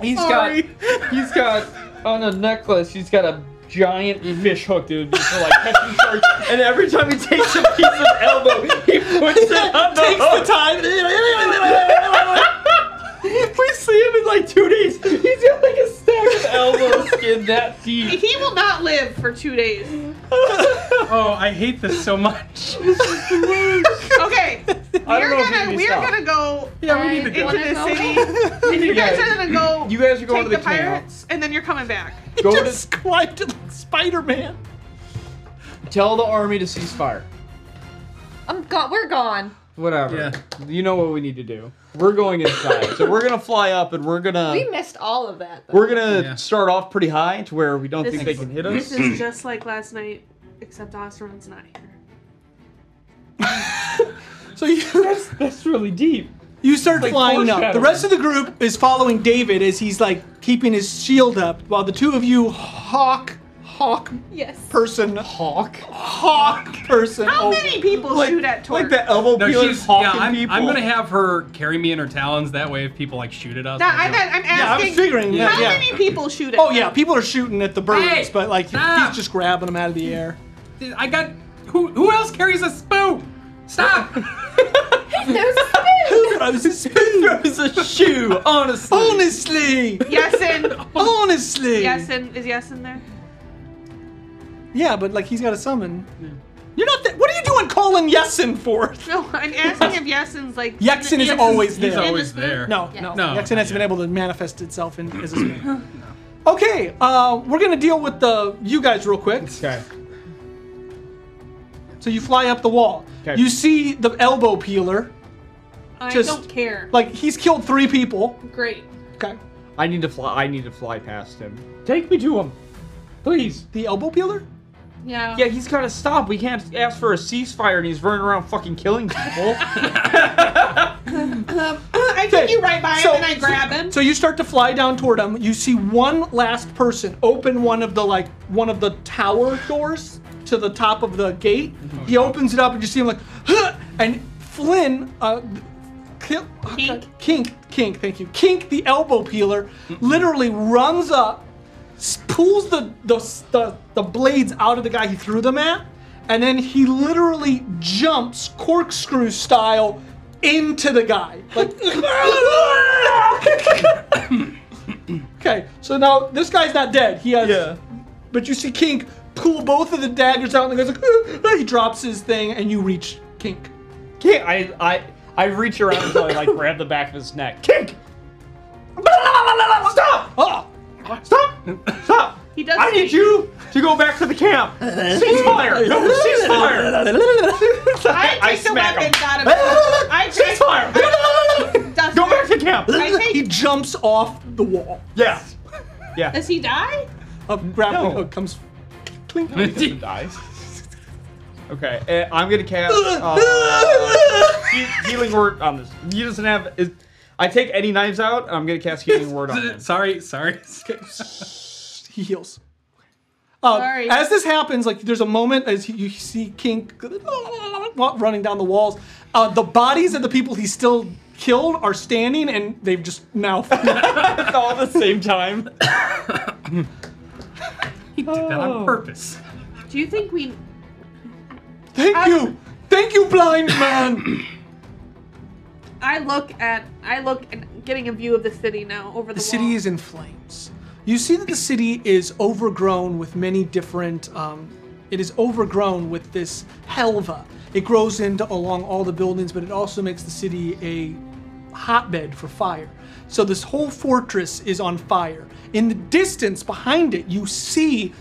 G: He's
E: Sorry.
G: got he's got on a necklace, he's got a giant fish hook, dude, for like catching sharks. And every time he takes a piece of elbow, he puts it on the
A: Takes the
G: hook.
A: time.
G: we see him in like two days. He's got like a stack of elbow skin that deep.
E: He will not live for two days.
F: Oh, I hate this so much.
E: Okay.
G: I don't
E: We're
G: know if you
E: gonna
G: need to
E: we're
G: stop.
E: gonna go um,
F: Yeah, we need to
E: into
F: go.
E: the
C: go?
E: city. You guys are gonna go
G: You guys are going to
E: take the,
G: the camp.
E: pirates and then you're coming back.
G: Go to-
A: Just climbed to like Spider-Man.
G: Tell the army to cease fire.
C: I'm gone. We're gone.
G: Whatever.
F: Yeah.
G: You know what we need to do. We're going inside. so we're gonna fly up and we're gonna
C: We missed all of that. Though.
G: We're gonna
F: Yeah.
G: start off pretty high to where we don't
E: This
G: think they
E: is-
G: can hit
E: This
G: us.
E: is just like last night, except Osteron's not here.
A: So you
G: That's really deep.
A: you start flying up. The
G: foreshadowing.
A: rest of the group is following David as he's like keeping his shield up, while the two of you hawk, hawk
C: yes.
A: person, hawk, hawk person.
E: How
A: over.
E: many people shoot at Torque?
G: Like the elbow
F: No,
G: peelers
F: she's. Yeah,
G: hawking
F: I'm,
G: people.
F: I'm gonna have her carry me in her talons. That way, if people like shoot at us,
E: That-
F: I
E: I,
F: know-
E: that, I'm
A: Yeah, I
E: asking.
A: was figuring that.
E: how
A: yeah.
E: many people shoot at
A: Oh yeah, people are shooting at the birds,
F: Hey,
A: but like
F: stop.
A: he's just grabbing them out of the air.
F: I got. Who who else carries a spoon? Stop!
C: There's
A: I was a spoon.
G: It's a shoe, honestly.
A: Honestly,
E: Yasin.
A: honestly.
E: Yasin. Is Yasin there?
A: Yeah, but like he's got a summon. You're not. Th- what are you doing calling Yesin for?
E: No, I'm asking if Yasin's like.
A: Yaxin is
E: Yaxin's-
A: always there.
F: He's always there.
A: No,
C: Yeah.
A: no,
F: No,
A: no. Yaxin
F: not
A: hasn't been
F: yet.
A: able to manifest itself in, as a spirit. Okay, uh, we're gonna deal with the you guys real quick.
G: Okay.
A: So you fly up the wall.
G: Okay.
A: You see the elbow peeler.
E: I
A: Just-
E: don't care.
A: Like he's killed three people.
E: Great.
A: Okay.
G: I need to fly. I need to fly past him. Take me to him, please.
A: The elbow peeler.
E: Yeah.
G: Yeah, he's gotta stop. We can't ask for a ceasefire, and he's running around fucking killing people.
E: I take you right by
A: So-
E: him and I grab him.
A: So you start to fly down toward him. You see one last person open one of the like one of the tower doors to the top of the gate. He opens it up and you see him like, "Huh!" and Flynn, uh, Kink,
E: Kink.
A: Kink, Kink, thank you, Kink, the elbow peeler, literally runs up, s- pulls the, the the the blades out of the guy he threw them at, and then he literally jumps corkscrew style into the guy. Like, okay, so now this guy's not dead. He has,
G: Yeah.
A: but you see Kink pull both of the daggers out, and the guy's like, "Ugh," he drops his thing, and you reach Kink.
G: Can't I? I I reach around until I like grab the back of his neck. Kink. Stop!
A: Oh,
G: Stop! Stop!
E: He does.
G: I need you to go back to the camp. Ceasefire! Ceasefire!
E: I take the
G: smack him.
E: weapons out of him. I take.
G: Ceasefire!
E: Does,
G: Go back to camp.
E: I take-
A: he jumps off the wall.
G: Yeah.
E: does he die?
A: A grappling
G: No.
A: hook comes.
G: dies. Okay, eh, I'm gonna cast uh, he- healing word on this. He doesn't have. Is, I take any knives out. I'm gonna cast healing word on him.
F: sorry, sorry.
A: he heals. Uh,
E: Sorry.
A: As this happens, like there's a moment as he, you see Kink running down the walls. Uh, the bodies of the people he still killed are standing, and they've just now.
G: All at the same time.
F: He did that
A: Oh.
F: on purpose.
E: Do you think we?
A: Thank you, thank you, blind man.
E: I look at. I look and getting a view of the city now over the,
A: The city is in flames. You see that the city is overgrown with many different. Um, it is overgrown with this helva. It grows into along all the buildings, but it also makes the city a hotbed for fire. So this whole fortress is on fire. In the distance behind it, you see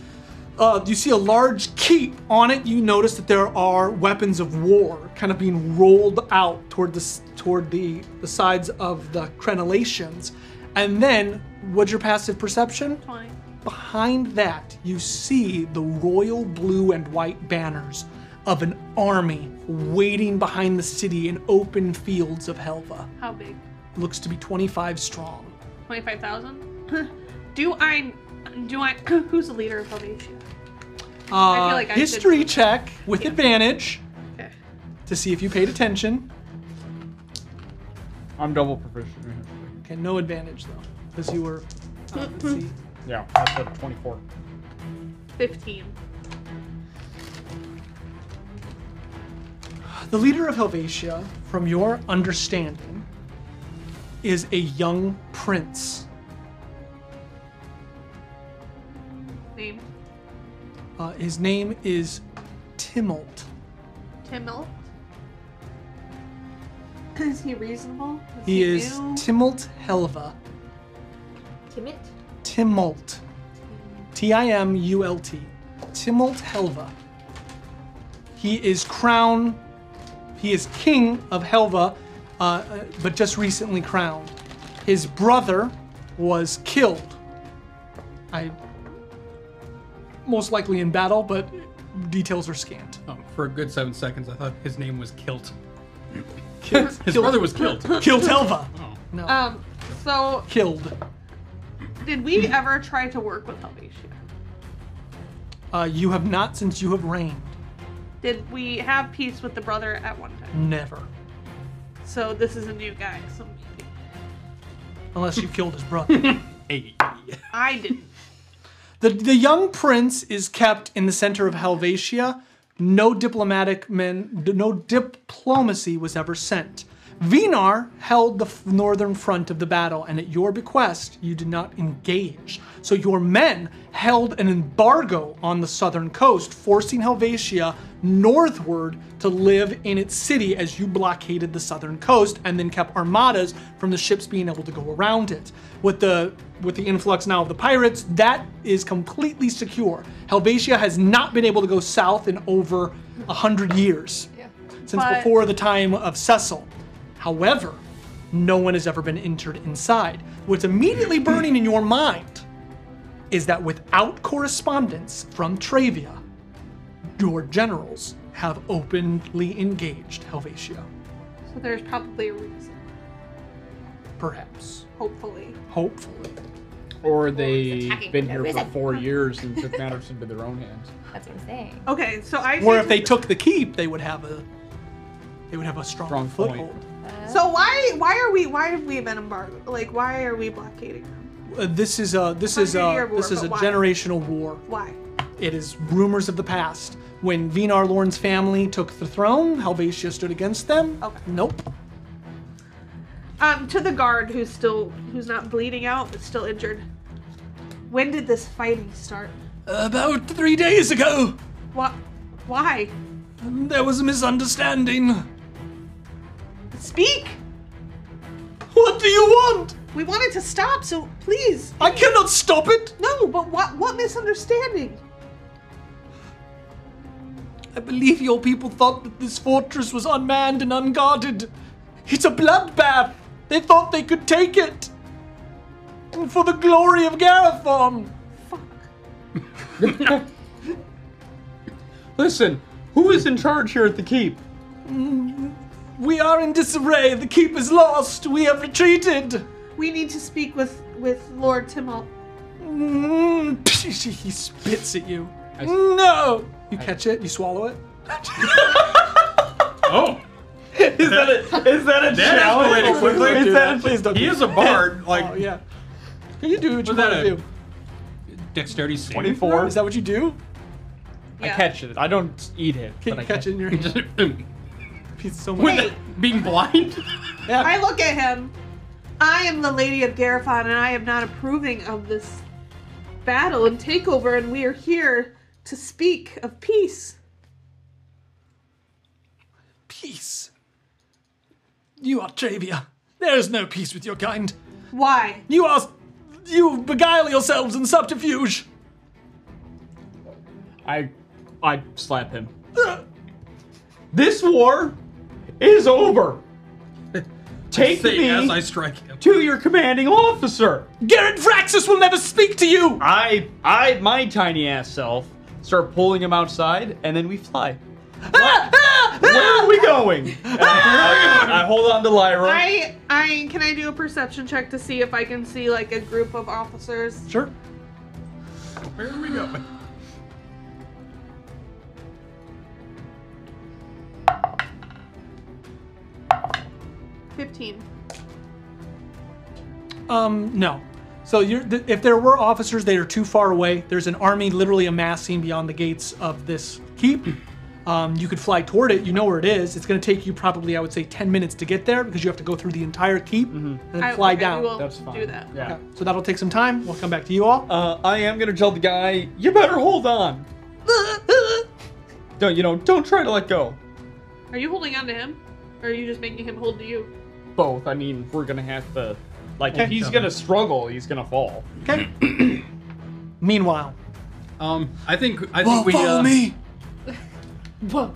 A: uh, you see a large keep on it. You notice that there are weapons of war kind of being rolled out toward the s- toward the, the sides of the crenellations. And then, what's your passive perception? Behind that, you see the royal blue and white banners of an army waiting behind the city in open fields of Helva.
E: How big?
A: Looks to be 25 strong.
E: Twenty-five thousand. do I? Do I? Who's the leader of Helvetia?
A: Uh,
E: feel like I should-
A: history check with advantage
E: Okay.
A: to see if you paid attention.
G: I'm double proficient. in it.
A: Okay, no advantage though, because you were. Uh, let's see.
G: Yeah, that's a 24.
E: Fifteen.
A: The leader of Helvetia, from your understanding, is a young prince.
E: Name
A: Uh, his name is Timult.
E: Timmel. Is he reasonable?
A: He is
E: new?
A: Timult Helva.
C: Timid?
A: Timult. T I M U L T. Timult Helva. He is crown. He is king of Helva, uh, uh, but just recently crowned. His brother was killed. I. Most likely in battle, but details are scant. Um,
F: Oh, for a good seven seconds, I thought his name was Kilt. His brother was Kilt.
A: Killed Helva!
E: Um. So,
A: Killed.
E: did we
A: Mm-hmm.
E: ever try to work with Helvetia?
A: Uh, you have not since you have reigned.
E: Did we have peace with the brother at one time?
A: Never.
E: So this is a new guy. So maybe.
A: Unless you killed his brother.
F: Hey.
E: I didn't.
A: The, the young prince is kept in the center of Helvetia. No diplomatic men, no diplomacy was ever sent. Vinar held the f- northern front of the battle, and at your bequest, you did not engage. So your men held an embargo on the southern coast, forcing Helvetia northward to live in its city as you blockaded the southern coast and then kept armadas from the ships being able to go around it. With the with the influx now of the pirates, that is completely secure. Helvetia has not been able to go south in over a hundred years since
E: But-
A: before the time of Cecil. However, no one has ever been injured inside. What's immediately burning in your mind is that without correspondence from Travia, your generals have openly engaged Helvetia.
E: So there's probably a reason.
A: Perhaps.
E: Hopefully.
A: Hopefully.
G: Or
C: it's
G: they've
C: attacking
G: been
C: for no
G: here for
C: reason.
G: four years and took matters into their own hands.
C: That's what I'm saying.
E: Okay. So I.
A: Or
E: say
A: if
E: to-
A: they took the keep, they would have a they would have a strong,
G: Strong point.
A: foothold.
E: So why why are we why have we been embargoed? Like why are we blockading them?
A: Uh, this is a this is a
E: Hundred-year war,
A: this is
E: but
A: a
E: why?
A: generational war.
E: Why?
A: It is rumors of the past. When Vinar Lorn's family took the throne, Helvetia stood against them.
E: Okay.
A: Nope.
E: Um, to the guard who's still who's not bleeding out but still injured. When did this fighting start?
A: About three days ago,
E: What? Why?
A: there was a misunderstanding.
E: Speak.
A: What do you want?
E: We wanted to stop, so please.
A: I cannot stop it.
E: No, but what what misunderstanding?
A: I believe your people thought that this fortress was unmanned and unguarded. It's a bloodbath. They thought they could take it. And for the glory of Garathon.
G: Listen, who is in charge here at the keep?
A: Mm, We are in disarray. The keep is lost. We have retreated.
E: We need to speak with with Lord Timmel.
A: Mm, he spits at you.
G: I-
A: no! You catch it, you swallow it.
F: Oh,
G: Is that a, is that a
F: that is the way to quickly do that.
A: please don't
F: He
A: do
F: is a bard. Like
A: Oh, yeah. You do what you
F: Was that
A: want to
F: a
A: do.
F: dexterity save.
G: 24?
A: Is that what you do?
G: I
E: Yeah.
G: catch it. I don't eat it.
A: Can
G: but I
A: you catch it in your hand?
F: Just-
A: He's so
F: With
A: much.
F: the- being blind.
A: Yeah.
E: I look at him. I am the Lady of Garifon, and I am not approving of this battle and takeover, and we are here to speak of peace.
A: Peace. You are Travia. There is no peace with your kind.
E: Why?
A: You are. You beguile yourselves in subterfuge.
D: I I slap him.
A: Uh,
D: This war is over. Take
F: Say
D: me
F: as I strike him.
D: to your commanding officer.
A: Garrett Fraxus will never speak to you!
D: I I my tiny ass self start pulling him outside and then we fly.
A: Ah,
D: Where are we going? And
A: Ah!
D: I, I- I hold on to Lyra.
E: I I can I do a perception check to see if I can see like a group of officers?
A: Sure.
F: Where are we going?
E: Fifteen.
A: Um, no. So you're, th- if there were officers, they are too far away. There's an army literally amassed seen beyond the gates of this keep. Um, you could fly toward it. You know where it is. It's going to take you probably, I would say, 10 minutes to get there because you have to go through the entire keep and then
E: I-
A: fly
E: okay,
A: down.
E: We will
D: Mm-hmm. That's fine.
E: do that.
D: Yeah.
A: Okay, So that'll take some time. We'll come back to you all.
D: Uh, I am gonna tell the guy, you better hold on. don't you know? Don't try to let go.
E: Are you holding on to him, or are you just making him hold to you?
D: Both. I mean, we're gonna have to. Like, if he's gonna struggle, he's gonna fall.
A: Okay. Meanwhile,
F: Um, I think I think we uh,
C: Whoa.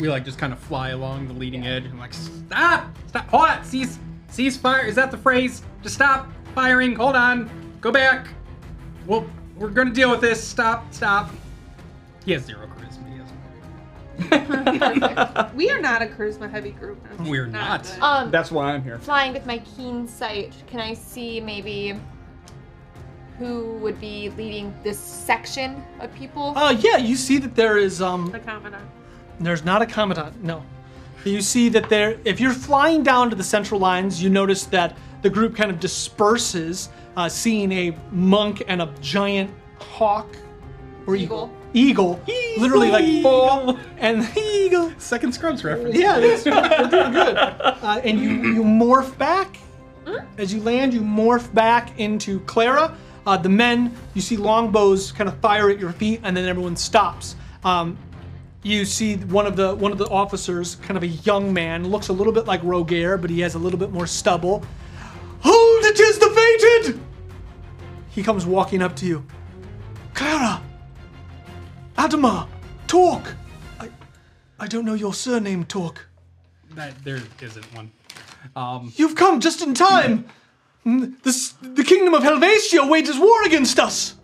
F: we like just kind of fly along the leading edge and like stop, stop, hold on, cease, cease fire. Is that the phrase? Just stop firing. Hold on, go back. Well, we're gonna deal with this. Stop, stop. He has zero charisma. He has.
E: We are not a charisma heavy group. and it's
F: We're not.
E: good.
C: Um,
D: That's why I'm here.
C: flying with my keen sight, can I see maybe who would be leading this section of people?
G: Oh,
A: uh, yeah, you see that there is um,
E: The Commandant.
A: There's not a commandant. No. You see that there. If you're flying down to the central lines, you notice that the group kind of disperses, uh, seeing a monk and a giant hawk or eagle. Eagle, literally like fall and eagle.
F: Second Scrubs reference.
A: Yeah, that's they're doing good. Uh, and you you morph back as you land. You morph back into Clara. Uh, the men you see longbows kind of fire at your feet, and then everyone stops. Um, you see one of the one of the officers, kind of a young man, looks a little bit like Rogaire, but he has a little bit more stubble. Hold it is the fated. He comes walking up to you. Clara, Adama, talk. I, I don't know your surname, talk.
F: That, there isn't one. Um,
A: You've come just in time! Mm, This, the kingdom of Helvetia wages war against us!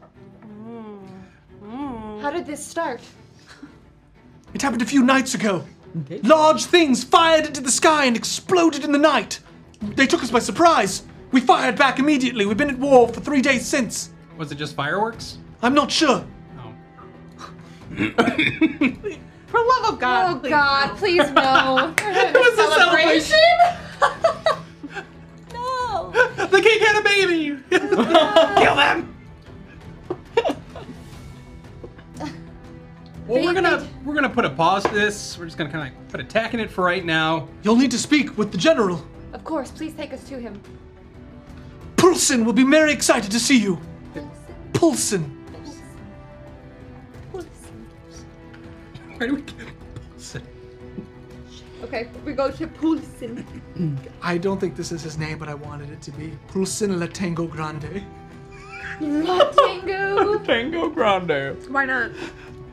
E: Hmm.
C: How did this start?
A: It happened a few nights ago. Large things fired into the sky and exploded in the night. They took us by surprise. We fired back immediately. We've been at war for three days since.
F: was it just fireworks?
A: I'm not sure.
F: No.
E: For love of God.
C: Oh
E: please.
C: God, please no! it was
F: a celebration.
C: no.
F: The king had a baby. Kill them. well, we're gonna we're gonna put a pause to this. We're just gonna kind of like put a tack in it for right now.
A: You'll need to speak with the general.
C: Of course, please take us to him.
A: Pulson will be very excited to see you. Pulson.
F: Where do we get Pulson?
C: Okay, we go to Pulsen.
A: I don't think this is his name, but I wanted it to be. Pulson Latango Grande.
C: Tango.
G: Tango Grande.
E: Why not?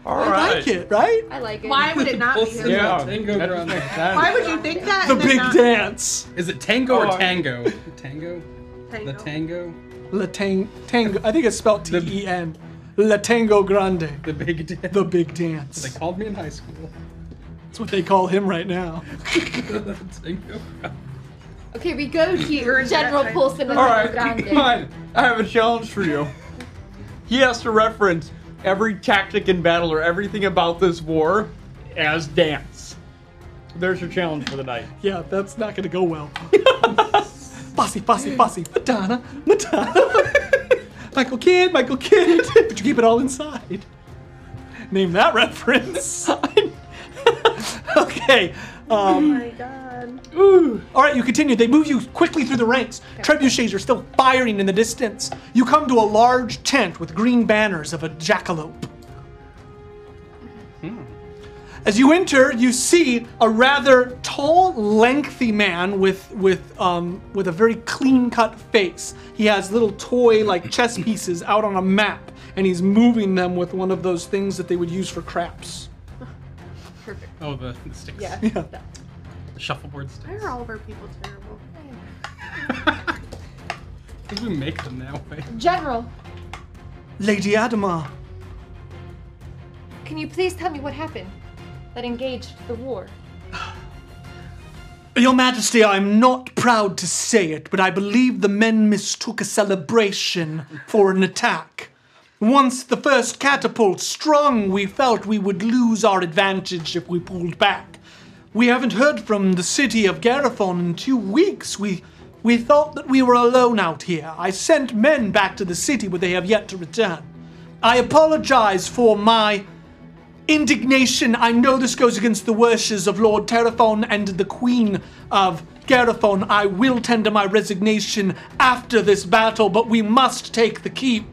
G: All
A: I
G: right.
A: like it, right?
C: I like it.
E: Why would it not be him?
G: Yeah.
F: Tango
G: that's-
F: Grande.
G: that's-
E: Why would you think that?
A: The
E: and then
A: big
E: not
A: dance.
F: Is it tango
G: Oh,
F: or
G: I-
F: tango? tango.
E: Tango?
F: The tango.
A: Latang Tango. I think it's spelled T E N. Latango Grande.
F: The big dance.
A: The big dance.
F: They called me in high school.
A: That's what they call him right now.
F: tango.
C: Okay, we go to General
E: that
C: Pulsen
G: All
C: Latango
G: right,
C: Grande.
G: come on. I have a challenge for you. He has to reference every tactic in battle or everything about this war as dance. There's your challenge for the night.
A: Yeah, that's not gonna go well. Bossy, bossy, bossy. Madonna, Madonna. Michael Kidd, Michael Kidd. but you keep it all inside. Name that reference. okay. Um,
E: Oh my God. god.
A: All right, you continue. They move you quickly through the ranks. Trebuchets are still firing in the distance. You come to a large tent with green banners of a jackalope. As you enter, you see a rather tall, lengthy man with with um, with a very clean-cut face. He has little toy like chess pieces out on a map, and he's moving them with one of those things that they would use for craps.
C: Perfect.
F: Oh, the, the sticks.
C: Yeah. that-
F: The shuffleboard
E: Why
F: sticks.
E: are all of our people terrible?
F: I think we make them eh? that way.
C: General,
A: Lady Adamar,
C: can you please tell me what happened that engaged the war?
A: Your Majesty, I'm not proud to say it, but I believe the men mistook a celebration for an attack. Once the first catapult strung, we felt we would lose our advantage if we pulled back. We haven't heard from the city of Garathon in two weeks. We we thought that we were alone out here. I sent men back to the city, but they have yet to return. I apologize for my indignation. I know this goes against the wishes of Lord Teraphon and the Queen of Gerathon. I will tender my resignation after this battle, but we must take the keep.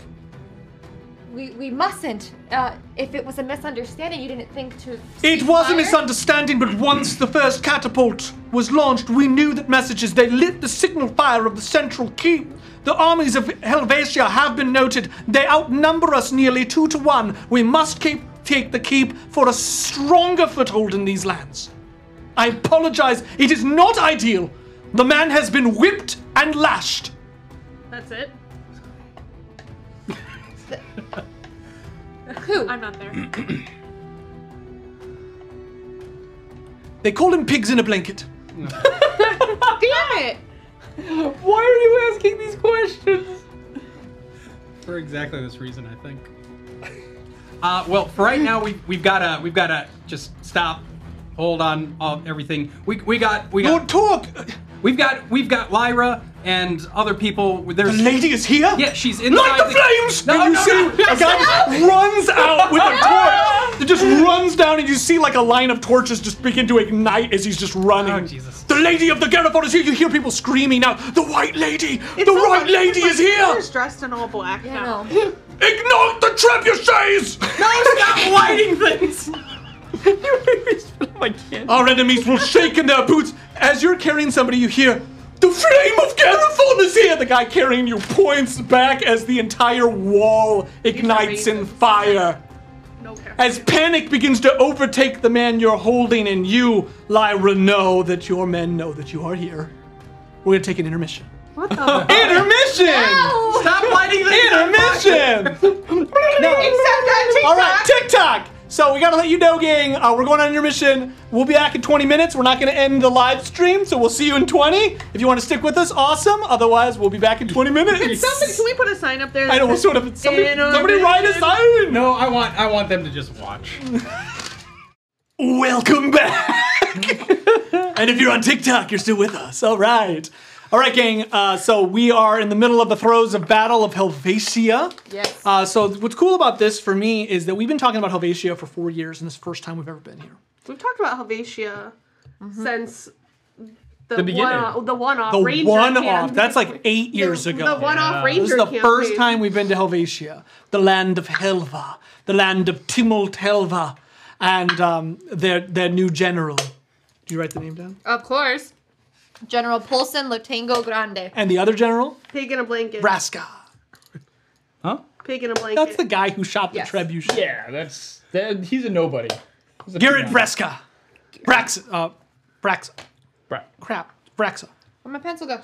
C: We, we mustn't. Uh, if it was a misunderstanding, you didn't think to.
A: It was a
C: ceasefire?
A: misunderstanding, but once the first catapult was launched, we knew that messages they lit the signal fire of the central keep. The armies of Helvetia have been noted. They outnumber us nearly two to one. We must keep take the keep for a stronger foothold in these lands. I apologize, it is not ideal. The man has been whipped and lashed.
E: That's it?
C: Who?
E: I'm not there.
A: They call him pigs in a blanket.
E: Damn it!
G: Why are you asking these questions?
F: For exactly this reason, I think. Uh, well, for right now, we've we've gotta we've gotta just stop, hold on, all, everything. We we got we
A: Lord
F: got
A: Talk,
F: we've got we've got Lyra and other people. There's
A: the lady is here.
F: Yeah, she's
A: Light
F: inside.
A: the flames!
F: No,
A: and you
F: no,
A: see
F: no.
A: a guy just runs out with a torch. It just runs down, and you see like a line of torches just begin to ignite as he's just running.
F: Oh, Jesus.
A: The lady of the Garathon is here. You hear people screaming out, "The white lady!
E: It's
A: the
E: so
A: white
E: funny
A: lady is
E: because my
A: here!
E: sister's dressed in all black
C: Yeah,
E: now.
C: no.
A: Ignite the trebuchets!
F: No, stop lighting things.
G: My kid.
A: Our enemies will shake in their boots." As you're carrying somebody, you hear. The flame of Garathon is here! The guy carrying you points back as the entire wall ignites in
E: amazing.
A: fire.
E: No care.
A: As panic begins to overtake the man you're holding, and you, Lyra, know that your men know that you are here, we're gonna take an intermission.
E: what the?
A: Intermission!
F: Stop lighting things.
A: Intermission! All right, TikTok. So we gotta let you know, gang. Uh, we're going on intermission. We'll be back in 20 minutes. We're not gonna end the live stream, so we'll see you in 20. If you want to stick with us, awesome. Otherwise, we'll be back in 20 minutes.
E: Somebody, can we put a sign up there?
A: I know. We'll
E: that says-
A: sort of. Somebody, somebody write a
E: Intermission.
A: sign.
F: No, I want I want them to just watch.
A: Welcome back! and if you're on TikTok, you're still with us. All right. All right, gang. Uh, so we are in the middle of the throes of Battle of Helvetia.
C: Yes.
A: Uh, so what's cool about this for me is that we've been talking about Helvetia for four years, and this is the first time we've ever been here.
E: We've talked about Helvetia
C: Mm-hmm.
E: since the,
F: The beginning.
E: one the one off
A: The
E: Ranger
A: one off.
E: camp.
A: That's like eight years
E: the,
A: ago.
E: The one off Ranger
A: This is the
E: camp
A: first
E: page.
A: time we've been to Helvetia, the land of Helva, the land of Timult Helva, and um, their their new general. Do you write the name down?
E: Of course.
C: General Polson Lotengo Grande.
A: And the other general,
E: Pig in a blanket.
A: Braska.
G: Huh?
E: Pig in a blanket.
A: That's the guy who shot the
C: Yes.
A: trebuchet.
G: Yeah, that's that, he's a nobody. He's a
A: Garrett
G: peanut.
A: Breska. Brax. Uh, Brax.
G: Bra-
A: Crap. Braxa.
C: Where my pencil go?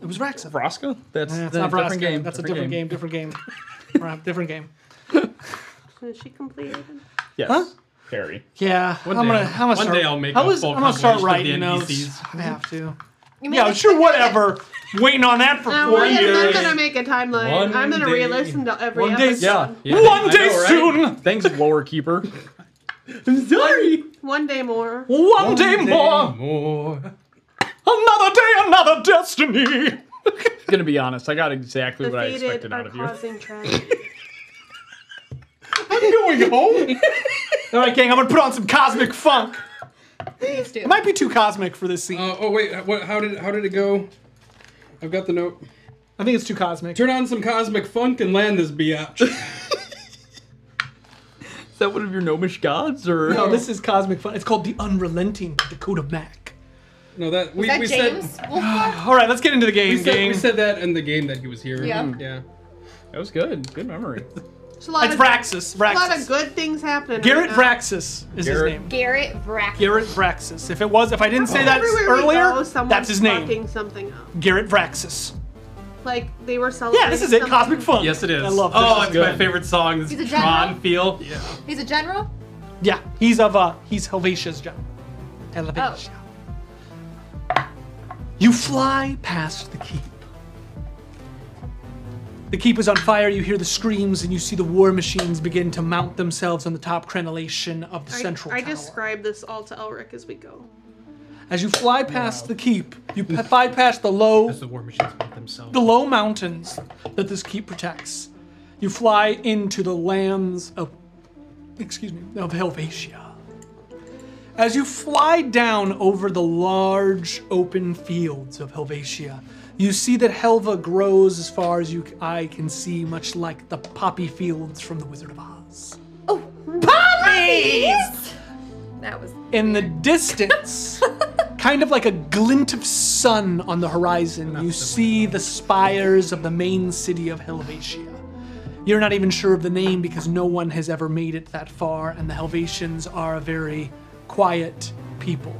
A: It was Braxa.
G: Brasca? That's,
A: That's
G: the
A: not Braska.
G: different game.
A: That's a different game. Different game. Right, different game.
E: Is she completed?
G: Yes.
A: Huh?
G: Harry.
A: Yeah. I'm
F: day
A: gonna.
F: I'll-
A: How much?
F: one day I'll make
A: I
F: a
A: was.
F: full
A: I'm gonna start
F: compilation of the
A: writing notes.
F: NPCs.
A: I have to.
C: You
A: Yeah.
C: mean-
A: Sure. Whatever. Waiting on that for
E: Uh, I'm
A: four
E: not gonna- I'm
A: years.
E: gonna make a timeline.
G: One
E: I'm gonna
G: day.
E: re-listen to every
A: One day.
E: episode.
G: Yeah.
F: Yeah,
A: One
G: I
A: day
G: know, right?
A: soon.
G: Thanks, Lower Keeper.
F: Sorry.
E: One day more.
A: One, day, more.
F: More.
A: Another day. Another destiny.
G: Gonna be honest, I got exactly
E: The
G: what I
E: fated
G: expected
E: are
G: out of you.
E: causing tragedy.
A: I'm going home. All right, gang. I'm gonna put on some cosmic funk.
C: Please do.
A: It might be too cosmic for this scene.
F: Uh, oh wait, what, how did how did it go? I've got the note.
A: I think it's too cosmic.
F: Turn on some cosmic funk and land this biatch.
G: Is that one of your gnomish gods, or
A: No, this is cosmic fun. It's called the Unrelenting Dakota Mac.
F: No, that we,
C: Is that
F: we
C: James?
F: said
C: Wolfgar?
A: All right, let's get into the game,
F: we, said
A: gang.
F: we said that in the game that he was here.
C: Yeah.
F: Mm, yeah.
G: that was good. Good memory.
E: It's a lot
A: it's
E: of
A: Vraxus.
E: a lot of
A: Vraxus.
E: good things happening.
A: Garrett
E: right
A: Vraxus is
G: Garrett.
A: his name.
C: Garrett Brack.
A: Garrett Vraxus. If it was, if I didn't say that
E: Oh. Everywhere we
A: earlier,
E: go, someone's
A: that's his name.
E: Fucking something up.
A: Garrett Vraxus.
E: Like they were celebrating.
A: Yeah, this is it.
E: something.
A: Cosmic fun.
F: Yes, it is.
A: I love this.
F: Oh,
A: This is
F: it's my
A: good.
F: favorite song. This
C: He's a
F: is
C: general?
F: Tron feel.
C: He's a general?
A: Yeah, he's of uh, he's Helvetia's job. Helvetia.
C: Oh.
A: You fly past the keep. The keep is on fire. You hear the screams, and you see the war machines begin to mount themselves on the top crenellation of the
E: I,
A: central
E: I
A: tower.
E: describe this all to Elric as we go.
A: As you fly past the keep, you p- fly past the low
F: The war machines make themselves.
A: the low mountains that this keep protects. You fly into the lands of, excuse me, of Helvetia. As you fly down over the large open fields of Helvetia, you see that Helva grows as far as you eye can see, much like the poppy fields from The Wizard of Oz.
C: Oh,
A: Poppies!
C: that was.
A: In the distance, kind of like a glint of sun on the horizon, you see the spires of the main city of Helvetia. You're not even sure of the name because no one has ever made it that far, and the Helvetians are a very quiet people.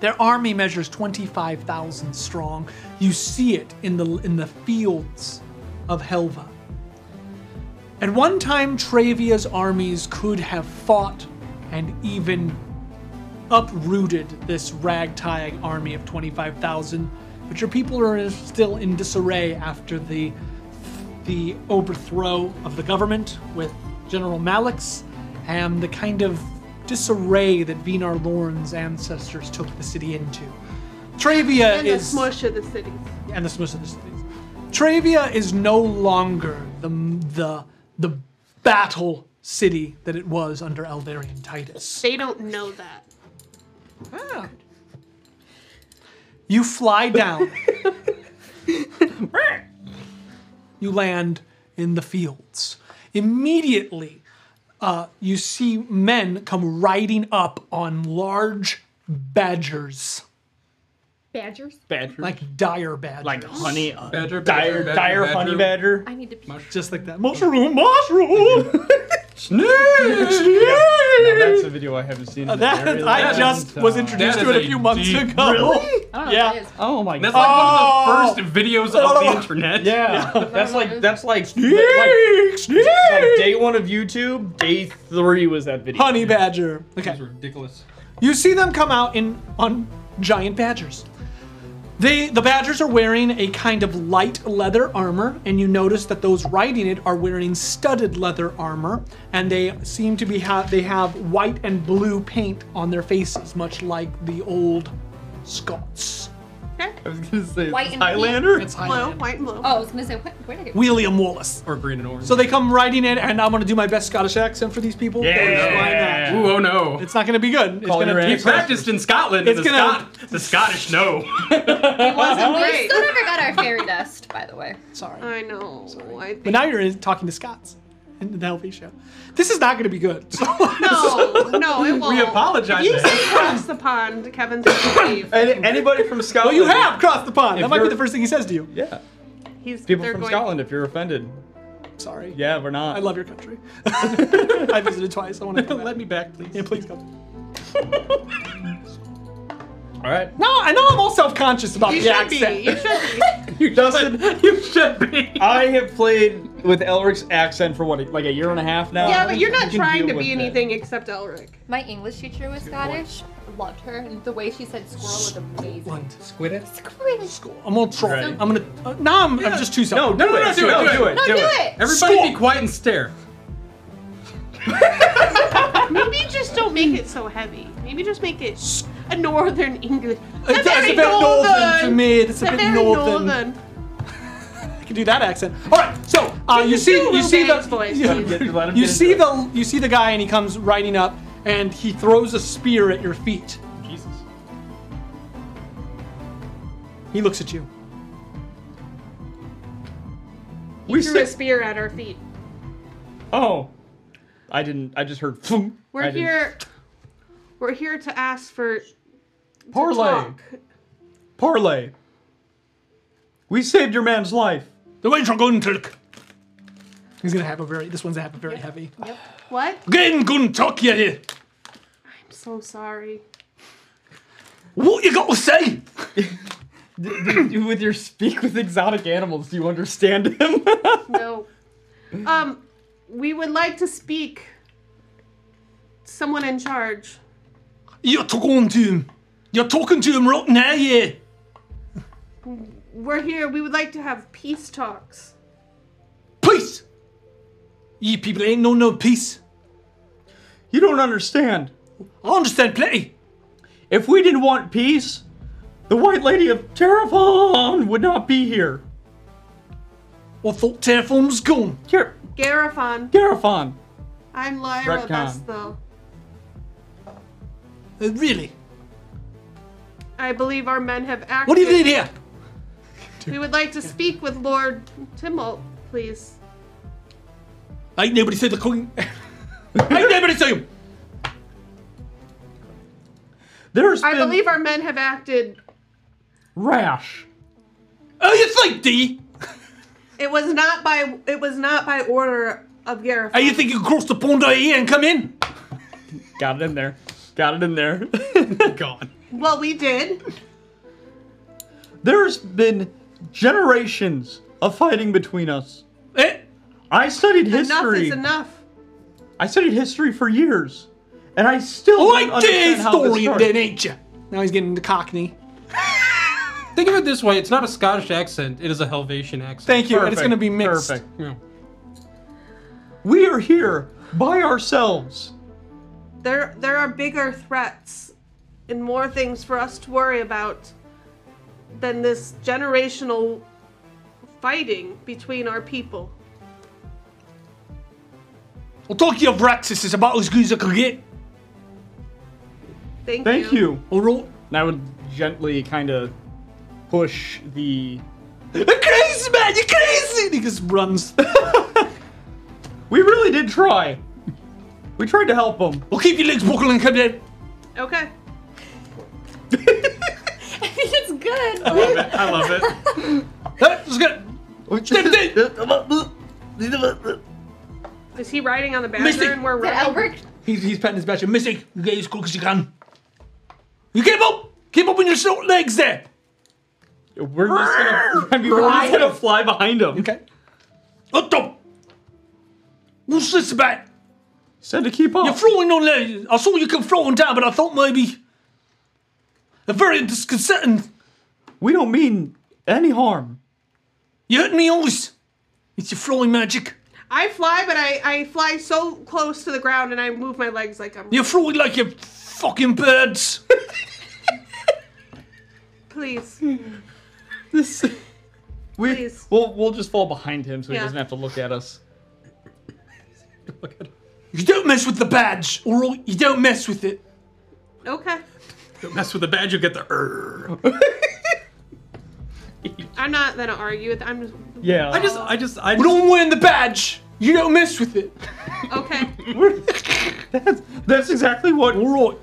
A: Their army measures 25,000 strong. You see it in the in the fields of Helva. At one time, Travia's armies could have fought and even uprooted this ragtag army of 25,000, but your people are still in disarray after the the overthrow of the government with General Malix and the kind of disarray that Vinar Lorn's ancestors took the city into. Travia
E: And
A: is
E: the smush of the cities.
A: and the smush of the cities. Travia is no longer the the the battle city that it was under Eldarian Titus.
E: They don't know that.
A: You fly down. you land in the fields. Immediately, uh, you see men come riding up on large badgers,
C: Badgers?
G: Badger,
A: like dire badgers,
G: like honey, uh,
F: Badger,
G: dire,
F: badger,
G: dire
F: badger,
G: honey badger.
C: I need to pee.
A: just like that. Mushroom, mushroom.
G: No, that's a video I haven't seen. in
A: That,
G: a very
A: I
G: long
A: just was
G: time.
A: introduced
F: That
A: to it a
F: is
A: few
F: a
A: months
F: deep-
A: ago. Oh.
C: I don't know what that
A: Yeah.
C: is.
G: Oh my
F: That's
G: god.
F: like one of the first videos of the internet.
G: yeah. That's like that's like, like
A: Sneak, sneak.
G: like day one of YouTube. Day three was that video.
A: Honey badger. Okay.
F: It's ridiculous.
A: You see them come out in on giant badgers. They the badgers are wearing a kind of light leather armor, and you notice that those riding it are wearing studded leather armor, and they seem to be ha- they have white and blue paint on their faces, much like the old Scots.
G: I was gonna say
C: White and
G: Highlander.
A: It's
E: Blue,
A: Highland.
E: white and blue.
C: Oh, I was gonna say, what, where did I get
A: William Wallace.
F: Or green and orange.
A: So they come riding in, and I'm gonna do my best Scottish accent for these people.
G: Yeah.
F: Ooh, oh no.
A: It's not gonna be good. It's
G: Call
A: gonna
G: your
A: be
F: He
G: ancestors.
F: practiced in Scotland.
A: It's
F: the,
A: gonna-
F: Scot- the Scottish know.
E: wasn't
C: We
E: great.
C: still never got our fairy dust, by the way.
A: sorry.
E: I know. I think.
A: But now you're in, talking to Scots in the Healthy Show. This is not gonna be good. So,
E: no, no, it won't.
F: we apologize.
E: You
F: to him.
E: say cross the pond, Kevin's gonna leave.
G: Any, anybody from Scotland?
A: well, you have crossed the pond. That
G: If
A: might be
G: you're-
A: the first thing he says to you.
G: Yeah.
E: He's
G: People
E: they're
G: from
E: going,
G: Scotland, if you're offended.
A: Sorry.
G: Yeah, we're not.
A: I love your country. I visited twice. I want to
G: Let me back, please.
A: Yeah, please come.
G: All right.
A: No, I know I'm all self-conscious about
E: You
A: the
E: should
A: accent.
E: be. You should be.
G: Justin,
F: you should be.
G: I have played with Elric's accent for what, like a year and a half now.
E: Yeah, but you're
G: You
E: not
G: can
E: trying
G: deal
E: to be
G: with it.
E: anything except Elric.
C: My English teacher was Scottish. Loved her, and the way she said squirrel was amazing.
A: Scotland.
F: Squid it.
A: School. I'm gonna troll.
G: Right.
A: I'm gonna. Uh, no, I'm, I'm just too
G: No,
A: self.
G: do it.
F: do it,
G: No,
F: do it.
G: do it.
C: No, do it.
F: Everybody
A: Squat.
F: be quiet and stare.
E: Maybe just don't make it so heavy. Maybe just make it a northern English.
A: It's- it's a bit northern to me. It's a bit
E: very
A: northern. I can do that accent. All right. So uh, you
E: you
A: see,
E: do
A: you
E: Will
A: see the
E: Banks' voice,
A: yeah.
E: please?
G: You let him
A: You
G: get
A: see
G: into it.
A: the you see the guy and he comes riding up and he throws a spear at your feet. He looks at you.
E: He
G: We
E: threw
G: sit-
E: a spear at our feet.
G: Oh, I didn't. I just heard. "Phoom."
E: We're
G: I didn't-
E: here. We're here to ask for to
G: Parlay.
E: talk.
G: Parlay. We saved your man's life.
A: The way Guntuk. He's gonna have a very. This one's gonna have a very heavy.
E: What?
A: Gen Guntuk, yeah, yeah.
E: I'm so sorry.
A: What you got to say?
G: With your speak with exotic animals, do you understand him?
E: No. um, we would like to speak. Someone in charge.
A: You're talking to him. You're talking to him right now, yeah.
E: We're here. We would like to have peace talks.
A: Peace. Ye people ain't no no peace.
G: you don't understand.
A: I understand plenty.
G: If we didn't want peace, the White Lady of Terrafon would not be here.
A: I thought Terraform was gone.
G: Ter-
E: Garifon.
G: Terrafon.
E: I'm Lyra
G: Retcon.
E: Vestal.
A: Uh, really?
E: I believe our men have acted.
A: What do you did here?
E: We would like to speak with Lord Timmel, please.
A: Ain't nobody said the queen. ain't nobody said him.
G: There's
E: I
G: been
E: believe our men have acted.
G: rash.
A: Oh, you think, do you?
E: It was not by. It was not by order of Garifon.
A: Oh, you think you can cross the pond out here and come in?
G: Got it in there. Got it in there.
F: Gone.
E: Well, we did.
G: There's been generations of fighting between us.
A: Eh?
G: I studied
E: Enough
G: history.
E: is enough.
G: I studied history for years, and I still don't
A: Like
G: understand
A: the
G: how this
A: story,
G: started.
A: then, ain't ya? Now he's getting the cockney.
F: Think of it this way: it's not a Scottish accent; it is a Helvetian accent.
A: Thank you, and it's
G: Perfect,
A: gonna be mixed.
G: Perfect.
F: Yeah.
G: We are here by ourselves.
E: There, there are bigger threats and more things for us to worry about than this generational fighting between our people.
A: Well, talking of Raxus, it's about as good as I could get.
E: Thank,
G: Thank
E: you.
G: you.
A: All right.
G: And I would gently kind of push the.
A: You're crazy, man! You're crazy! And he just runs.
G: We really did try. We tried to help him.
A: we'll keep your legs buckled and come in.
E: Okay.
J: I think it's good.
F: I love it.
A: Eh, let's go.
E: Is he riding on the
A: Missy.
E: badger and we're
J: That
E: riding?
J: Albert,
A: He's, he's patting his badger. Missy, you get as quick as you can. You keep up! Keep up on your short legs there!
G: We're just gonna, I mean, we're just gonna fly behind him.
A: Okay. What the? What's this about?
G: Said to keep up.
A: You're throwing on there. I saw you come throwing down, but I thought maybe. A very disconcerting.
G: we don't mean any harm.
A: You hurt me always. It's your throwing magic.
E: I fly, but I, I fly so close to the ground and I move my legs like I'm.
A: You're throwing like you fucking birds.
E: Please.
G: This. We,
E: Please.
G: We'll we'll just fall behind him so he
E: Yeah.
G: doesn't have to look at us.
A: you don't mess with the badge, alright? You don't mess with it.
E: Okay.
F: Don't mess with the badge, you get the err.
E: I'm not gonna argue with. I'm just.
G: Yeah.
F: I just, I just, I
A: We
F: just,
A: don't wear the badge. You don't mess with it.
E: Okay.
G: that's, that's exactly what
A: Alright.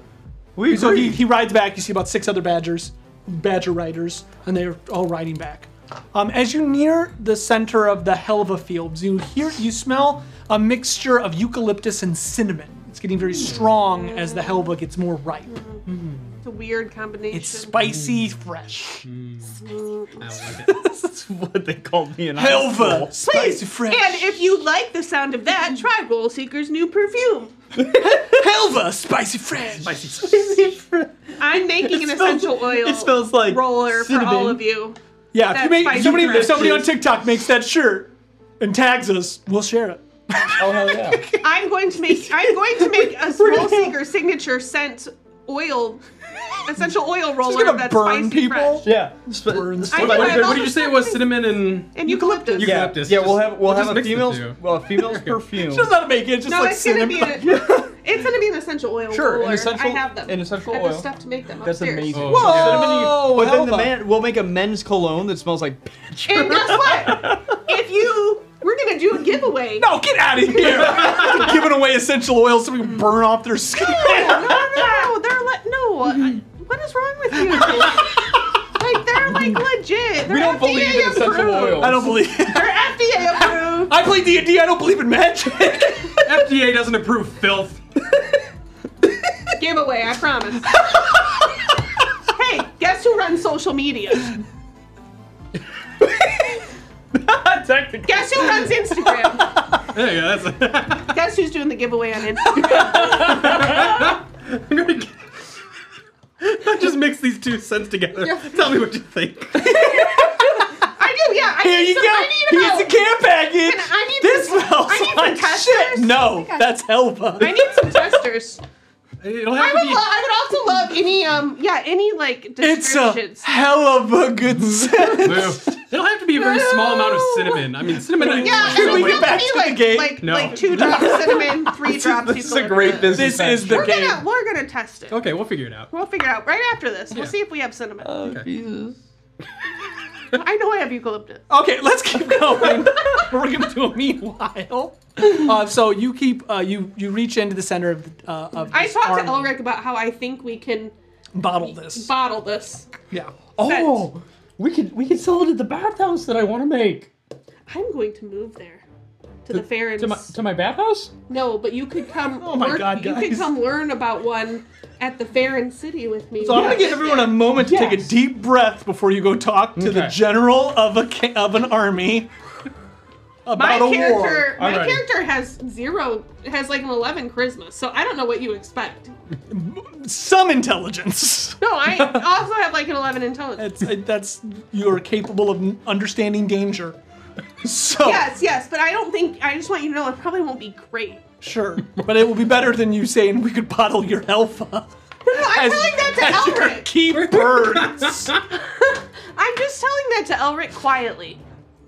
G: we
A: So he,
G: agreed.
A: he rides back. You see about six other badgers, badger riders, and they're all riding back. Um, as you near the center of the Helva fields, you hear, you smell a mixture of eucalyptus and cinnamon. It's getting very strong as the Helva gets more ripe.
G: Mm.
E: It's a weird combination.
A: It's spicy, fresh.
F: I
E: Mm.
F: like it.
G: That's what they called me in high school.
A: Helva, spicy, fresh.
E: and if you like the sound of that, try Roll Seeker's new perfume.
A: Helva, spicy, fresh.
E: I'm making an
G: smells-
E: essential oil.
G: It smells like
E: roller
G: cinnamon.
E: for all of you.
A: Yeah, if you
E: That
A: make,
E: spicy
A: somebody, if
E: fresh
A: somebody on
E: juice.
A: TikTok makes that shirt and tags us, we'll share it.
G: Oh hell yeah!
E: I'm going to make I'm going to make a roll seeker signature scent oil essential oil roller
A: gonna
E: that's
A: burn
E: spicy
A: people?
E: fresh.
G: yeah. Sp-
A: Burns.
G: sp-
E: I
F: What,
E: know,
F: what
E: I've
F: did, what did
E: also
F: you say it
E: tried
F: was
E: things-
F: cinnamon and?
E: And eucalyptus.
F: Yeah.
G: yeah,
F: Eucalyptus,
G: yeah.
F: just-
G: We'll have we'll
F: just
G: have a
F: mix the
G: female's
F: two.
G: well, a female's perfume.
A: Just not to make it, just
E: No,
A: like
E: it's gonna
A: cinnamon.
E: be a, It's gonna be an essential oil.
D: Sure, an
E: roller.
D: essential-
E: I have them.
D: an essential
E: I have the
D: oil.
E: stuff to make them.
D: That's
E: upstairs.
D: amazing.
F: Oh,
D: Whoa!
F: yeah.
D: But then
G: hell
D: the man will make a men's cologne that smells like pitch.
E: And guess what? if you, we're gonna do a giveaway.
A: No, get out of here! giving away essential oils so we can burn off their skin.
E: no, no, no, they're like no. I- What is wrong with you? like they're like legit. They're
F: We don't
E: FDA
F: believe in
E: approved.
F: essential oils.
A: I don't believe.
E: They're FDA approved.
A: I play D and I don't believe in magic.
F: FDA doesn't approve filth.
E: giveaway. I promise. hey, guess who runs social media?
F: Technically.
E: Guess who runs Instagram?
F: There you go. That's.
E: guess who's doing the giveaway on Instagram?
F: I'm gonna. Get... I just mix these two scents together. Tell me what you think.
E: I do. Yeah. I
A: Here
E: need
A: you
E: some-
A: go.
E: I need
A: Here's
E: about-
A: the care package.
E: Can- I need
A: this
E: some-
A: smells
E: I need some
A: like shit.
E: testers.
A: No, that's helva.
E: I need some testers.
F: It'll
E: I
F: have
E: would,
F: to be.
E: lo- I would also love any um yeah any like
A: it's a
E: descriptions.
A: hell of a good scent.
F: It'll have to be a very small amount of cinnamon. I mean, cinnamon. I-
E: yeah,
A: Should
E: and
A: we get
E: it'll
A: back
E: be
A: to the
E: like,
A: game?
E: Like,
F: No.
E: like two drops cinnamon, three drops.
G: This is a
E: eucalyptus.
G: great business.
A: this is the
E: We're
A: game.
E: gonna we're gonna test it.
F: Okay, we'll figure it out.
E: We'll figure it out right after this. We'll
F: Yeah.
E: see if we have cinnamon.
G: Jesus.
E: I know I have eucalyptus.
A: Okay, let's keep going. We're gonna do a meanwhile. Uh, so you keep uh, you you reach into the center of the uh, of
E: I
A: this
E: talked to
A: army.
E: Elric about how I think we can
A: Bottle this.
E: bottle this.
A: yeah.
G: Oh, we could we could sell it at the bathhouse that I want to make.
E: I'm going to move there to the fair
G: To my to my bathhouse?
E: No, but you could come.
A: Oh
G: my
E: learn-
G: God,
E: You could
G: guys.
E: come learn about one at the Farron City with me.
A: So I'm gonna give everyone a moment to take a
G: Yes.
A: deep breath before you go talk to the
G: Okay.
A: general of a ca- of an army
E: my
A: about a war.
E: character, my
G: Alrighty.
E: character has zero, has like an eleven charisma, so I don't know what you expect.
A: Some intelligence.
E: No, I also have like an eleven intelligence.
A: It's, it, that's you're capable of n- understanding danger. So
E: Yes, yes, but I don't think. I just want you to know it probably won't be great.
A: sure, but it will be better than you saying we could bottle your alpha.
E: No, I'm
A: As-
E: telling
A: as
E: that to
A: your
E: Elric.
A: key birds.
E: I'm just telling that to Elric quietly.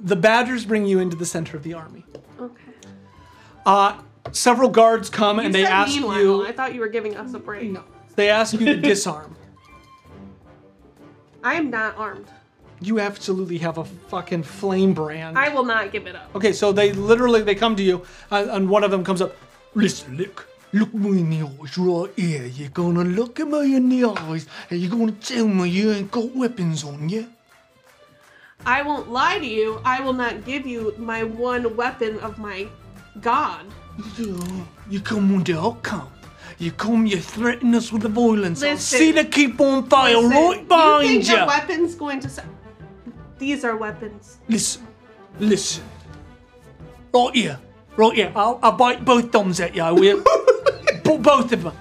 A: the badgers bring you into the center of the army.
E: Okay.
A: Uh, several guards come Um, and they
E: said
A: ask
E: meanwhile.
A: you.
E: I thought you were giving us a break.
A: No, they ask you to disarm.
E: I am not armed.
A: You absolutely have a fucking flame brand.
E: I will not give it up.
A: Okay, so they literally they come to you, and, and one of them comes up. Listen, look, look me in the eyes right here. You're gonna look at me in the eyes, and you're gonna tell me you ain't got weapons on you.
E: I won't lie to you. I will not give you my one weapon of my god.
A: Yeah, you come on the outcome. You come, you threaten us with the violence. I'll
E: Listen.
A: see the keep on fire
E: Listen,
A: right
E: you.
A: behind
E: Think
A: you.
E: the weapons going to? sa- These are weapons.
A: Listen, listen. Right here, right here. I'll, I'll bite both thumbs at you. I will. B- both of them.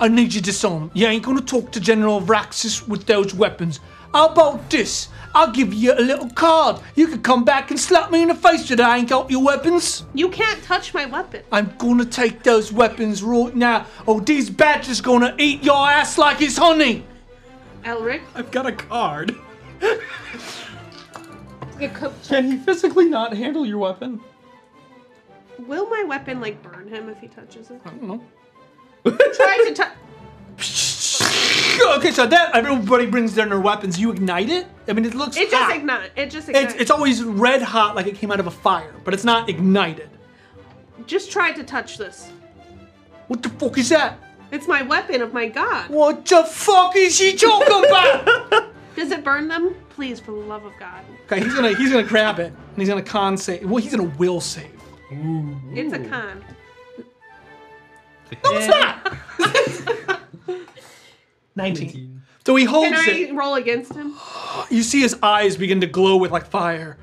A: I need you to disarm. You ain't gonna talk to General Vraxus with those weapons. How about this? I'll give you a little card. You can come back and slap me in the face that I ain't got your weapons.
E: You can't touch my weapon.
A: I'm gonna take those weapons right now. Oh, these badgers gonna eat your ass like it's honey.
E: Elric,
F: I've got a card.
C: Your coach.
G: Can he physically not handle your weapon?
E: will my weapon like burn him if he touches it? I don't know. Try to touch.
A: Okay, so that everybody brings their their weapons. You ignite it. I mean, it looks
E: It just
A: hot.
E: ignites. It just ignites.
A: Ah. It's, it's always red hot, like it came out of a fire, but it's not ignited.
E: just try to touch this.
A: What the fuck is that?
E: It's my weapon of my god.
A: What the fuck is she talking about?
E: Does it burn them? Please, for the love of God.
A: okay, he's gonna he's gonna grab it and he's gonna con save. Well, he's gonna will save.
E: It's a con.
A: No, it's not. Nineteen. So he
E: Can
A: holds
E: I
A: it.
E: roll against him?
A: You see his eyes begin to glow with like fire.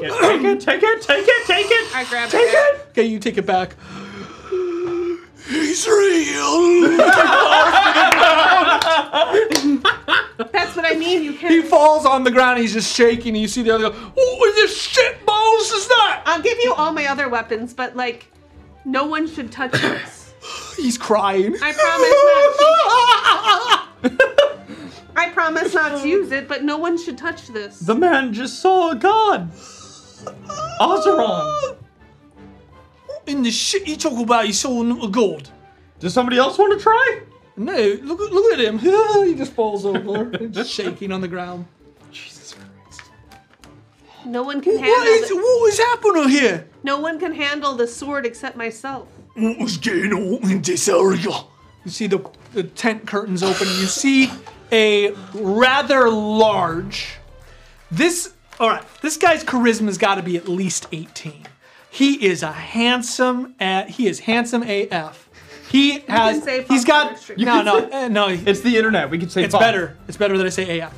G: Take it, take it, take it, take it.
E: I grab
A: Take
E: it.
A: it. Okay, you take it back. He's real.
E: That's what I mean. You
A: he
E: can't.
A: falls on the ground. He's just shaking. And you see the other. go, What the shit balls is that?
E: I'll give you all my other weapons, but like, no one should touch this.
A: He's crying.
E: I promise not. To, I promise not to use it, but no one should touch this.
G: The man just saw a god. Azeron.
K: in the shit he talk about his soul and gold.
L: Does somebody else want to try?
K: No, look, look at him. he just falls over, shaking on the ground.
E: No one can handle.
K: What is,
E: the,
K: what is happening here?
E: no one can handle the sword except myself.
K: What was going on in this area? You see the, the tent curtains open. You see a rather large. This all right. This guy's charisma's got to be at least eighteen. He is a handsome. Uh, he is handsome AF. He has.
E: say
K: He's got.
E: Fox Factory.
K: No, no, uh, no. It's,
L: It's the internet. We can say Fox.
K: better. It's better that I say AF.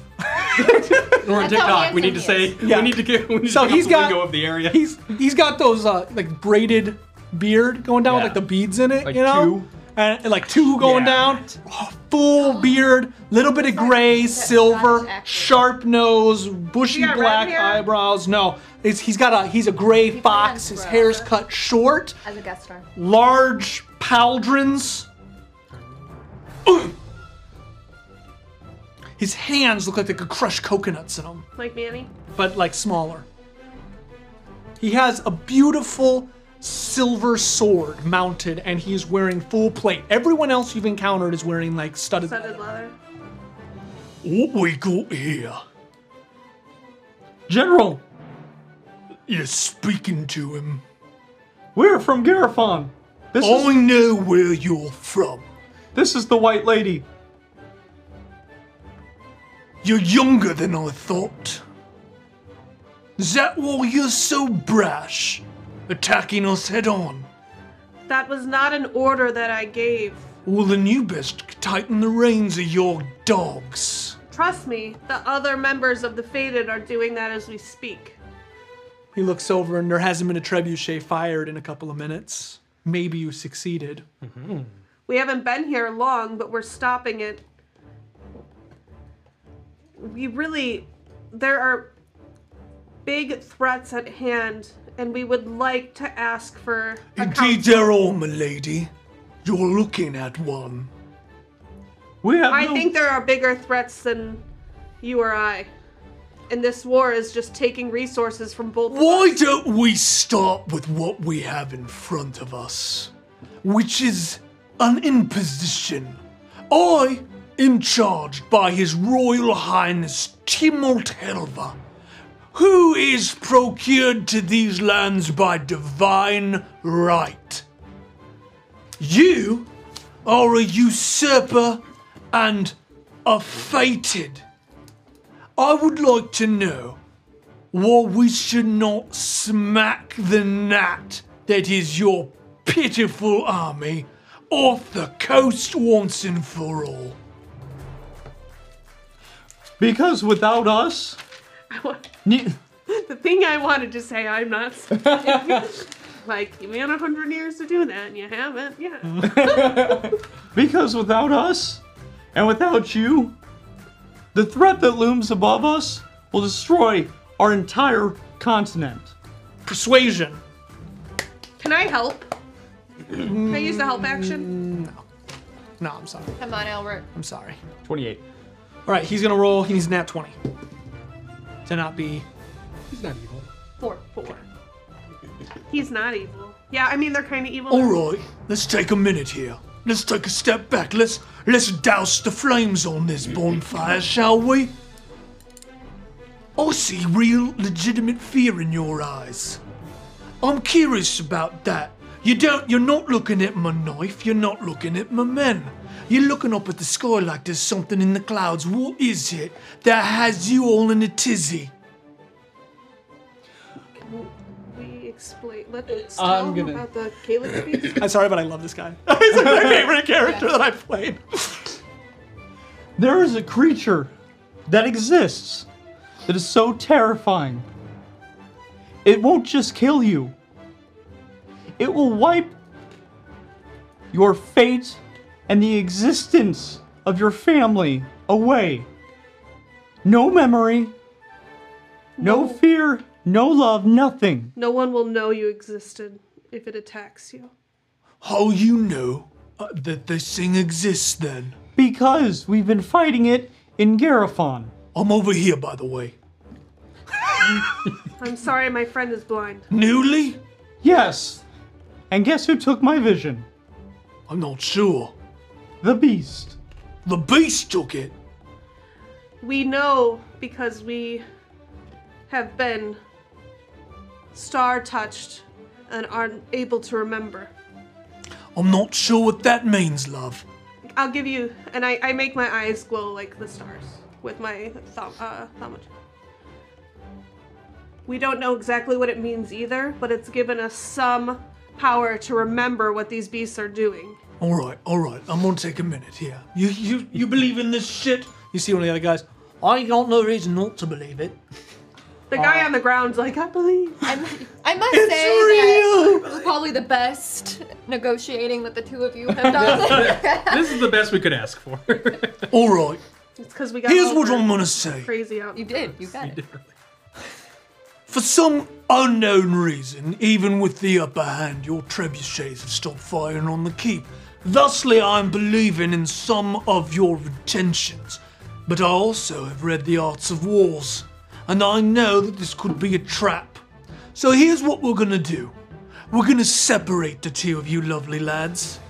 A: We're on
C: That's how
A: TikTok. We need to
C: handsome he
A: say.
K: Yeah.
A: We need to get. We need
K: So
A: to pick
K: he's
A: up the
K: got-
A: lingo of the area.
K: He's he's got those uh, like braided beard going down
A: Yeah.
K: with like the beads in it,
A: Like
K: you know,
A: two.
K: and and, like two going
A: Yeah.
K: down, Oh, full beard, little bit of gray,
C: that's
K: silver,
C: Scottish accent.
K: sharp nose, bushy
E: You got red
K: black
E: hair?
K: eyebrows. No, it's, he's got a he's a gray fox. His
C: grow.
K: hair's cut short,
C: As a guest star.
K: large pauldrons. Ugh. His hands look like they could crush coconuts in them
E: Like Manny.
K: but like smaller. He has a beautiful silver sword mounted and he's wearing full plate. Everyone else you've encountered is wearing like studded.
E: Studded leather.
K: What we got here?
G: General,
K: You're speaking to him.
G: we're from Garifon. This
K: I
G: is
K: know where you're from.
G: this is the White Lady.
K: You're younger than I thought. Is that why you're so brash? Attacking us head on?
E: That was not an order that I gave.
K: Well, then you best tighten the reins of your dogs.
E: Trust me, the other members of the Faded are doing that as we speak.
K: He looks over and there hasn't been a trebuchet fired in a couple of minutes. Maybe you succeeded. Mm-hmm.
E: We haven't been here long, but we're stopping it. We really. There are big threats at hand, and we would like to ask for. a
K: Indeed,
E: counsel.
K: there are, my lady. You're looking at one.
G: We have
E: I
G: no-
E: think there are bigger threats than you or I. And this war is just taking resources from both of
K: Why
E: us.
K: don't we start with what we have in front of us, which is an imposition? I am charged by His Royal Highness Timot Helva, who is procured to these lands by divine right. You are a usurper and a fated. I would like to know why we should not smack the gnat that is your pitiful army off the coast once and for all.
G: because without us, ne-
E: The thing I wanted to say, I'm not. like, you had a hundred years to do that, and you haven't yet.
G: because without us, and without you, the threat that looms above us will destroy our entire continent.
K: Persuasion.
E: Can I help? Can I use the help action?
K: No, I'm sorry.
C: Come on, Albert.
K: I'm sorry.
L: 28.
K: All right, he's gonna roll. He needs a nat 20 to not be.
A: He's not evil.
E: Four. Four. He's not evil. Yeah, I mean, they're kind of evil.
K: All right, let's take a minute here. Let's take a step back. Let's let's douse the flames on this bonfire, shall we? I see real legitimate fear in your eyes. I'm curious about that. You don't you're not looking at my knife, you're not looking at my men. You're looking up at the sky like there's something in the clouds. What is it that has you all in a tizzy?
E: We explain. Let's
A: Uh,
E: tell
A: I'm
E: him
A: gonna-
E: about the Calix beast.
K: I'm sorry, but I love this guy. He's like my favorite character that I've played.
G: There is a creature that exists that is so terrifying. It won't just kill you, it will wipe your fate and the existence of your family away. No memory, no fear, no love, nothing.
E: No one will know you existed if it attacks you.
K: How you know uh, that this thing exists then?
G: Because we've been fighting it in Garifon.
K: I'm over here, by the way.
E: I'm sorry, my friend is blind.
K: Newly?
G: Yes, And guess who took my vision?
K: I'm not sure.
G: The beast.
K: The beast took it.
E: We know because we have been star touched and aren't able to remember.
K: I'm not sure what that means, love.
E: I'll give you, and I, I make my eyes glow like the stars with my thumb. Uh, thumb. We don't know exactly what it means either, but it's given us some power to remember what these beasts are doing.
K: All right, all right. I'm gonna take a minute here. You, you, you believe in this shit? You see one of the other guys. I got no reason not to believe it.
E: The
G: Uh,
E: guy on the ground's like, I believe.
C: I, mu- I must say that it was probably the best negotiating that the two of you have done.
F: This is the best we could ask for.
K: All right.
E: It's because we got
K: Here's
E: all
K: what I'm
E: the
K: gonna say.
E: crazy out.
C: you did. You got it.
K: For some unknown reason, even with the upper hand, your trebuchets have stopped firing on the keep. Thusly, I'm believing in some of your intentions. But I also have read the arts of wars, and I know that this could be a trap. So here's what we're gonna do we're gonna separate the two of you lovely lads.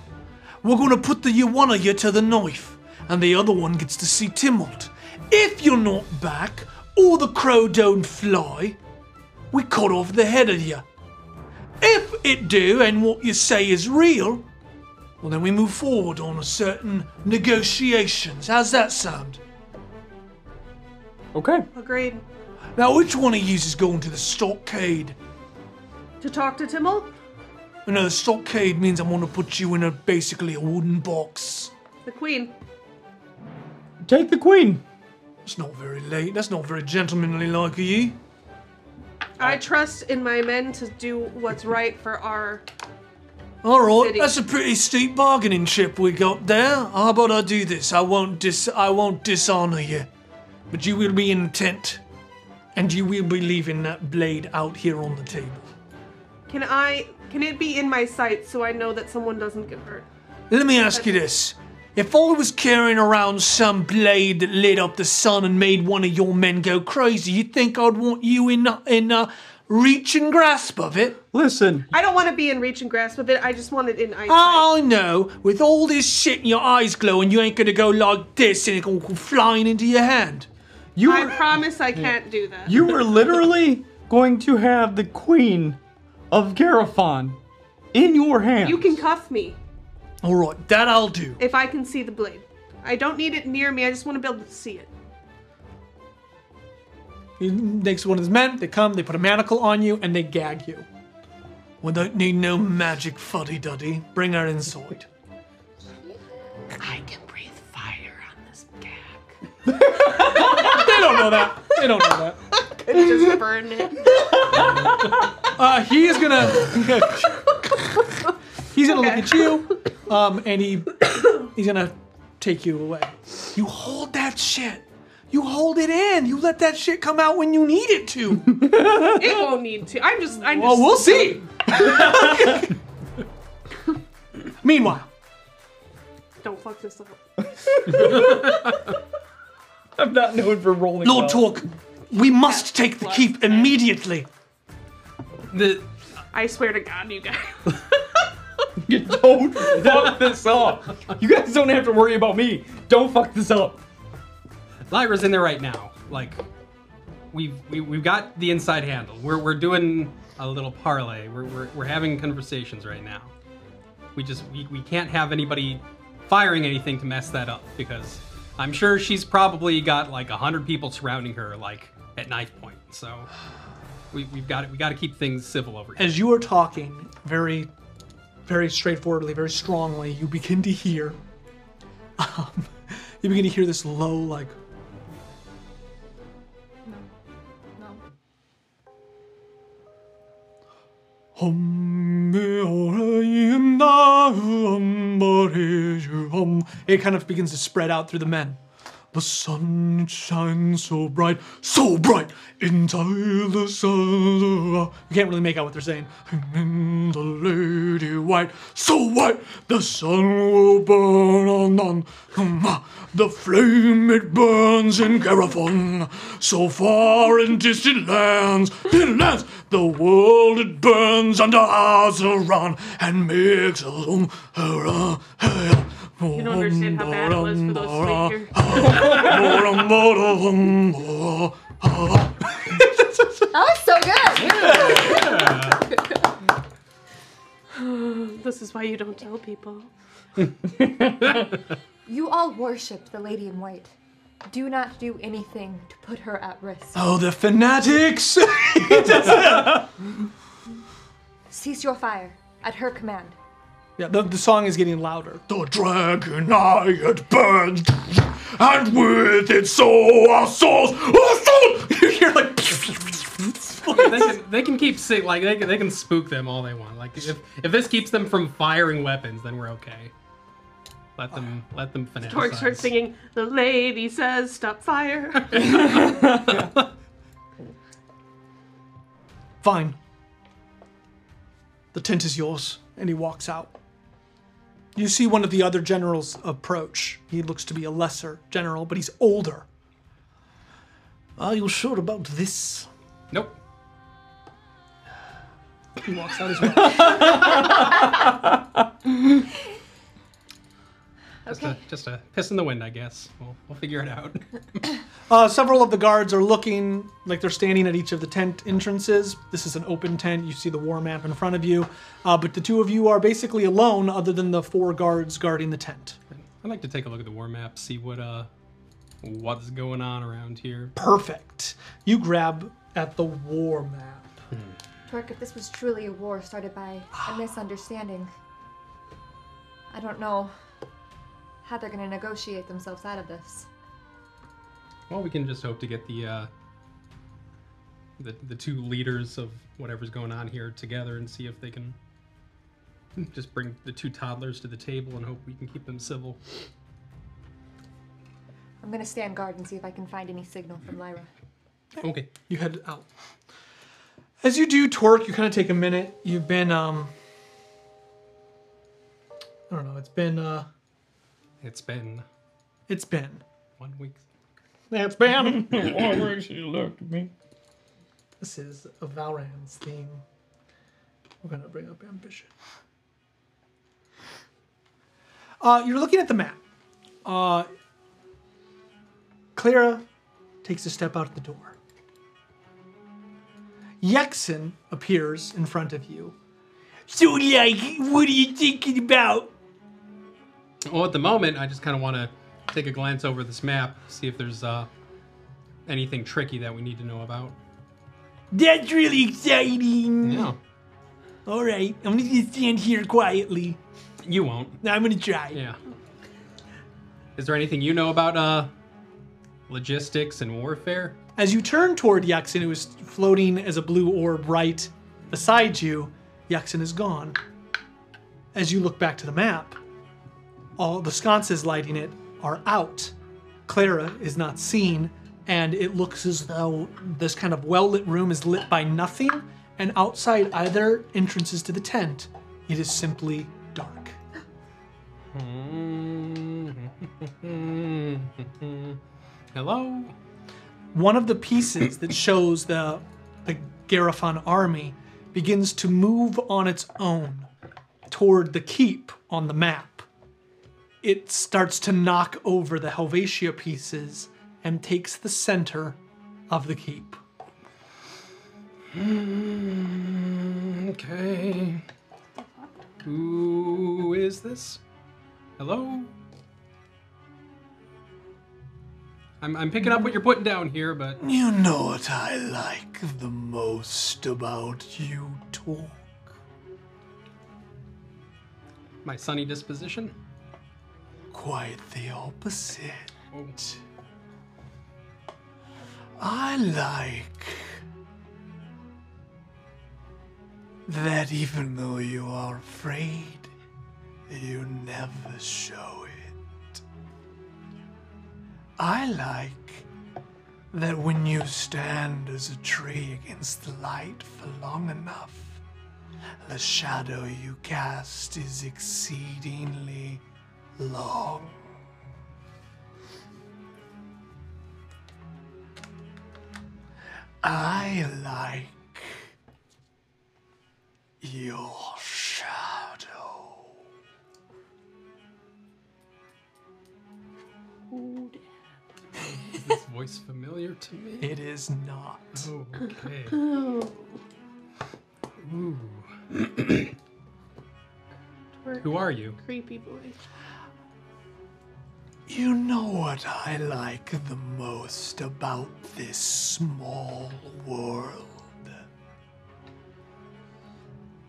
K: We're gonna put the one of you to the knife, and the other one gets to see Timold. If you're not back, or the crow don't fly, we cut off the head of you. If it do, and what you say is real, well then we move forward on a certain negotiations. How's that sound?
G: Okay.
E: Agreed.
K: Now, which one of you is going to the stockade?
E: To talk to Timmel,
K: You know, the stockade means I'm going to put you in a basically a wooden box.
E: the queen.
G: Take the queen.
K: It's not very late. That's not very gentlemanly like of you.
E: I trust in my men to do what's right for our.
K: All right,
E: City.
K: that's a pretty steep bargaining chip we got there. How about I do this? I won't dis I won't dishonor you, but you will be in the tent, and you will be leaving that blade out here on the table.
E: Can I? Can it be in my sight so I know that someone doesn't get hurt?
K: Let me ask you this. If I was carrying around some blade that lit up the sun and made one of your men go crazy, you think I'd want you in in uh, reach and grasp of it?
G: Listen,
E: I don't want to be in reach and grasp of it. I just want it in
G: Oh.
E: eyesight.
K: I know, with all this shit in your eyes glowing, you ain't gonna go like this and it's gonna go flying into your hand.
G: you
E: I
G: were,
E: promise I can't do that.
G: you were literally going to have the queen of Garifon in your hand.
E: You can cuff me
K: All right, that I'll do.
E: if I can see the blade. I don't need it near me. I just want to be able to see it.
K: He takes one of his men, they come, they put a manacle on you, and they gag you. We don't need no magic fuddy duddy. Bring her inside. I can breathe fire on this gag. they don't know that. They don't know that.
E: Just burn it.
K: Uh, he is gonna. he's gonna look at you, um, and he he's gonna take you away. You hold that shit. You hold it in. You let that shit come out when you need it to.
E: It won't need to. I'm just. I'm
K: Well,
E: just.
K: we'll see. Meanwhile,
E: Don't fuck this up.
G: I'm not known for rolling.
K: Lord Talk, we must take the keep immediately.
F: The,
E: I swear to God, you guys.
G: You don't fuck this up. You guys don't have to worry about me. Don't fuck this up.
F: Lyra's in there right now. Like, we've we, we've got the inside handle. We're we're doing a little parlay. We're we're, we're having conversations right now. We just we, we can't have anybody firing anything to mess that up because I'm sure she's probably got like a hundred people surrounding her like at knife point. So we we've got it. We got to keep things civil over here.
K: As you are talking, very, very straightforwardly, very strongly, you begin to hear. Um, you begin to hear this low, like,
C: No.
K: hum, eh, oh, eh, em, na, hum, ba, re, ju, hum. it kind of begins to spread out through the men.
A: The sun shines so bright, so bright, inside the sun. You can't really make out what they're saying. And in the lady white, so white, the sun will burn on on. Hmm, ah. The flame it burns in Carathon, so far in distant lands, distant lands. The world it burns under Azeron and makes us. You
E: don't understand how bad it was for those who stayed here.
C: Oh, so good.
E: This is why you don't tell people.
C: You all worship the Lady in White. Do not do anything to put her at risk.
A: Oh, the fanatics!
C: Cease your fire at her command.
A: yeah, the, the song is getting louder.
H: The dragon eye it burns, and with it so our souls, our souls.
A: You're like,
F: they can they can keep sing like they can, they can spook them all they want. Like if if this keeps them from firing weapons, then we're okay. Let them let them finish.
E: Torque starts singing, The lady says, Stop fire.
A: fine. The tent is yours. And he walks out. You see one of the other generals approach. He looks to be a lesser general, but he's older. Are you sure about this?
F: Nope.
A: He walks out as well.
F: Just a just a piss in the wind, I guess. We'll we'll figure it out.
A: Uh, several of the guards are looking like they're standing at each of the tent entrances. This is an open tent. You see the war map in front of you. Uh, but the two of you are basically alone, other than the four guards guarding the tent.
F: I'd like to take a look at the war map, see what uh what's going on around here.
A: Perfect. You grab at the war map.
C: Torque, if this was truly a war started by a misunderstanding, I don't know how they're going to negotiate themselves out of this.
F: Well, we can just hope to get the uh the the two leaders of whatever's going on here together and see if they can just bring the two toddlers to the table and hope we can keep them civil.
C: I'm going to stand guard and see if I can find any signal from Lyra.
F: Okay.
A: you head out. As you do, Torque, you kind of take a minute. You've been, um, I don't know. It's been, uh,
F: It's been
A: it's been.
F: one week.
A: It's been.
G: she looked at me.
A: this is a Valran's theme. We're gonna bring up ambition. Uh, you're looking at the map. Uh, Clara takes a step out the door. Yexen appears in front of you. So, like, what are you thinking about?
F: Well, at the moment, I just kind of want to take a glance over this map, see if there's uh, anything tricky that we need to know about.
A: That's really exciting.
F: Yeah,
A: All right, I'm gonna just stand here quietly.
F: you won't.
A: I'm gonna try.
F: Yeah. Is there anything you know about uh, logistics and warfare?
A: As you turn toward Yaxin, who is floating as a blue orb right beside you, Yaxin is gone. As you look back to the map, all the sconces lighting it are out. Clara is not seen, and it looks as though this kind of well lit room is lit by nothing, and outside either entrances to the tent, it is simply dark.
F: Hello?
A: one of the pieces that shows the the Garifon army begins to move on its own toward the keep on the map. It starts to knock over the Helvetia pieces and takes the center of the keep.
F: Mm, Okay. Who is this? Hello? I'm, I'm picking up what you're putting down here, but
A: You know what I like the most about you, Torque?
F: my sunny disposition?
A: Quite the opposite. I like that even though you are afraid, you never show it. I like that when you stand as a tree against the light for long enough, the shadow you cast is exceedingly long. I like your shadow.
F: Is this voice familiar to me?
A: It is not.
F: Okay. Who are you?
E: Creepy boy.
A: You know what I like the most about this small world?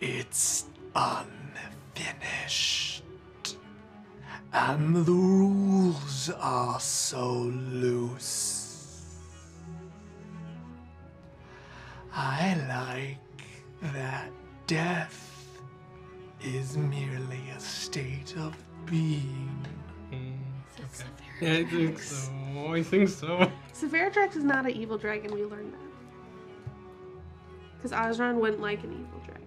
A: It's unfinished. And the rules are so loose. I like that death is merely a state of being.
F: Yeah, I think so. I think so.
E: Severatrax is not an evil dragon. We learned that. Because Osron wouldn't like an evil dragon.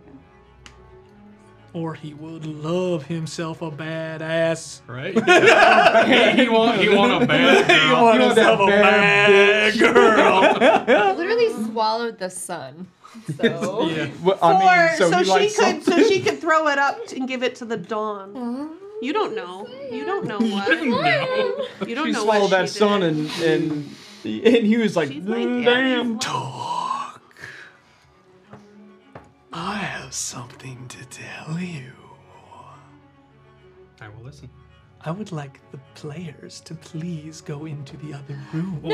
A: Or he would love himself a badass.
F: Right? he want he want a bad girl.
A: want himself a bad girl.
C: Literally swallowed the sun. So
F: Yeah.
G: Well,
E: Or
G: I mean, so,
E: so,
G: he
E: she could
G: likes something.
E: so she could throw it up and give it to the dawn. You don't know. You don't know what.
F: No.
E: You don't
G: She
E: know
G: swallowed
E: what
G: that
E: she
G: son
E: did.
G: and and and he was like,
E: She's my
G: "Mm,
E: daddy's
G: damn.
E: mom.
A: I have something to tell you.
F: I will listen.
A: I would like the players to please go into the other room.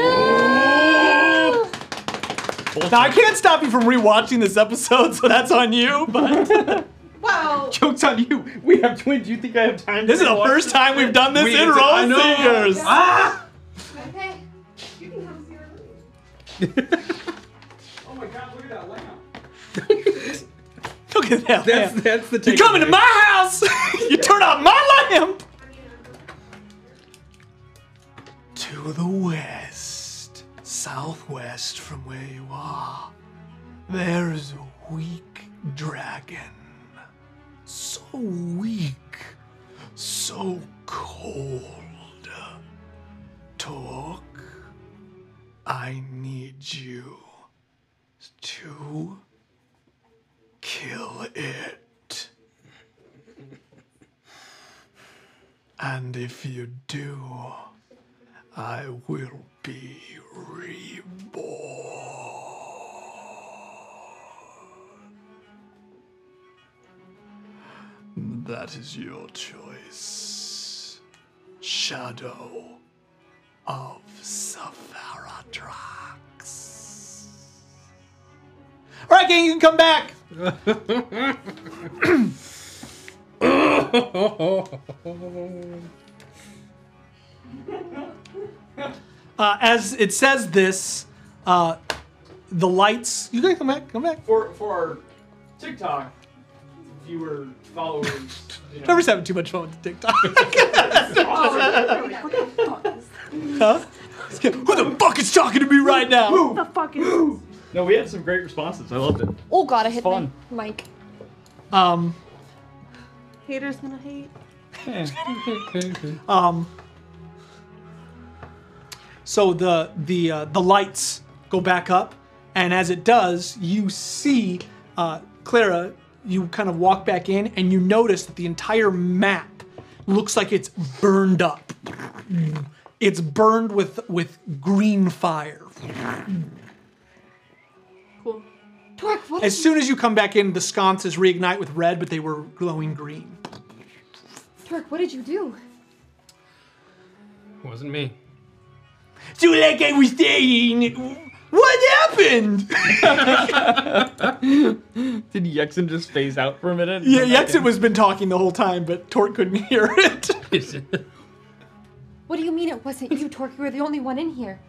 A: Now I can't stop you from rewatching this episode, so that's on you. But
E: Well,
G: Jokes on you. We have twins. You think I have time?
A: this is the first time we've done this in Roll Seekers.
F: Ah!
C: okay.
G: Oh my god! Look at that lamp.
A: Look at that.
F: That's
A: lamp.
F: that's the
A: You're coming to my house. you turn out my lamp. To the west, southwest from where you are, there is a weak dragon. So weak, so cold. Talk, I need you to kill it. And if you do, I will be reborn. That is your choice. Shadow of Savaratrax. All right, gang, you can come back. Uh, as it says this, uh, the lights. You guys come back. Come back.
G: For for our TikTok viewer followers. You know,
A: Trevor's having too much fun with the TikTok.
E: what the fuck is
A: Huh? Who the fuck is talking to me right now?
E: the fuck is this?
G: no, we had some great responses. I loved it.
C: Oh god, I hit my
G: Fun.
C: mic.
A: Um,
E: Haters gonna hate.
A: Um, so the the uh, the lights go back up, and as it does, you see uh, Clara. You kind of walk back in, and you notice that the entire map looks like it's burned up. It's burned with with green fire.
E: Cool.
C: Torque, what
A: As soon as you come back in, the sconces reignite with red, but they were glowing green.
C: Torque, what did you do?
F: Wasn't me.
A: Do like I was saying. What happened?
G: Did Yexen just phase out for a minute?
A: Yeah, Yexit was been talking the whole time, but Torque couldn't hear it.
F: and
C: What do you mean it wasn't you, Torque? You were the only one in here.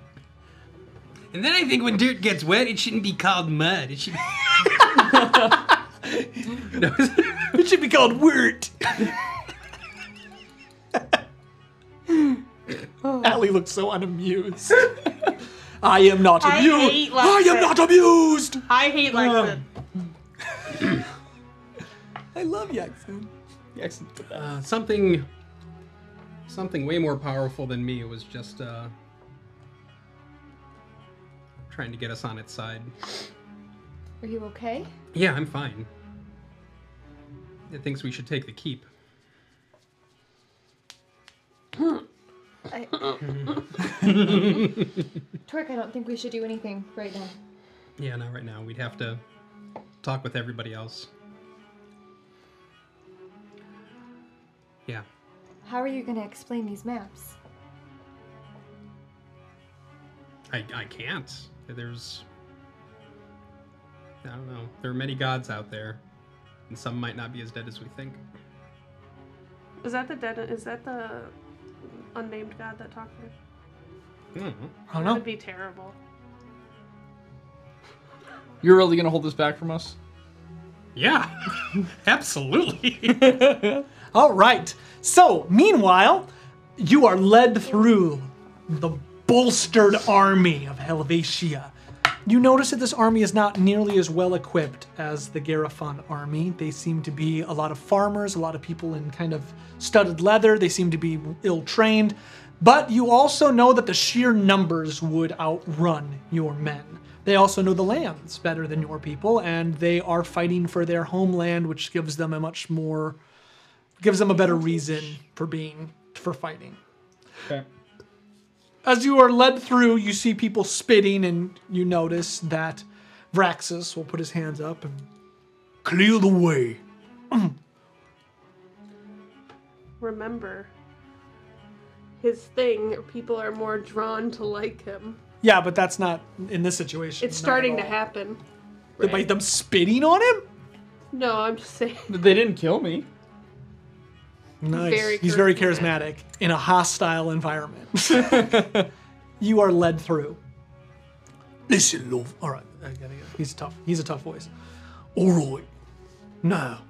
F: then I think when dirt gets wet, it shouldn't be called mud. It should. no,
A: It should be called Wurt. Allie looks so unamused. I am not
E: I
A: amused.
E: hate
A: I am
E: Lexus.
A: not amused. Um,
E: I hate Lexus.
A: I love Yaxon.
D: Excellent.
F: Uh, something, something way more powerful than me was just uh, trying to get us on its side.
C: Are you okay?
F: Yeah, I'm fine. It thinks we should take the keep.
C: Hmm. I... Torque, I don't think we should do anything right now.
F: Yeah, not right now. We'd have to talk with everybody else. Yeah.
C: How are you going to explain these maps?
F: I, I can't. There's. I don't know. There are many gods out there, and some might not be as dead as we think.
E: Is that the dead? Is that the unnamed god that talked to? me?
F: I don't
G: Mm-hmm.
F: know.
A: I don't
E: That
A: know.
E: would be terrible.
G: You're really gonna hold this back from us?
F: Yeah, absolutely.
A: All right. So, meanwhile, you are led through the bolstered army of Helvetia. You notice that this army is not nearly as well equipped as the Garifon army. They seem to be a lot of farmers, a lot of people in kind of studded leather. They seem to be ill trained. But you also know that the sheer numbers would outrun your men. They also know the lands better than your people, and they are fighting for their homeland, which gives them a much more gives them a better reason for being for fighting.
G: Okay.
A: As you are led through, you see people spitting, and you notice that Vraxus will put his hands up and clear the way.
E: Remember, his thing. People are more drawn to like him.
A: Yeah, but that's not in this situation.
E: It's starting to happen.
A: happen. By them spitting on him.
E: No, I'm just saying.
G: They didn't kill me.
A: Nice.
E: Very
A: He's very
E: charismatic.
A: charismatic in a hostile environment. you are led through. Listen, love. All right, I gotta go. He's tough. He's a tough voice. All right. Now,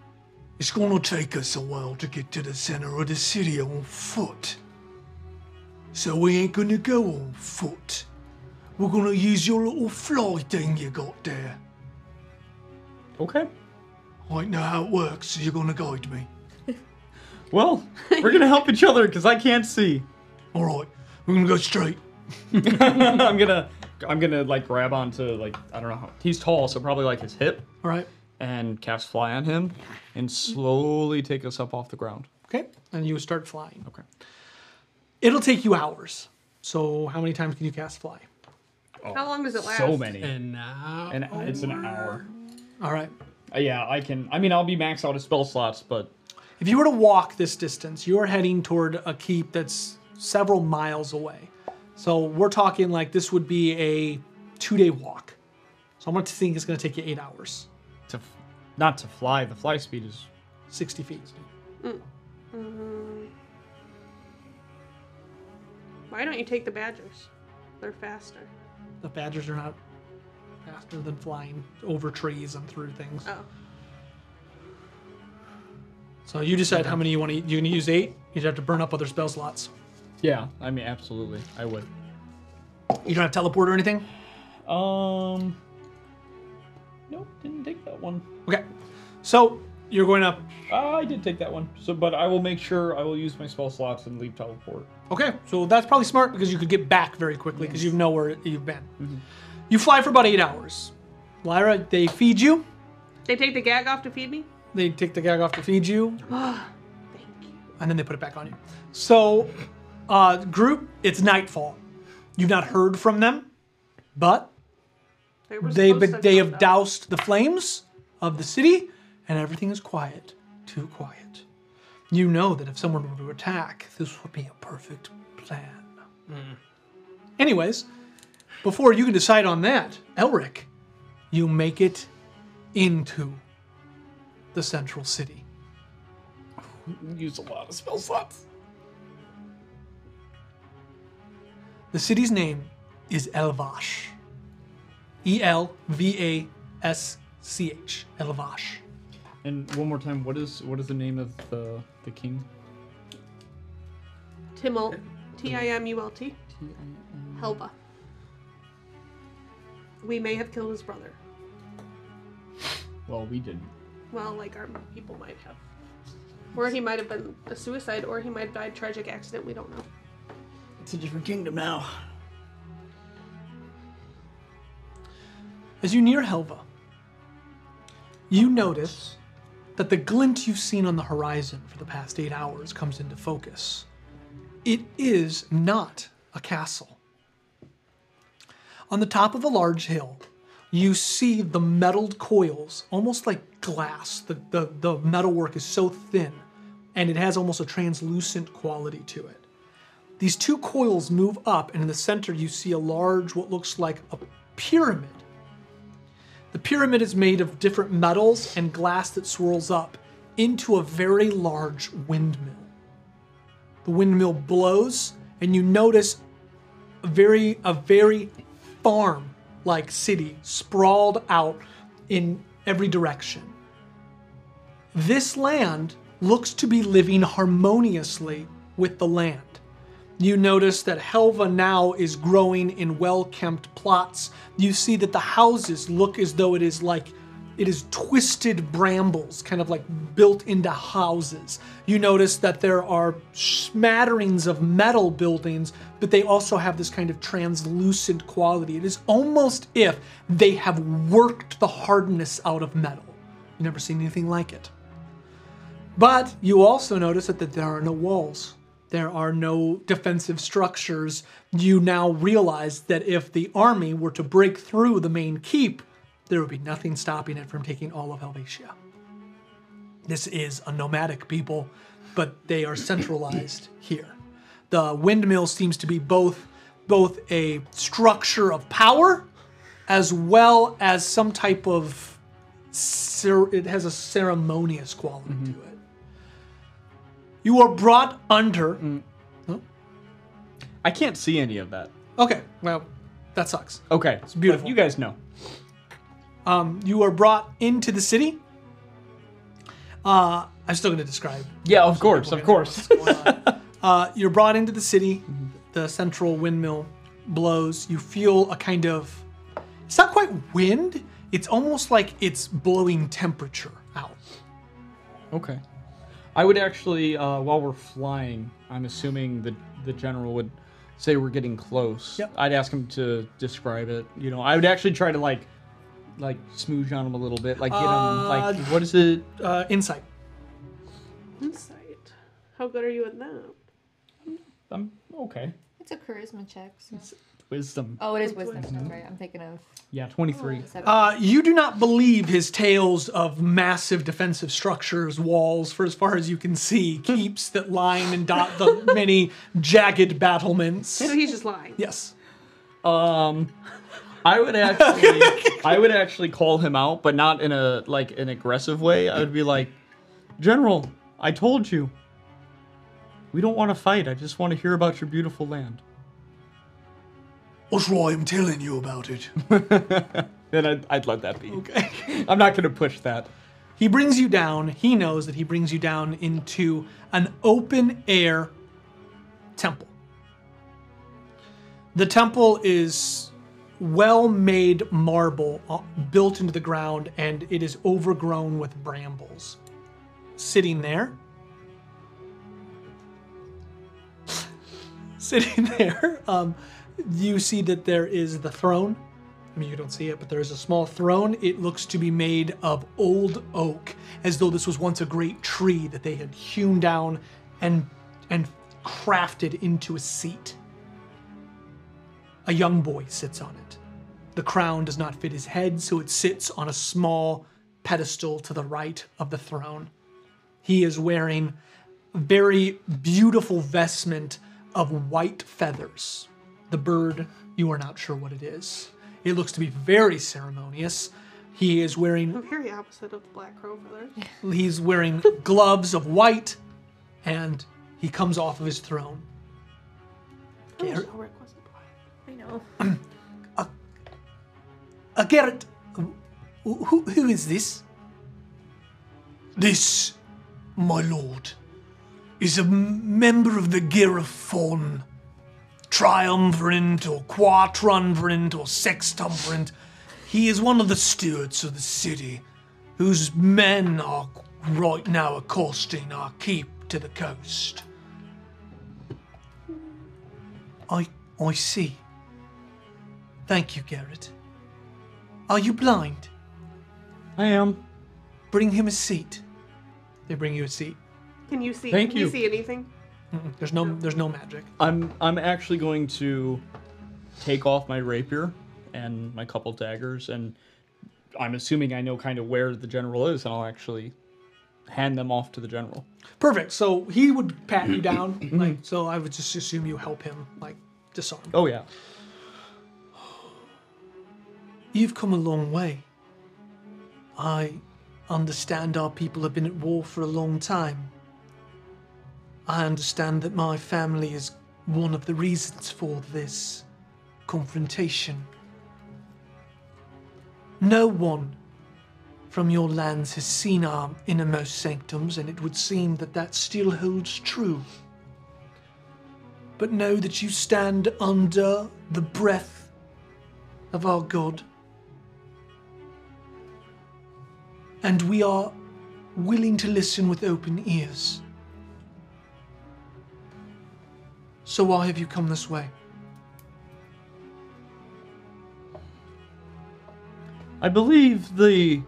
A: it's gonna take us a while to get to the center of the city on foot. So we ain't gonna go on foot. We're gonna use your little fly thing you got there.
G: Okay.
A: I know how it works, so you're gonna guide me.
G: Well, we're gonna help each other because I can't see.
A: All right, we're gonna go straight.
G: I'm gonna, I'm gonna like grab onto like I don't know how he's tall, so probably like his hip,
A: All right.
G: and cast fly on him, and slowly take us up off the ground.
A: Okay, and you start flying.
G: Okay.
A: It'll take you hours. So how many times can you cast fly?
E: How long does it last?
G: Oh, So many,
F: and now.
G: and it's an hour.
A: All right.
G: Uh, Yeah, I can. I mean, I'll be maxed out of spell slots, but
A: If you were to walk this distance, you are heading toward a keep that's several miles away. So we're talking like this would be a two-day walk. So I'm going to think it's going to take you eight hours,
G: to, f- not to fly. The fly speed is
A: 60 feet.
E: Mm. Mm-hmm. Why don't you take the badgers? They're faster.
A: The badgers are not faster than flying over trees and through things.
E: Oh.
A: So you decide how many you want to. You can use eight. You'd have to burn up other spell slots.
G: Yeah, I mean, absolutely, I would.
A: You don't have teleport or anything.
G: Um, nope, didn't take that one.
A: Okay. So you're going up.
G: I did take that one. So, but I will make sure I will use my spell slots and leave teleport.
A: Okay, so that's probably smart because you could get back very quickly because you know where you've been. You fly for about eight hours. Lyra, they feed you.
E: They take the gag off to feed me?
A: They take the gag off to feed you. And then they put it back on you. So, uh, group, it's nightfall. You've not heard from them, but
E: They, were
A: they
E: supposed
A: but
E: to
A: they have
E: come down.
A: doused the flames of the city, and everything is quiet, too quiet. You know that if someone were to attack, this would be a perfect plan. Anyways, before you can decide on that, Elric, you make it into the central city.
G: Use a lot of spell slots.
A: The city's name is Elvash. E L V A S C H. Elvash.
G: And one more time, what is what is the name of the the king?
E: Timul. T I M U L T. Helva. We may have killed his brother.
D: Well, we didn't.
E: Well, like our people might have. Or he might have been a suicide, or he might have died tragic accident. We don't know.
A: It's a different kingdom now. As you near Helva, you notice that the glint you've seen on the horizon for the past eight hours comes into focus. It is not a castle. On the top of a large hill, you see the metaled coils, almost like glass. The, the, the metalwork is so thin, and it has almost a translucent quality to it. These two coils move up, and in the center, you see a large, what looks like a pyramid. The pyramid is made of different metals and glass that swirls up into a very large windmill. The windmill blows, and you notice a very, a very farm like city sprawled out in every direction. This land looks to be living harmoniously with the land. You notice that Helva now is growing in well kempt plots. You see that the houses look as though it is like it is twisted brambles, kind of like built into houses. You notice that there are smatterings of metal buildings, but they also have this kind of translucent quality. It is almost if they have worked the hardness out of metal. You've never seen anything like it. But you also notice that, that there are no walls. There are no defensive structures. You now realize that if the army were to break through the main keep, there would be nothing stopping it from taking all of Helvetia. This is a nomadic people, but they are centralized here. The windmill seems to be both both a structure of power as well as some type of cer- it has a ceremonious quality to it. You are brought under.
D: Mm. I can't see any of that.
A: Okay, well, that sucks.
D: Okay, it's
A: beautiful.
D: You guys know.
A: Um, you are brought into the city. Uh, I'm still going to describe
D: Yeah, of course, of course.
A: Uh, you're brought into the city. The central windmill blows. You feel a kind of. It's not quite wind. It's almost like it's blowing temperature out.
D: Okay. I would actually, uh, while we're flying, I'm assuming the the general would say we're getting close.
A: Yep.
D: I'd ask him to describe it. You know, I would actually try to like, like smooge on him a little bit, like get him like
A: Uh,
D: what is it?
A: Uh, insight.
E: Insight. How good are you at that?
D: I'm Um, okay.
C: It's a charisma check. So.
D: Wisdom.
C: Oh, it is wisdom. Sorry, I'm thinking of
D: Yeah, twenty three.
C: seven.
A: Uh, you do not believe his tales of massive defensive structures, walls, for as far as you can see, keeps that line and dot the many jagged battlements.
E: So he's just lying.
A: Yes.
D: Um, I would actually, I would actually call him out, but not in a like an aggressive way. I would be like, General, I told you. We don't want to fight. I just want to hear about your beautiful land.
A: What's wrong? I'm telling you about it.
D: Then I'd, I'd let that be.
A: Okay.
D: I'm not gonna push that.
A: He brings you down. He knows that he brings you down into an open air temple. The temple is well made marble uh, built into the ground and it is overgrown with brambles. Sitting there, sitting there, um, you see that there is the throne. I mean, you don't see it, but there is a small throne. It looks to be made of old oak, as though this was once a great tree that they had hewn down and and crafted into a seat. A young boy sits on it. The crown does not fit his head, so it sits on a small pedestal to the right of the throne. He is wearing very beautiful vestment of white feathers. The bird, you are not sure what it is. It looks to be very ceremonious. He is wearing
E: Very opposite of the Black Crow feather.
A: he's wearing gloves of white, and he comes off of his throne.
E: I
A: Gar-
E: wish Elric wasn't blind.
C: I know.
A: uh, Garrett, wh- who, who is this?
K: This, my lord, is a m- member of the Gerifon triumvirate or quatrumvirate or sextumvirate. He is one of the stewards of the city, whose men are right now accosting our keep to the coast. I I see. Thank you, Garrett. Are you blind?
A: I am.
K: Bring him a seat. They bring you a seat.
E: Can you see?
A: Thank
E: can
A: you.
E: see anything?
K: There's no there's no magic.
A: I'm I'm actually going to take off my rapier and my couple daggers and I'm assuming I know kind of where the general is and I'll actually hand them off to the general.
K: Perfect. So he would pat
A: Mm-hmm.
K: you down. like so I would just assume you help him like disarm.
A: Oh yeah.
K: You've come a long way. I understand our people have been at war for a long time. I understand that my family is one of the reasons for this confrontation. No one from your lands has seen our innermost sanctums, and it would seem that that still holds true. But know that you stand under the breath of our God. And we are willing to listen with open ears. So, why have you come this way?
G: I believe the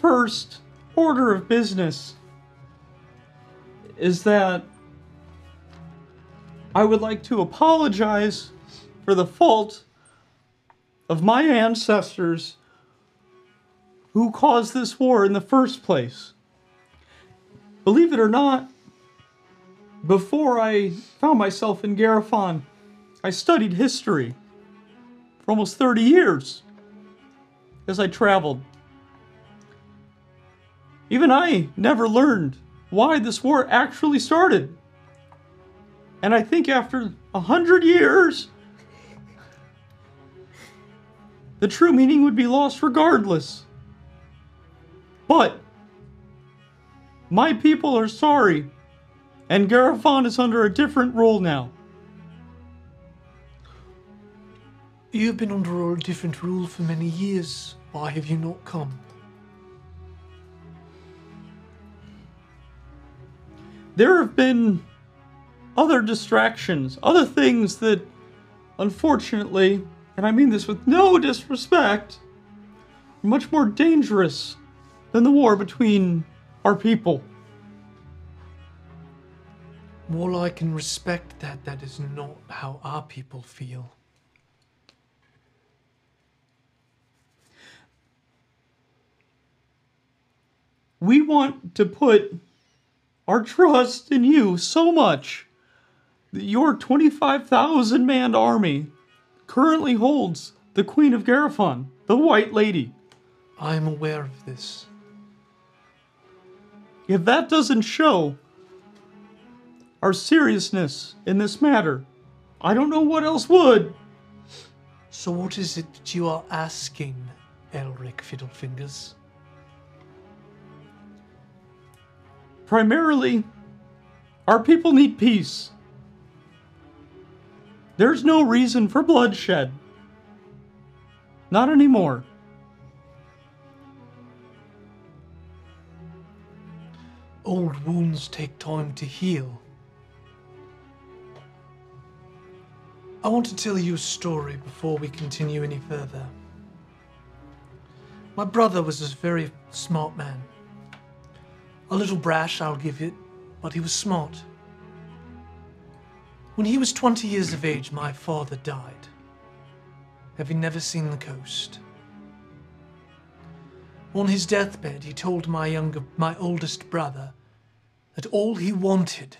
G: first order of business is that I would like to apologize for the fault of my ancestors who caused this war in the first place. Believe it or not, before I found myself in Garifon, I studied history for almost 30 years as I traveled. Even I never learned why this war actually started. And I think after a hundred years, the true meaning would be lost regardless. But my people are sorry, and Garifon is under a different rule now.
K: You've been under a different rule for many years. Why have you not come?
G: there have been other distractions, other things that, unfortunately, and I mean this with no disrespect, are much more dangerous than the war between our people.
K: While I can respect that, that is not how our people feel.
G: We want to put our trust in you so much that your 25,000 manned army currently holds the Queen of Garifon, the White Lady.
K: I am aware of this.
G: If that doesn't show our seriousness in this matter, I don't know what else would.
K: So, what is it that you are asking, Elric Fiddlefingers?
G: Primarily, our people need peace. There's no reason for bloodshed. Not anymore.
K: Old wounds take time to heal. I want to tell you a story before we continue any further. My brother was a very smart man. A little brash, I'll give it, but he was smart. When he was 20 years of age, my father died. Having never seen the coast. On his deathbed, he told my younger, my oldest brother, that all he wanted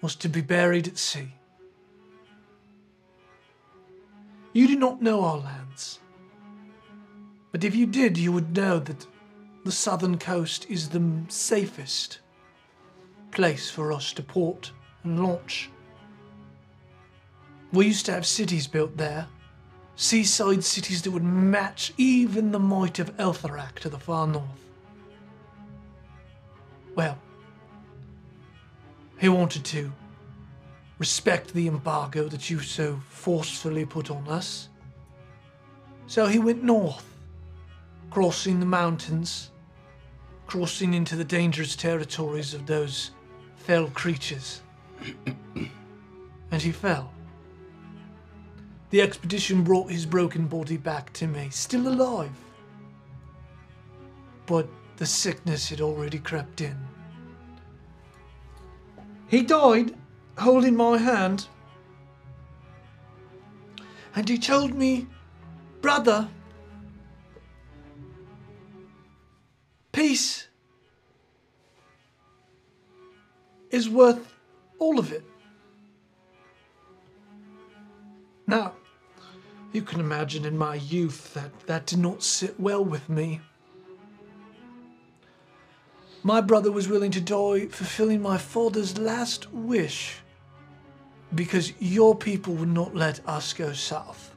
K: was to be buried at sea. You do not know our lands, but if you did, you would know that the southern coast is the m- safest place for us to port and launch. We used to have cities built there, seaside cities that would match even the might of Eltharak to the far north. Well, he wanted to respect the embargo that you so forcefully put on us. So he went north, crossing the mountains, crossing into the dangerous territories of those fell creatures. and he fell. The expedition brought his broken body back to me, still alive. But the sickness had already crept in. He died holding my hand. And he told me, Brother, peace is worth all of it. Now, you can imagine in my youth that that did not sit well with me. My brother was willing to die fulfilling my father's last wish because your people would not let us go south.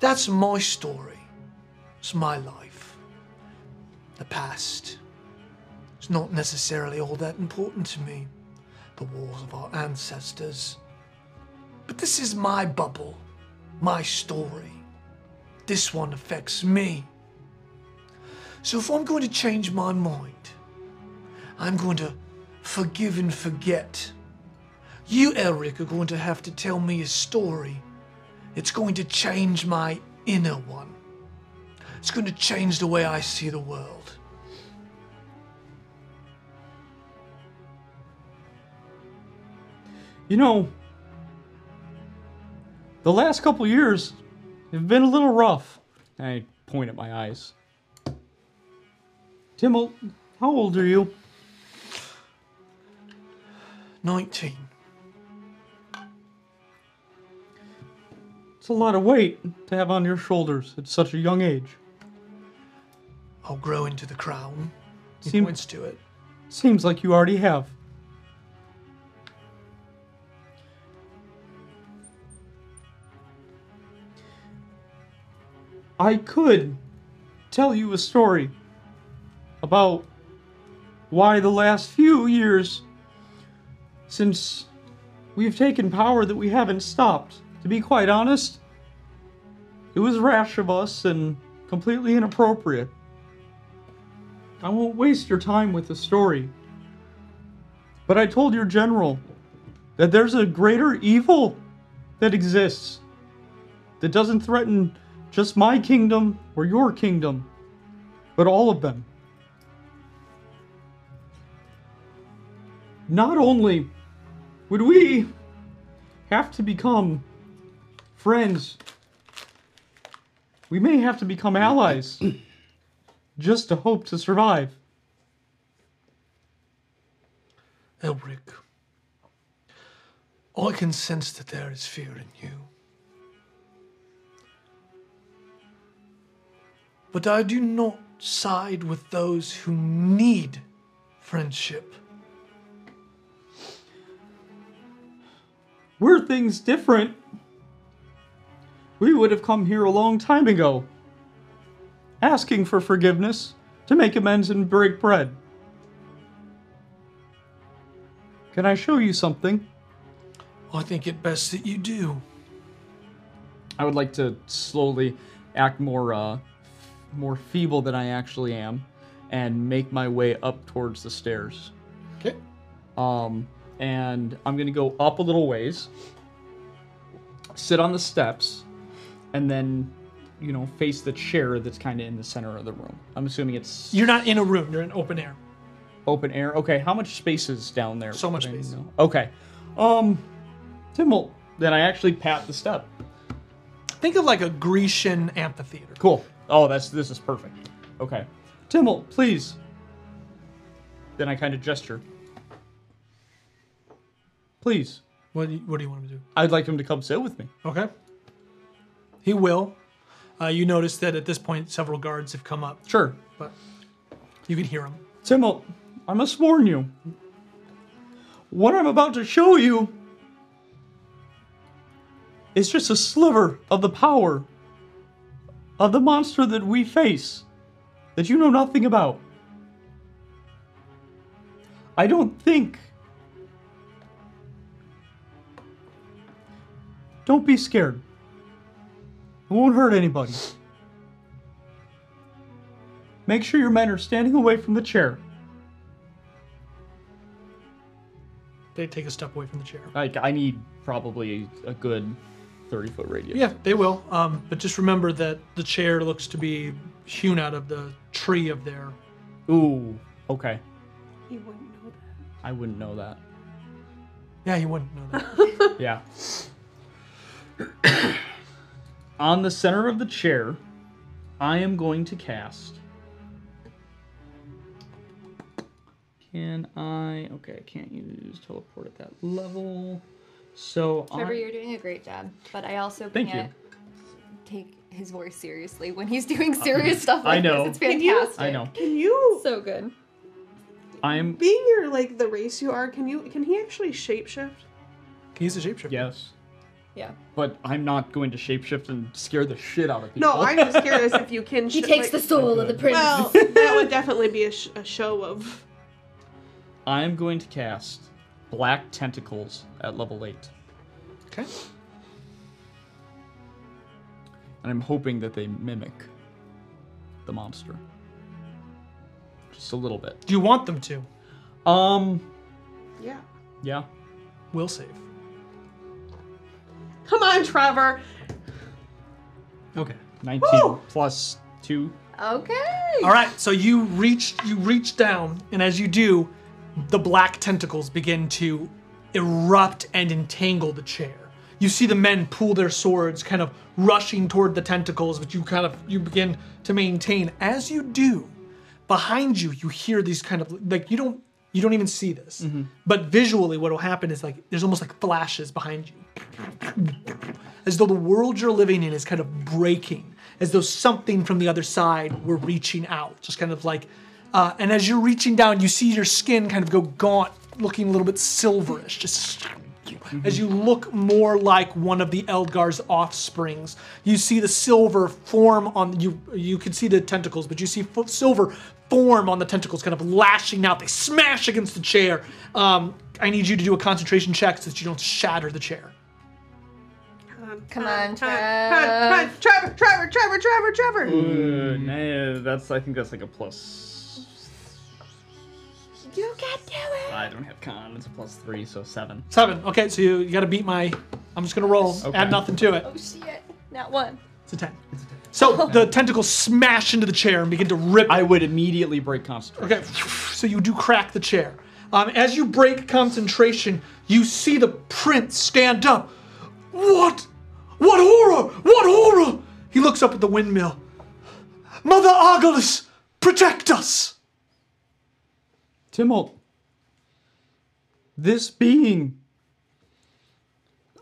K: That's my story. It's my life. The past. It's not necessarily all that important to me. The wars of our ancestors. But this is my bubble, my story. This one affects me. So if I'm going to change my mind, I'm going to forgive and forget. You, Elric, are going to have to tell me a story. It's going to change my inner one. It's going to change the way I see the world.
G: You know, the last couple years have been a little rough. I point at my eyes. Tim, how old are you?
K: 19.
G: It's a lot of weight to have on your shoulders at such a young age.
K: I'll grow into the crown. He
G: Seem-
K: points to it.
G: Seems like you already have. I could tell you a story about why the last few years since we've taken power that we haven't stopped. To be quite honest, it was rash of us and completely inappropriate. I won't waste your time with the story. But I told your general that there's a greater evil that exists that doesn't threaten just my kingdom or your kingdom, but all of them. Not only would we have to become friends, we may have to become allies just to hope to survive.
K: Elric, I can sense that there is fear in you. But I do not side with those who need friendship.
G: Were things different, we would have come here a long time ago, asking for forgiveness to make amends and break bread. Can I show you something?
K: I think it best that you do.
A: I would like to slowly act more uh more feeble than I actually am and make my way up towards the stairs.
M: Okay.
A: Um and I'm going to go up a little ways. Sit on the steps and then you know face the chair that's kind of in the center of the room. I'm assuming it's
K: You're not in a room, you're in open air.
A: open air. Okay, how much space is down there?
K: So much
A: I
K: space.
A: know. Okay. Um Timmel, then I actually pat the step.
K: Think of like a Grecian amphitheater.
A: Cool. Oh, that's this is perfect. Okay. Timmel, please. Then I kind of gesture. Please.
K: What do you, what do you want him to do?
A: I'd like him to come sit with me.
K: Okay. He will. Uh, you notice that at this point, several guards have come up.
A: Sure.
K: You can hear them.
G: Timmel, I must warn you. What I'm about to show you is just a sliver of the power of the monster that we face that you know nothing about. I don't think Don't be scared. It won't hurt anybody. Make sure your men are standing away from the chair.
A: They take a step away from the chair.
D: Like I need probably a good thirty foot radius.
A: Yeah, they will. Um, but just remember that the chair looks to be hewn out of the tree of their.
D: Ooh. Okay.
E: You wouldn't know that.
D: I wouldn't know that.
A: Yeah, you wouldn't know that.
D: Yeah. On the center of the chair, I am going to cast. Can I? Okay, I can't use teleport at that level. So
K: Trevor,
D: I,
K: you're doing a great job, but I also
D: Thank you.
K: can't take his voice seriously when he's doing serious stuff
D: Uh, I
K: like
D: know.
K: this. It's
E: Can you-
K: fantastic.
D: I know.
E: Can you,
K: So good.
D: I'm
E: being your like the race you are, can you can he actually shapeshift?
A: He's a shapeshifter.
D: yes,
K: Yeah.
D: but I'm not going to shapeshift and scare the shit out of people.
E: No, I'm just curious if you can.
K: He
E: sh-
K: takes
E: like-
K: the soul of the prince.
E: Well, that would definitely be a, sh- a show of.
D: I'm going to cast black tentacles at level eight,
A: Okay.
D: and I'm hoping that they mimic the monster just a little bit.
A: Do you want them to?
D: Um,
E: Yeah.
D: yeah.
A: Will save.
E: Come on, Trevor.
A: Okay.
D: 19 plus 2.
K: Okay.
A: All right, so you reach you reach down, and as you do, the black tentacles begin to erupt and entangle the chair. You see the men pull their swords, kind of rushing toward the tentacles, but you kind of you begin to maintain. As you do, behind you, you hear these kind of like you don't you don't even see this, but visually, what will happen is like there's almost like flashes behind you as though the world you're living in is kind of breaking, as though something from the other side were reaching out, just kind of like. Uh, and as you're reaching down, you see your skin kind of go gaunt, looking a little bit silverish, just. As you look more like one of the Eldgar's offsprings, you see the silver form on you. You can see the tentacles, but you see f- silver form on the tentacles, kind of lashing out. They smash against the chair. Um, I need you to do a concentration check so that you don't shatter the chair.
K: Come on,
E: Come on, come on, come
K: Trev.
E: on. Trevor, Trevor, Trevor, Trevor, Trevor.
K: Mm.
D: nah, that's, I think that's like a plus.
K: You can do it.
D: I don't have con, it's a plus 3, so 7.
A: Seven. Okay, so you, you got to beat my. I'm just gonna roll. Add nothing to it.
K: Oh shit. Not one.
A: It's a ten. So the tentacles smash into the chair and begin to rip.
D: I would immediately break concentration.
A: Okay, so you do crack the chair. Um, as you break concentration, you see the prince stand up. What? What horror! What horror! He looks up at the windmill. Mother Argolis, protect us!
G: Timult, this being,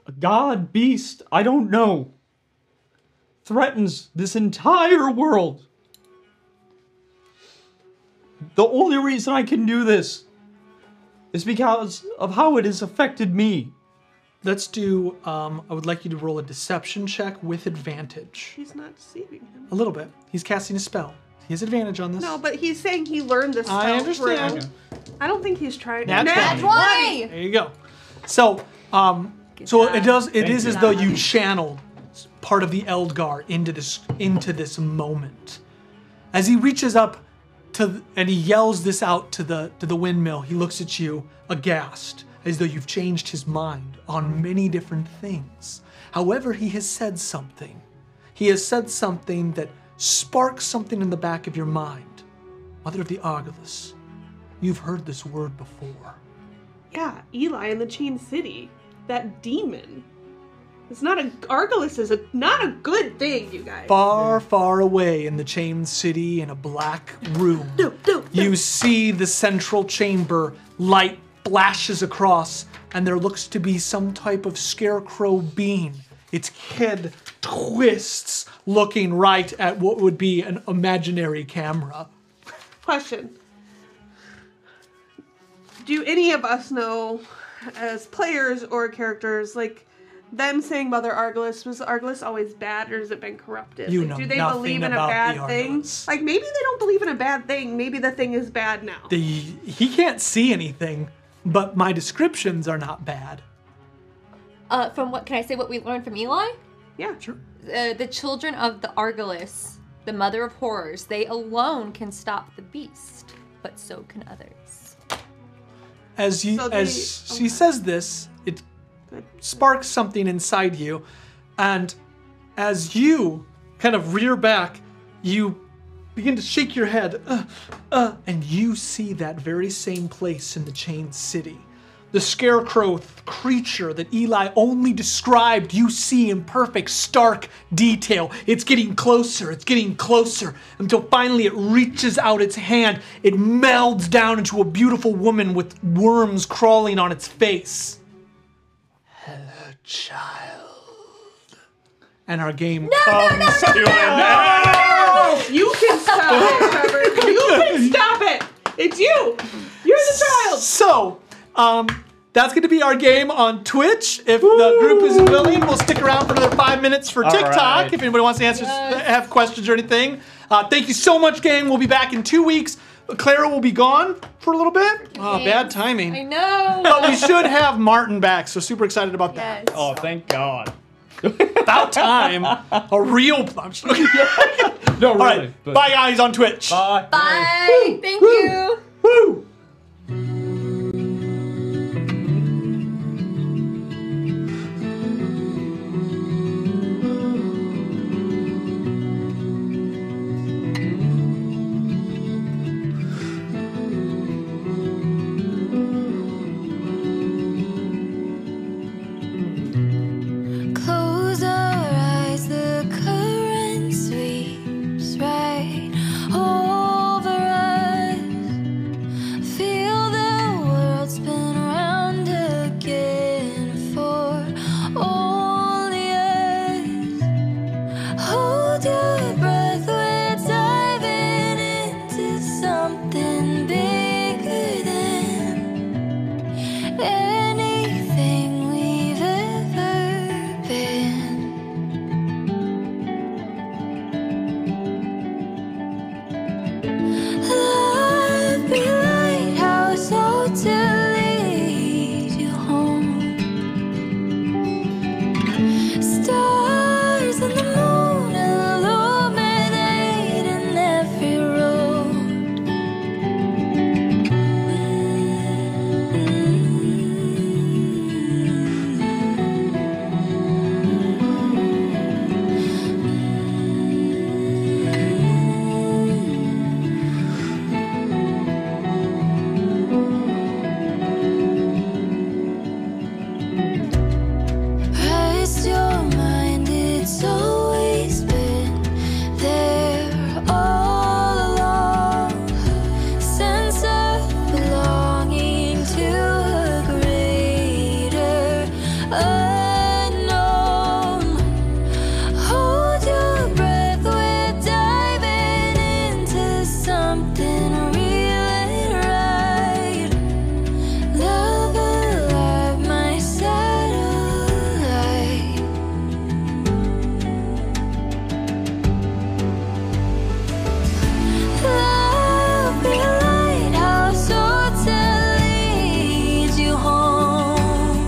G: a god, beast, I don't know, threatens this entire world. The only reason I can do this is because of how it has affected me.
A: Let's do. Um, I would like you to roll a deception check with advantage.
E: He's not deceiving him.
A: A little bit. He's casting a spell. He has advantage on this.
E: No, but he's saying he learned this.
A: I
E: spell
A: understand.
E: through- I don't think he's trying.
A: That's
E: Nat
A: fine.
K: Why?
A: There you go. So, um, so it does. It is as though
K: job.
A: you channeled s- part of the Eldgar into this into this moment. As he reaches up to th- and he yells this out to the to the windmill, he looks at you aghast, as though you've changed his mind on many different things. However, he has said something. He has said something that sparks something in the back of your mind. Mother of the Argolis, you've heard this word before.
E: Yeah, Eli in the Chain City. That demon. It's not a Argolis is a not a good thing, you guys.
A: Far, far away in the chained city in a black room,
E: No,
A: you see the central chamber. Light flashes across, and there looks to be some type of scarecrow being. Its head twists, looking right at what would be an imaginary camera.
E: question. Do any of us know, as players or characters, like them saying Mother Argolis was Argolis always bad, or has it been corrupted?
A: You
E: Like,
A: know
E: do they
A: nothing
E: believe in
A: about
E: a bad
A: the
E: thing?
A: Argolis.
E: Like maybe they don't believe in a bad thing. Maybe the thing is bad now.
A: The, he can't see anything, but my descriptions are not bad.
K: uh, from what can I say? What we learned from Eli?
E: Yeah.
H: Sure.
K: Uh, the children of the Argolis, the mother of horrors, they alone can stop the beast, but so can others.
A: As you,
E: So the-
A: as she
E: okay.
A: says this, it sparks something inside you, and as you kind of rear back, you begin to shake your head, uh, uh, and you see that very same place in the chained city. The scarecrow th- creature that Eli only described, you see in perfect, stark detail. It's getting closer, it's getting closer, until finally it reaches out its hand. It melds down into a beautiful woman with worms crawling on its face. Hello, child. And our game comes to an
E: Oh, You can stop it, Trevor. You can stop it. It's
A: Oh,
E: you. You're the child.
A: So, um, that's going to be our game on Twitch. If the group is willing, we'll stick around for another five minutes for TikTok
G: right.
A: if anybody wants to answer, have questions or anything. Uh, thank you so much, gang. We'll be back in two weeks. Clara will be gone for a little bit. Oh, bad
K: I
A: timing.
K: know.
A: But we should have Martin back, so super excited about that.
K: yes.
G: Oh, thank God.
A: About time. A real. I'm just-
G: No, really.
A: All right.
G: but-
A: Bye, guys, on Twitch.
G: Bye.
K: Bye. Thank you.
A: Woo!
B: Close our eyes, the current sweeps right over us. Feel the world spin round again for only us. Hold your breath, we're diving into something bigger than anything we've ever been. Love be lighthouse, oh, to lead you home. Stars and the moon illuminating every road. Rest your mind, it's always been there all along. Sense of belonging to a greater unknown. Hold your breath, we're diving into something real and right. Love alive, my satellite. Love be lighthouse, oh, to lead you home.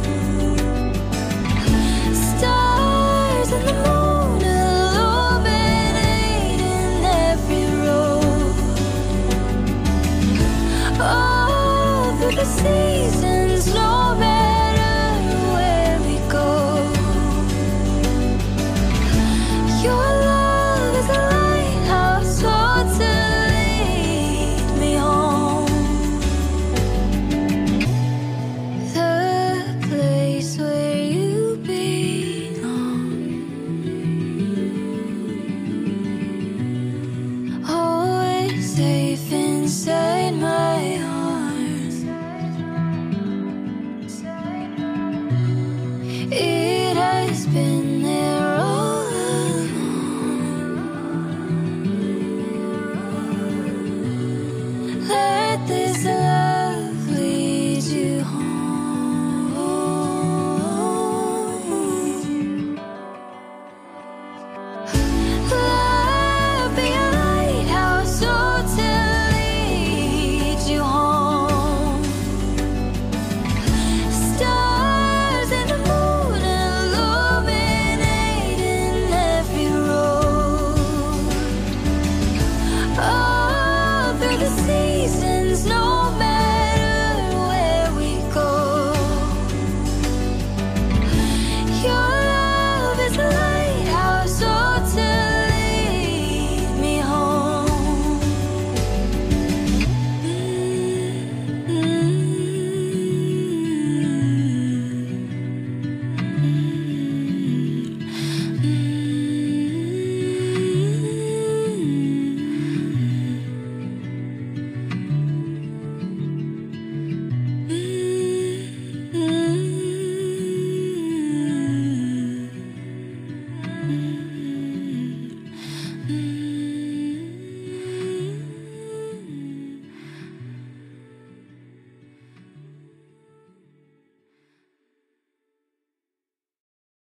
B: Stars and the moon illuminating every road. All through the seasons. Oh,